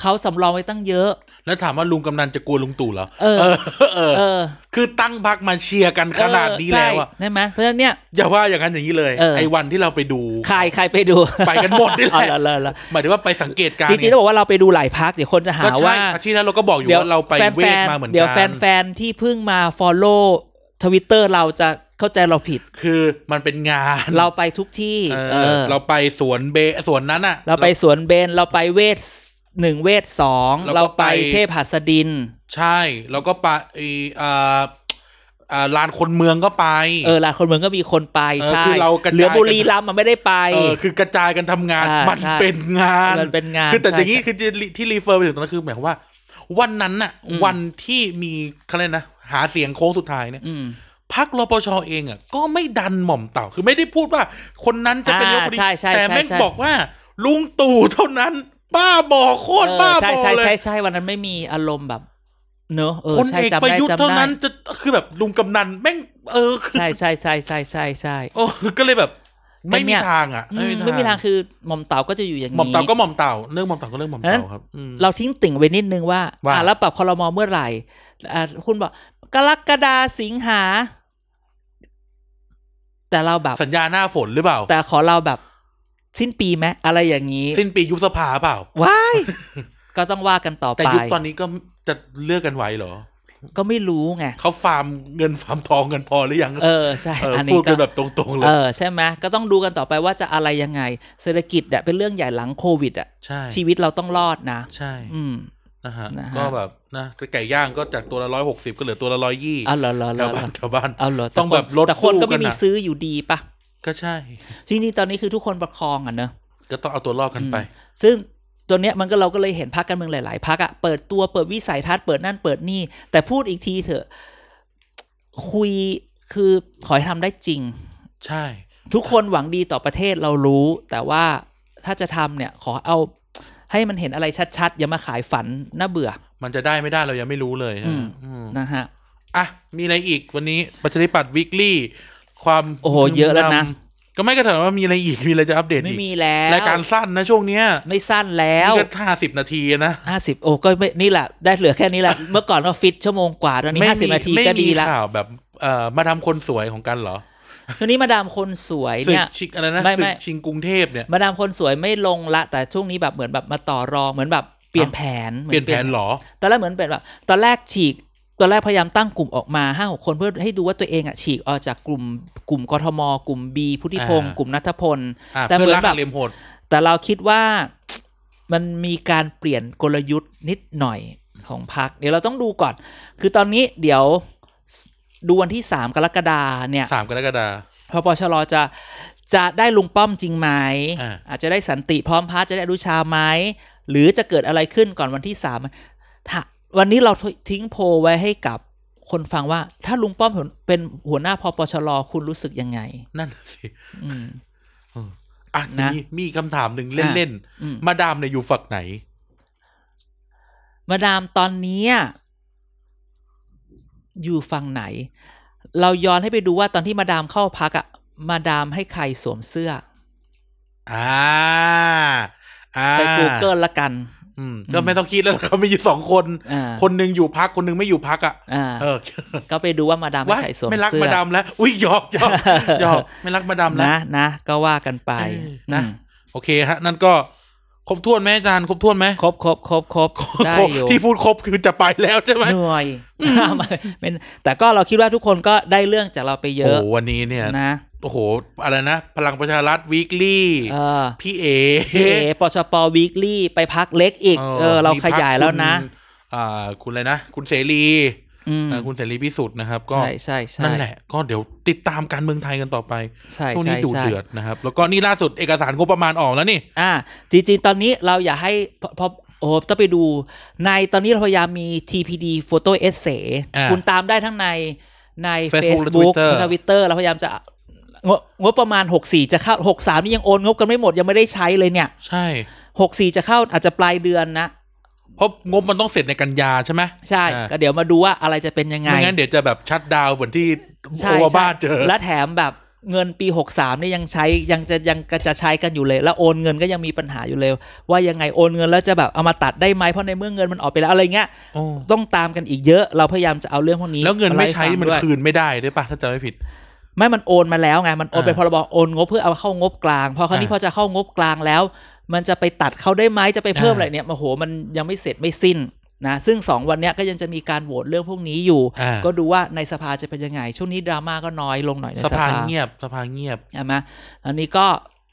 Speaker 1: เขาสำรองไว้ตั้งเยอะ
Speaker 2: แล้วถามว่าลุงกำนันจะกลัวลุงตู่เหรอ
Speaker 1: เออ
Speaker 2: เออเออ
Speaker 1: เออ
Speaker 2: คือตั้งพักมาเชียร์กันขนาดนี้แล้วอะ
Speaker 1: เใช่ใช่ไหมเพราะฉะนั้นเนี่ย
Speaker 2: อย่าว่าอย่างนั้นอย่างนี้เลย
Speaker 1: เออ
Speaker 2: ไอ้วันที่เราไปดู
Speaker 1: ใครใครไปดู
Speaker 2: ไปกันหมดนี่แหละ
Speaker 1: อ๋อเหรอเหรอเหรอ
Speaker 2: หมายถึงว่าไปสังเกตการณ์
Speaker 1: จริงๆ
Speaker 2: เนี่
Speaker 1: ต้อย งบอกว่าเราไปดูหลายพักเดี๋ยวคนจะหา
Speaker 2: ก็ใช่
Speaker 1: ว่า
Speaker 2: อาทิตย์นั้นเราก็บอกอยู่ว่าเราไปเว
Speaker 1: แฟ
Speaker 2: ท
Speaker 1: นๆ
Speaker 2: มาเหมือนกัน
Speaker 1: เดี๋ยวแฟนๆที่เพิ่งมา follow ทวิตเตอร์เราจะเข้าใจเราผิด
Speaker 2: คือมันเป็นงาน
Speaker 1: เราไปทุกที่
Speaker 2: เอ
Speaker 1: เอ
Speaker 2: อ
Speaker 1: อ
Speaker 2: เราไปสวนเบสวนนั้นอะ
Speaker 1: เราไป
Speaker 2: แล้
Speaker 1: สวนเบนเราไปเวทหนึ่งเวทสอง
Speaker 2: เราก็
Speaker 1: เราไป
Speaker 2: ไป
Speaker 1: เทพหัสดิน
Speaker 2: วใช่แล้วก็ไปไอ้อ่าอ่าลานคนเมืองก็ไป
Speaker 1: เออหลายคนเมืองก็มีคนไป
Speaker 2: เออ
Speaker 1: ใช่
Speaker 2: คือเรากระจาย
Speaker 1: เหลือบุรีรัมย์มันไม่ได้ไป
Speaker 2: เออคือกระจายกันทำงาน
Speaker 1: อ่า
Speaker 2: มัน
Speaker 1: ใช่
Speaker 2: เป็นงาน
Speaker 1: มันเป็นงาน
Speaker 2: คือแต่
Speaker 1: ใช่
Speaker 2: อย่างนี้คือจะที่รีเฟอร์ไปถึงตอนนั้นคือหมายความว่า วันนั้นน่ะ
Speaker 1: อืม
Speaker 2: วันที่มีเขาเรียกนะหาเสียงโค้งสุดท้ายเนี่ย
Speaker 1: อืม
Speaker 2: พักรปชเองอ่ะก็ไม่ดันหม่อมเต่าคือไม่ได้พูดว่า คนนั้นจะเป็นนายกคนนี้
Speaker 1: อ่าใช่ใช่
Speaker 2: แต่แม่ง
Speaker 1: ใช่ใช่
Speaker 2: บอกว่า ลุงตู่เท่านั้น บ้าบอโคตรบ้า
Speaker 1: ใช่
Speaker 2: บอ
Speaker 1: ใช่
Speaker 2: เล
Speaker 1: ใช่
Speaker 2: ย
Speaker 1: ใช่วันนั้นไม่มีอารมณ์แบบ เนอะเออ
Speaker 2: คน
Speaker 1: ใช่
Speaker 2: เอก
Speaker 1: จำ
Speaker 2: ประ
Speaker 1: ได้
Speaker 2: ยุทธ์
Speaker 1: จำ
Speaker 2: เท่า
Speaker 1: ได้
Speaker 2: นั้นจะคือแบบลุงกำนันแม่งเออคือ
Speaker 1: ใช่ใช่ใช่ใช่ใช่ใช่
Speaker 2: โอ้ก็เลยแบบ ไม่
Speaker 1: แต่เนี่ย
Speaker 2: มีทางอ่ะ
Speaker 1: อืมไม่มีทางคือหม่อมเต๋าก็จะอยู่อย่าง
Speaker 2: หม่อม
Speaker 1: นี้
Speaker 2: เต่าก็หม่อมเต่าเรื่องหม่อมเต่าก็เรื่องหม่อม
Speaker 1: งั้
Speaker 2: เต่าน ครับอืม
Speaker 1: เราทิ้งติ่งไว้นิดนึงว่า
Speaker 2: ว่า
Speaker 1: อ่ะแล้วปรับคอรมอเมื่อไหร่อ่ะคุณบอกกรกฎาสิงหา แต่เราแบบ
Speaker 2: สัญญาหน้าฝนหรือเปล่า
Speaker 1: แต่ขอเราแบบ สิ้นปีไหมอะไรอย่างนี้
Speaker 2: สิ้นปียุบสภาเปล่า
Speaker 1: ว้าย ก็ต้องว่ากันต่อ
Speaker 2: แต่
Speaker 1: ไป
Speaker 2: ยุบตอนนี้ก็จะเลือกกันไหวเหรอ
Speaker 1: ก็ไม่รู้ไง
Speaker 2: เขาฟาร์มเงินฟาร์มทองเงินพอหรือยัง
Speaker 1: เออใช่
Speaker 2: เออ
Speaker 1: อัน
Speaker 2: พู
Speaker 1: นี้
Speaker 2: ด
Speaker 1: ก็
Speaker 2: กันแบบตรงๆเลย
Speaker 1: เออใช่ไหมก็ต้องดูกันต่อไปว่าจะอะไรยังไง เศรษฐกิจเนี่ยเป็นเรื่องใหญ่หลังโควิดอ่ะ
Speaker 2: ใช่
Speaker 1: ชีวิตเราต้องรอดนะ
Speaker 2: ใช่
Speaker 1: อืม
Speaker 2: นะฮะ
Speaker 1: นะฮะ
Speaker 2: ก็แบบนะไก่ย่างก็จากตัวละร้อยหกสิบก็เหลือตัวละร้อยยี่
Speaker 1: เอาเหรอเหรอเห
Speaker 2: แถ
Speaker 1: รอ
Speaker 2: ว
Speaker 1: เหร
Speaker 2: บ้า
Speaker 1: อน
Speaker 2: แถวบ้าน
Speaker 1: เอาเหรอ
Speaker 2: ต้องแบบลด
Speaker 1: แต่คน
Speaker 2: สู้
Speaker 1: ก็ไม่
Speaker 2: กัน
Speaker 1: มี
Speaker 2: อะ
Speaker 1: ซื้ออยู่ดีปะ
Speaker 2: ก็ใช่
Speaker 1: จริงๆตอนนี้คือทุกคนประคองอ่ะเนอะ
Speaker 2: ก็ต้องเอาตัวรอดกันไป
Speaker 1: ซึ่ง จนเนี้ยมันก็เราก็เลยเห็นพักการเมืองหลาย ๆพักอะเปิดตัวเปิดวิสัยทัศน์เปิดนั่นเปิดนี่ แต่พูดอีกทีเถอะคุยคือขอให้ทำได้จริง
Speaker 2: ใช่
Speaker 1: ทุกคนหวังดีต่อประเทศเรารู้ แต่ว่าถ้าจะทำเนี่ยขอเอาให้มันเห็นอะไรชัดๆ อย่ามาขายฝันน่าเบื่อ
Speaker 2: มันจะได้ไม่ได้เรายังไม่รู้เลย
Speaker 1: อืม
Speaker 2: อืม
Speaker 1: นะฮะ
Speaker 2: อ่ะ มีอะไรอีกวันนี้ประชาธิปัตย์วีคลี่ ความ
Speaker 1: โอ้โหเยอะแล้วนะ
Speaker 2: ก็ไม่กระถางว่ามีอะไรอีก มีอะไรจะอัปเดต
Speaker 1: ไม่
Speaker 2: อีก
Speaker 1: มีแล้ว
Speaker 2: รายการสั้นนะช่วงเนี้ย
Speaker 1: ไม่สั้นแล้ว
Speaker 2: นี่ก็ห้าสิบนาทีนะ
Speaker 1: ห้าสิบโอ้ก็ไม่นี่แหละได้เหลือแค่นี้ แหละ เมื่อก่อนว่าฟิตชั่วโมงกว่าตอนนี้
Speaker 2: ไม่
Speaker 1: ห้าสิบ
Speaker 2: มี
Speaker 1: นาที
Speaker 2: ไม่
Speaker 1: ก็
Speaker 2: มี
Speaker 1: ดีละ
Speaker 2: ข่าวแบบเอ่อมาทำคนสวยของกันเหรอ
Speaker 1: ทีนี้มาดามคนสวย
Speaker 2: ศึ
Speaker 1: เนี่
Speaker 2: ก
Speaker 1: ย
Speaker 2: ชิงอะไรนะ
Speaker 1: ไม่
Speaker 2: ศึ
Speaker 1: ไม่
Speaker 2: กชิงกรุงเทพเนี่ย
Speaker 1: มาดามคนสวยไม่ลงละ แต่ช่วงนี้แบบเหมือนแบบมาต่อรองเหมือนแบบเปลี่ยน
Speaker 2: เอ้า
Speaker 1: แผนหมือ
Speaker 2: เปลี่ยนแผนเหรอ
Speaker 1: ตอนแรกเหมือนเป็นแบบตอนแรกฉีกตอนแรกพยายามตั้งกลุ่มออกมาห้าหกคนเพื่อให้ดูว่าตัวเองอ่ะฉีกออกจากกลุ่มกลุ่มกทม กลุ่มบีพุทธิพงศ์
Speaker 2: อ่า
Speaker 1: กลุ่มนัทพล
Speaker 2: อ่ะ
Speaker 1: แต่เหมือ
Speaker 2: เพื่อน
Speaker 1: น
Speaker 2: รัก
Speaker 1: แบบ
Speaker 2: เหลียมโหด
Speaker 1: แต่เราคิดว่า มันมีการเปลี่ยนกลยุทธ์นิดหน่อยของพักเดี๋ยวเราต้องดูก่อน คือตอนนี้เดี๋ยวดูวันที่สามกรกฎาเนี่ย
Speaker 2: สามกรกฎา
Speaker 1: พปชรจะจะได้ลุงป้อมจริงไหม
Speaker 2: อ่า
Speaker 1: อาจจะได้สันติพร้อมพัฒน์จะได้อนุชาไหมหรือจะเกิดอะไรขึ้นก่อนวันที่สามถ้าวันนี้เราทิ้งโพลไว้ให้กับคนฟังว่า ถ้าลุงป้อมเป็นหัวหน้าพปชรคุณรู้สึกยังไง
Speaker 2: นั่นน่ะสิ
Speaker 1: อืม
Speaker 2: เอออ่ะ
Speaker 1: นะ
Speaker 2: มีมีคำถามหนึ่ง
Speaker 1: อ่ะ
Speaker 2: เล่น
Speaker 1: อืม
Speaker 2: ๆ มาดามเนี่ยอยู่ฝักไหน
Speaker 1: มาดามตอนนี้อยู่ฝั่งไหน เราย้อนให้ไปดูว่าตอนที่มาดามเข้าพักอะมาดามให้ใครสวมเสื้อ
Speaker 2: อ่า อ่า
Speaker 1: ไป Google ละกัน
Speaker 2: อืมก็ไม่ต้องคิดแล้ว เขาไม่อยู่สองคน
Speaker 1: อ่า
Speaker 2: คนหนึ่งอยู่พักคนหนึ่งไม่อยู่พักอ่ะ
Speaker 1: อ่า
Speaker 2: เออ
Speaker 1: ก็ไปดูว่ามาดาม
Speaker 2: ว่า
Speaker 1: ให้ใครสวม
Speaker 2: ไม่รัก
Speaker 1: เสื้อ
Speaker 2: มาดามแล้ว อุ้ยหยอกหยอกหยอกไม่รักมาดามแล้ว
Speaker 1: นะนะก็ว่ากันไป
Speaker 2: เออนะ
Speaker 1: อืม
Speaker 2: โอเคฮะ นั่นก็ครบถ้วนไหมอาจารย์ครบถ้วนไหม
Speaker 1: ครบครบครบครบได้อยู่
Speaker 2: ที่พูดครบคือจะไปแล้วใช่ไหม
Speaker 1: เหนื่อยไม่เป็นแต่ก็เราคิดว่าทุกคนก็ได้เรื่องจากเราไปเย
Speaker 2: โอ้
Speaker 1: อะ
Speaker 2: โหวันนี้เนี่ย
Speaker 1: นะ
Speaker 2: โอ้โห อะไรนะ พลังประชารัฐวีคลี่
Speaker 1: เออ
Speaker 2: พี่เอ
Speaker 1: เอปชปวีคลี่ไปพักเล็กอีก เออ เรา
Speaker 2: มี
Speaker 1: ข
Speaker 2: พค
Speaker 1: ยายแล้วนะ
Speaker 2: คุณอ่า คุณอะไรนะ คุณเสรี
Speaker 1: อืม
Speaker 2: อ่าคุณเสรีพิสุทธิ์นะครับ ก็
Speaker 1: ใช่ใช่ใช่
Speaker 2: นั่นแหละ ก็เดี๋ยวติดตามการเมืองไทยกันต่อไป
Speaker 1: ใช่
Speaker 2: ช่วงนี้
Speaker 1: ใช่
Speaker 2: ดู
Speaker 1: ใช่
Speaker 2: เดือดนะครับ แล้วก็นี่ล่าสุดเอกสารงบประมาณออกแล้วนี่
Speaker 1: อ่าจริงๆ ตอนนี้เราอย่าให้พอพอโอ้โหต้องไปดูในตอนนี้เราพยายามมี TPD Photo Essay
Speaker 2: อ่า
Speaker 1: คุณตามได้ทั้งในใน
Speaker 2: Facebook และ
Speaker 1: Facebook
Speaker 2: Twitter
Speaker 1: ทวิตเตอร์เราพยายามจะงบงบประมาณ 64 จะเข้า 63 นี่ยังโอนงบกันไม่หมด ยังไม่ได้ใช้เลยเนี่ย
Speaker 2: ใช่
Speaker 1: 64 จะเข้าอาจจะปลายเดือนนะ
Speaker 2: เพราะงบมันต้องเสร็จในกันยาใช่ไหม
Speaker 1: ใช่
Speaker 2: อ่า
Speaker 1: ก็เดี๋ยวมาดูว่าอะไรจะเป็นยังไง
Speaker 2: ไม่งั้นเดี๋ยวจะแบบชัดดาวน์เหมือนที่
Speaker 1: ใช่
Speaker 2: โอวาบ้า
Speaker 1: ใช่
Speaker 2: เจอ
Speaker 1: และแถมแบบเงินปี 63เนี่ยยังใช้ยังจะยังก็จะใช้กันอยู่เลย แล้วโอนเงินก็ยังมีปัญหาอยู่เลย ว่ายังไงโอนเงินแล้วจะแบบเอามาตัดได้ไหมเพราะในเมื่อเงินมันออกไปแล้วอะไรเงี้ย
Speaker 2: โอ้
Speaker 1: ต้องตามกันอีกเยอะ เราพยายามจะเอาเรื่องพวกนี้
Speaker 2: แล้วเงินา ไม่
Speaker 1: ล่า
Speaker 2: ใช้
Speaker 1: ห้ฟัง
Speaker 2: มัน
Speaker 1: ด้วย
Speaker 2: คืนไม่ได้ด้วยป่ะถ้าจำไม่ผิด
Speaker 1: ไม่มันโอนมาแล้วไง มันโอน
Speaker 2: อ่า
Speaker 1: เป็นพรบโอนงบเพื่อเอาเข้างบกลาง พอคราวนี้
Speaker 2: อ่า
Speaker 1: พอจะเข้างบกลางแล้ว มันจะไปตัดเขาได้ไหมจะไปเพิ่ม
Speaker 2: อ่า
Speaker 1: อะไรเนี่ยโอ้โห มันยังไม่เสร็จไม่สิ้นนะ ซึ่งสองวันเนี้ยก็ยังจะมีการโหวตเรื่องพวกนี้อยู่
Speaker 2: อ่า
Speaker 1: ก็ดูว่าในสภาจะเป็นยังไง ช่วงนี้ดราม่าก็น้อยลงหน่อยใน
Speaker 2: ส
Speaker 1: ส
Speaker 2: ภา
Speaker 1: ภา
Speaker 2: เงียบสภาเงียบ
Speaker 1: ใช่ไหมอันนี้ก็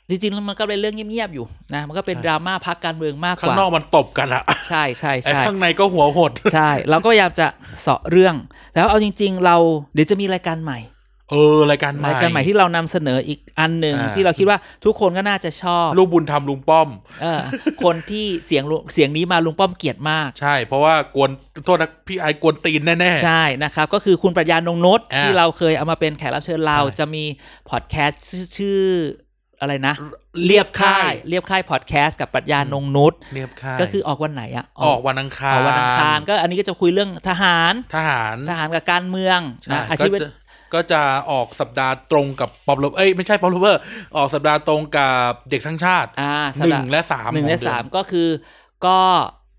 Speaker 1: จริงๆแล้วมันก็เป็นเรื่องเงียบๆอยู่นะ มันก็เป็น
Speaker 2: ใช่
Speaker 1: ดราม่าพักการเมืองมากก
Speaker 2: ข้าง
Speaker 1: ว่าน
Speaker 2: อกมันตบกันอะ
Speaker 1: ใช่ใช่
Speaker 2: ไอ้
Speaker 1: ใช่
Speaker 2: ข้างในก็หัวหด
Speaker 1: ใช่ เราก็พยายามจะเสาะเรื่อง แล้วเอาจริง ๆ เราเดี๋ยวจะมีรายการใหม่
Speaker 2: เออรายการใหม่
Speaker 1: รายการใหม่ที่เรานำเสนออีกอันหนึ่ง
Speaker 2: อ่า
Speaker 1: ที่เราคิดว่าทุกคนก็น่าจะชอบ
Speaker 2: ลูกบุญธรรมลุงป้อม
Speaker 1: เออคนที่เสียงลุเสียงนี้มาลุงป้อมเกลียดมาก
Speaker 2: ใช่ เพราะว่ากวนโทษนะพี่ไอกวนตีนแน่
Speaker 1: ใช่นะครับ ก็คือคุณปรัชญานงนุช
Speaker 2: อ่า
Speaker 1: ที่เราเคยเอามาเป็นแขกรับเชิญเรา
Speaker 2: ใช่
Speaker 1: จะมีพอดแคสต์ชื่ออะไรนะ
Speaker 2: ๆเรียบค่าย
Speaker 1: เรียบค่ายพอดแคสต์กับปรัชญานงนุช
Speaker 2: เรียบค่าย
Speaker 1: ก็คือออกวันไหนอะ
Speaker 2: ออกวันอังคา
Speaker 1: อ
Speaker 2: ร
Speaker 1: อกวันอังคารก็อันนี้ก็จะคุยเรื่องทหาร
Speaker 2: ทหาร
Speaker 1: ทหารกับการเมือง
Speaker 2: ใช่
Speaker 1: นะอา
Speaker 2: ก็
Speaker 1: ชีพ
Speaker 2: จะก็จะออกสัปดาห์ตรงกับป๊อปลเอ้ยไม่ใช่ป๊อปลเวอร์ออกสัปดาห์ตรงกับเด็กทั้างชาติ
Speaker 1: อ่า
Speaker 2: หนึ่
Speaker 1: สำ
Speaker 2: ง
Speaker 1: บ
Speaker 2: และสาม
Speaker 1: หนึ่งใน
Speaker 2: ขอเดือ
Speaker 1: สามก็คือก็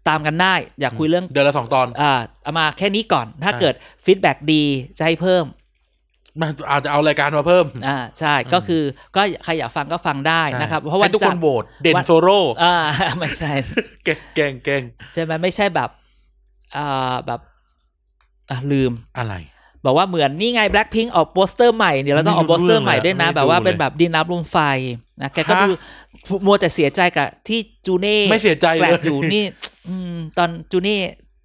Speaker 1: ตามกันได้ อยากคุยเรื่อง
Speaker 2: เดือนละสองตอน
Speaker 1: อ่าเอามาแค่นี้ก่อน ถ้า
Speaker 2: อ่า
Speaker 1: เกิดฟีดแบ็ดีจะให้เพิ่ม
Speaker 2: มันอาจจะเอารายการมาเพิ่ม
Speaker 1: อ่าใช่ก็คือก็ใครอยากฟังก็ฟังได้นะครับ เพราะว่า
Speaker 2: ให้ทุกคนโหวตเด่นโซโร
Speaker 1: อ่า ไม่ใช่
Speaker 2: เก่งเก่งเก่ง
Speaker 1: ใช่ไหมไม่ใช่แบบอ่าแบบอ่ะลืม
Speaker 2: อะไร
Speaker 1: บอกว่าเหมือนนี่ไง Blackpink ออกโปสเตอร์ใหม่เดี๋ยวเราต้องออกโปสเตอร์ใหม่ด้วยนะ
Speaker 2: ไม่รู้
Speaker 1: แบบว่าเป็นแบบดินน้ำลมไฟนะแกก็ด
Speaker 2: ฮะ
Speaker 1: ูมัวแต่เสียใจกับที่จูเน่
Speaker 2: ไม่เสียใจ
Speaker 1: แก
Speaker 2: เล
Speaker 1: ล
Speaker 2: ย
Speaker 1: ดอยู่นี่ อืมตอนจูนี่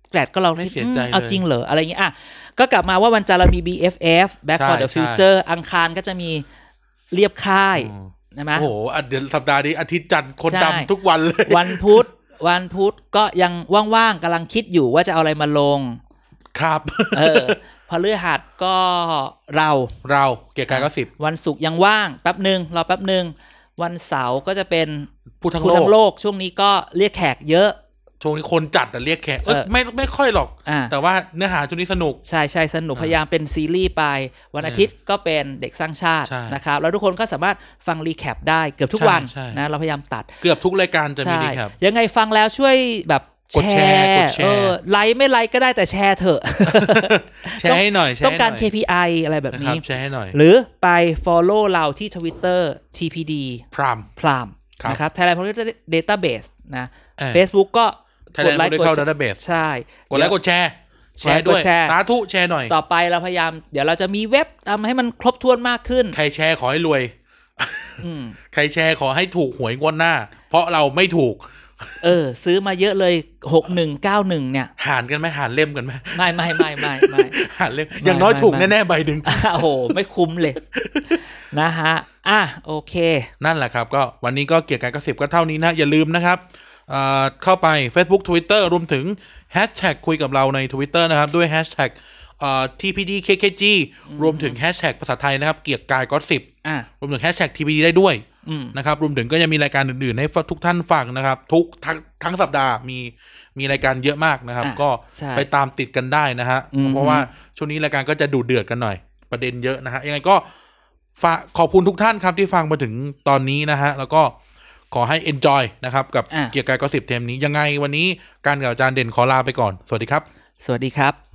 Speaker 1: แกลดก็เรา
Speaker 2: ไม่
Speaker 1: คิด
Speaker 2: เสียใจ
Speaker 1: อืมเอา
Speaker 2: เลย
Speaker 1: จริงเหรอ อะไรอย่างเงี้ยอ่ะก็กลับมาว่าวันจันทร์เรามี BFF Back
Speaker 2: ใช่
Speaker 1: for the
Speaker 2: ใช่
Speaker 1: Future อังคารก็จะมีเรียบค่าย
Speaker 2: อืม
Speaker 1: นะมะ
Speaker 2: โอ้โหอ่ะเดือนสัปดาห์นี้อาทิตย์จันทร์คน
Speaker 1: ใช่
Speaker 2: ดำทุกวันเลย
Speaker 1: วันพุธ วันพุธก็ยังว่างๆกำลังคิดอยู่ว่าจะเอาอะไรมาลง
Speaker 2: ครับ
Speaker 1: เออ พฤหัสก็เรา
Speaker 2: เราเกียรติกายก็สิบ
Speaker 1: วันศุกร์ยังว่างแป๊บหนึ่งรอแป๊บหนึ่งวันเสาร์ก็จะเป็น
Speaker 2: พูดทั้ง
Speaker 1: ผู้
Speaker 2: โล
Speaker 1: ทั้
Speaker 2: ก
Speaker 1: งโลกช่วงนี้ก็เรียกแขกเยอะ
Speaker 2: ช่วงนี้คนจัดแต่เรียกแขกเอ้ย
Speaker 1: เออ
Speaker 2: ไม่ไม่ค่อยหรอก
Speaker 1: อ่า
Speaker 2: แต่ว่าเนื้อหาช่วงนี้สนุก
Speaker 1: ใช่ใช่สนุก
Speaker 2: อ่า
Speaker 1: พยายามเป็นซีรีส์ไป วันอาทิตย์ก็เป็นเด็กสร้างชาติ
Speaker 2: ใช่
Speaker 1: นะครับ แล้วทุกคนก็สามารถฟังรีแคปได้เกือบทุก
Speaker 2: ใช่
Speaker 1: วัน
Speaker 2: ใช่
Speaker 1: นะเราพยายามตัด
Speaker 2: เกือบทุกรายการจะมี
Speaker 1: ใช่
Speaker 2: ดีครับ
Speaker 1: ยังไงฟังแล้วช่วยแบบ
Speaker 2: กดแชร์กดแชร์
Speaker 1: เออไลค์ไม่ไลค์ก็ได้แต่แชร์เถอะ
Speaker 2: แชร์ ให้หน่อยแชร์
Speaker 1: ต้อง
Speaker 2: ให้ห
Speaker 1: การ
Speaker 2: น่อย
Speaker 1: KPI อะไรแบบ
Speaker 2: นะครับ
Speaker 1: นี้
Speaker 2: แชร์ให้หน่อย
Speaker 1: หรือไป follow เราที่ Twitter TPD
Speaker 2: พราม
Speaker 1: พราม
Speaker 2: ครับ
Speaker 1: นะครับ Thailand Political Database นะ
Speaker 2: เอ่อ
Speaker 1: Facebook ก็
Speaker 2: ไทยแลนด์โมเดล
Speaker 1: ก
Speaker 2: เข้า
Speaker 1: ด
Speaker 2: ดัตเตอร์เบส
Speaker 1: ใช่
Speaker 2: กดไลค์กดแชร์ แชร์
Speaker 1: ก
Speaker 2: ด้ว
Speaker 1: ด
Speaker 2: ย
Speaker 1: แชร์
Speaker 2: สาธุแชร์หน่อย
Speaker 1: ต่อไปเราพยายาม เดี๋ยวเราจะมีเว็บทำให้มันครบถ้วนมากขึ้ น
Speaker 2: ใครแชร์ขอให้รวย
Speaker 1: อืม
Speaker 2: ใครแชร์ขอให้ถูกหวยงวดหน้า เพราะเราไม่ถูก
Speaker 1: เออ ซื้อมาเยอะเลยหกหนึ่งเก้าหนึ่งเนี่ย
Speaker 2: หารกันไหมหารเล่มกันไหม
Speaker 1: ไม่ไม่ไม่ไม่ไม่
Speaker 2: หารเล่ม อย่างน้อย
Speaker 1: ไม่
Speaker 2: ถูก
Speaker 1: ไม่
Speaker 2: แน่ๆใบหนึ่ง
Speaker 1: อ่ะโอ้โห ไม่คุ้มเลย นะฮะ อ่ะ โอเค
Speaker 2: นั่นแหละครับ ก็วันนี้ก็เกี่ยวกับกระสิบก็เท่านี้นะ อย่าลืมนะครับเอ่อเข้าไป Facebook Twitter รวมถึงแฮชแท็กคุยกับเราใน Twitter นะครับ ด้วยแฮชแท็ก tpdkkg รวมถึงแฮชแท็กภาษาไทยนะครับ เกียกกายก็สิบ
Speaker 1: อ่ะ
Speaker 2: รวมถึงแฮชแท็ก tpd ได้ด้วย
Speaker 1: อืม
Speaker 2: นะครับรวมถึงก็ยังมีรายการอื่นๆ ให้ทุกท่านฟังนะครับ ทุกทั้งทั้งสัปดาห์มีมีรายการเยอะมากนะครับ
Speaker 1: อ่ะ
Speaker 2: ก็
Speaker 1: ใช่
Speaker 2: ไปตามติดกันได้นะฮะ
Speaker 1: อืม
Speaker 2: เพราะว่าช่วงนี้รายการก็จะดูเดือดกันหน่อย ประเด็นเยอะนะฮะยังไงก็ฝากขอบคุณทุกท่านครับที่ฟังมาถึงตอนนี้นะฮะแล้วก็ขอให้ enjoy นะครับ กับเกียร์กายก็สิบเทมนี้ยังไงวันนี้การกับอาจารย์เด่นขอลาไปก่อน สวัสดีครับ
Speaker 1: สวัสดีครับ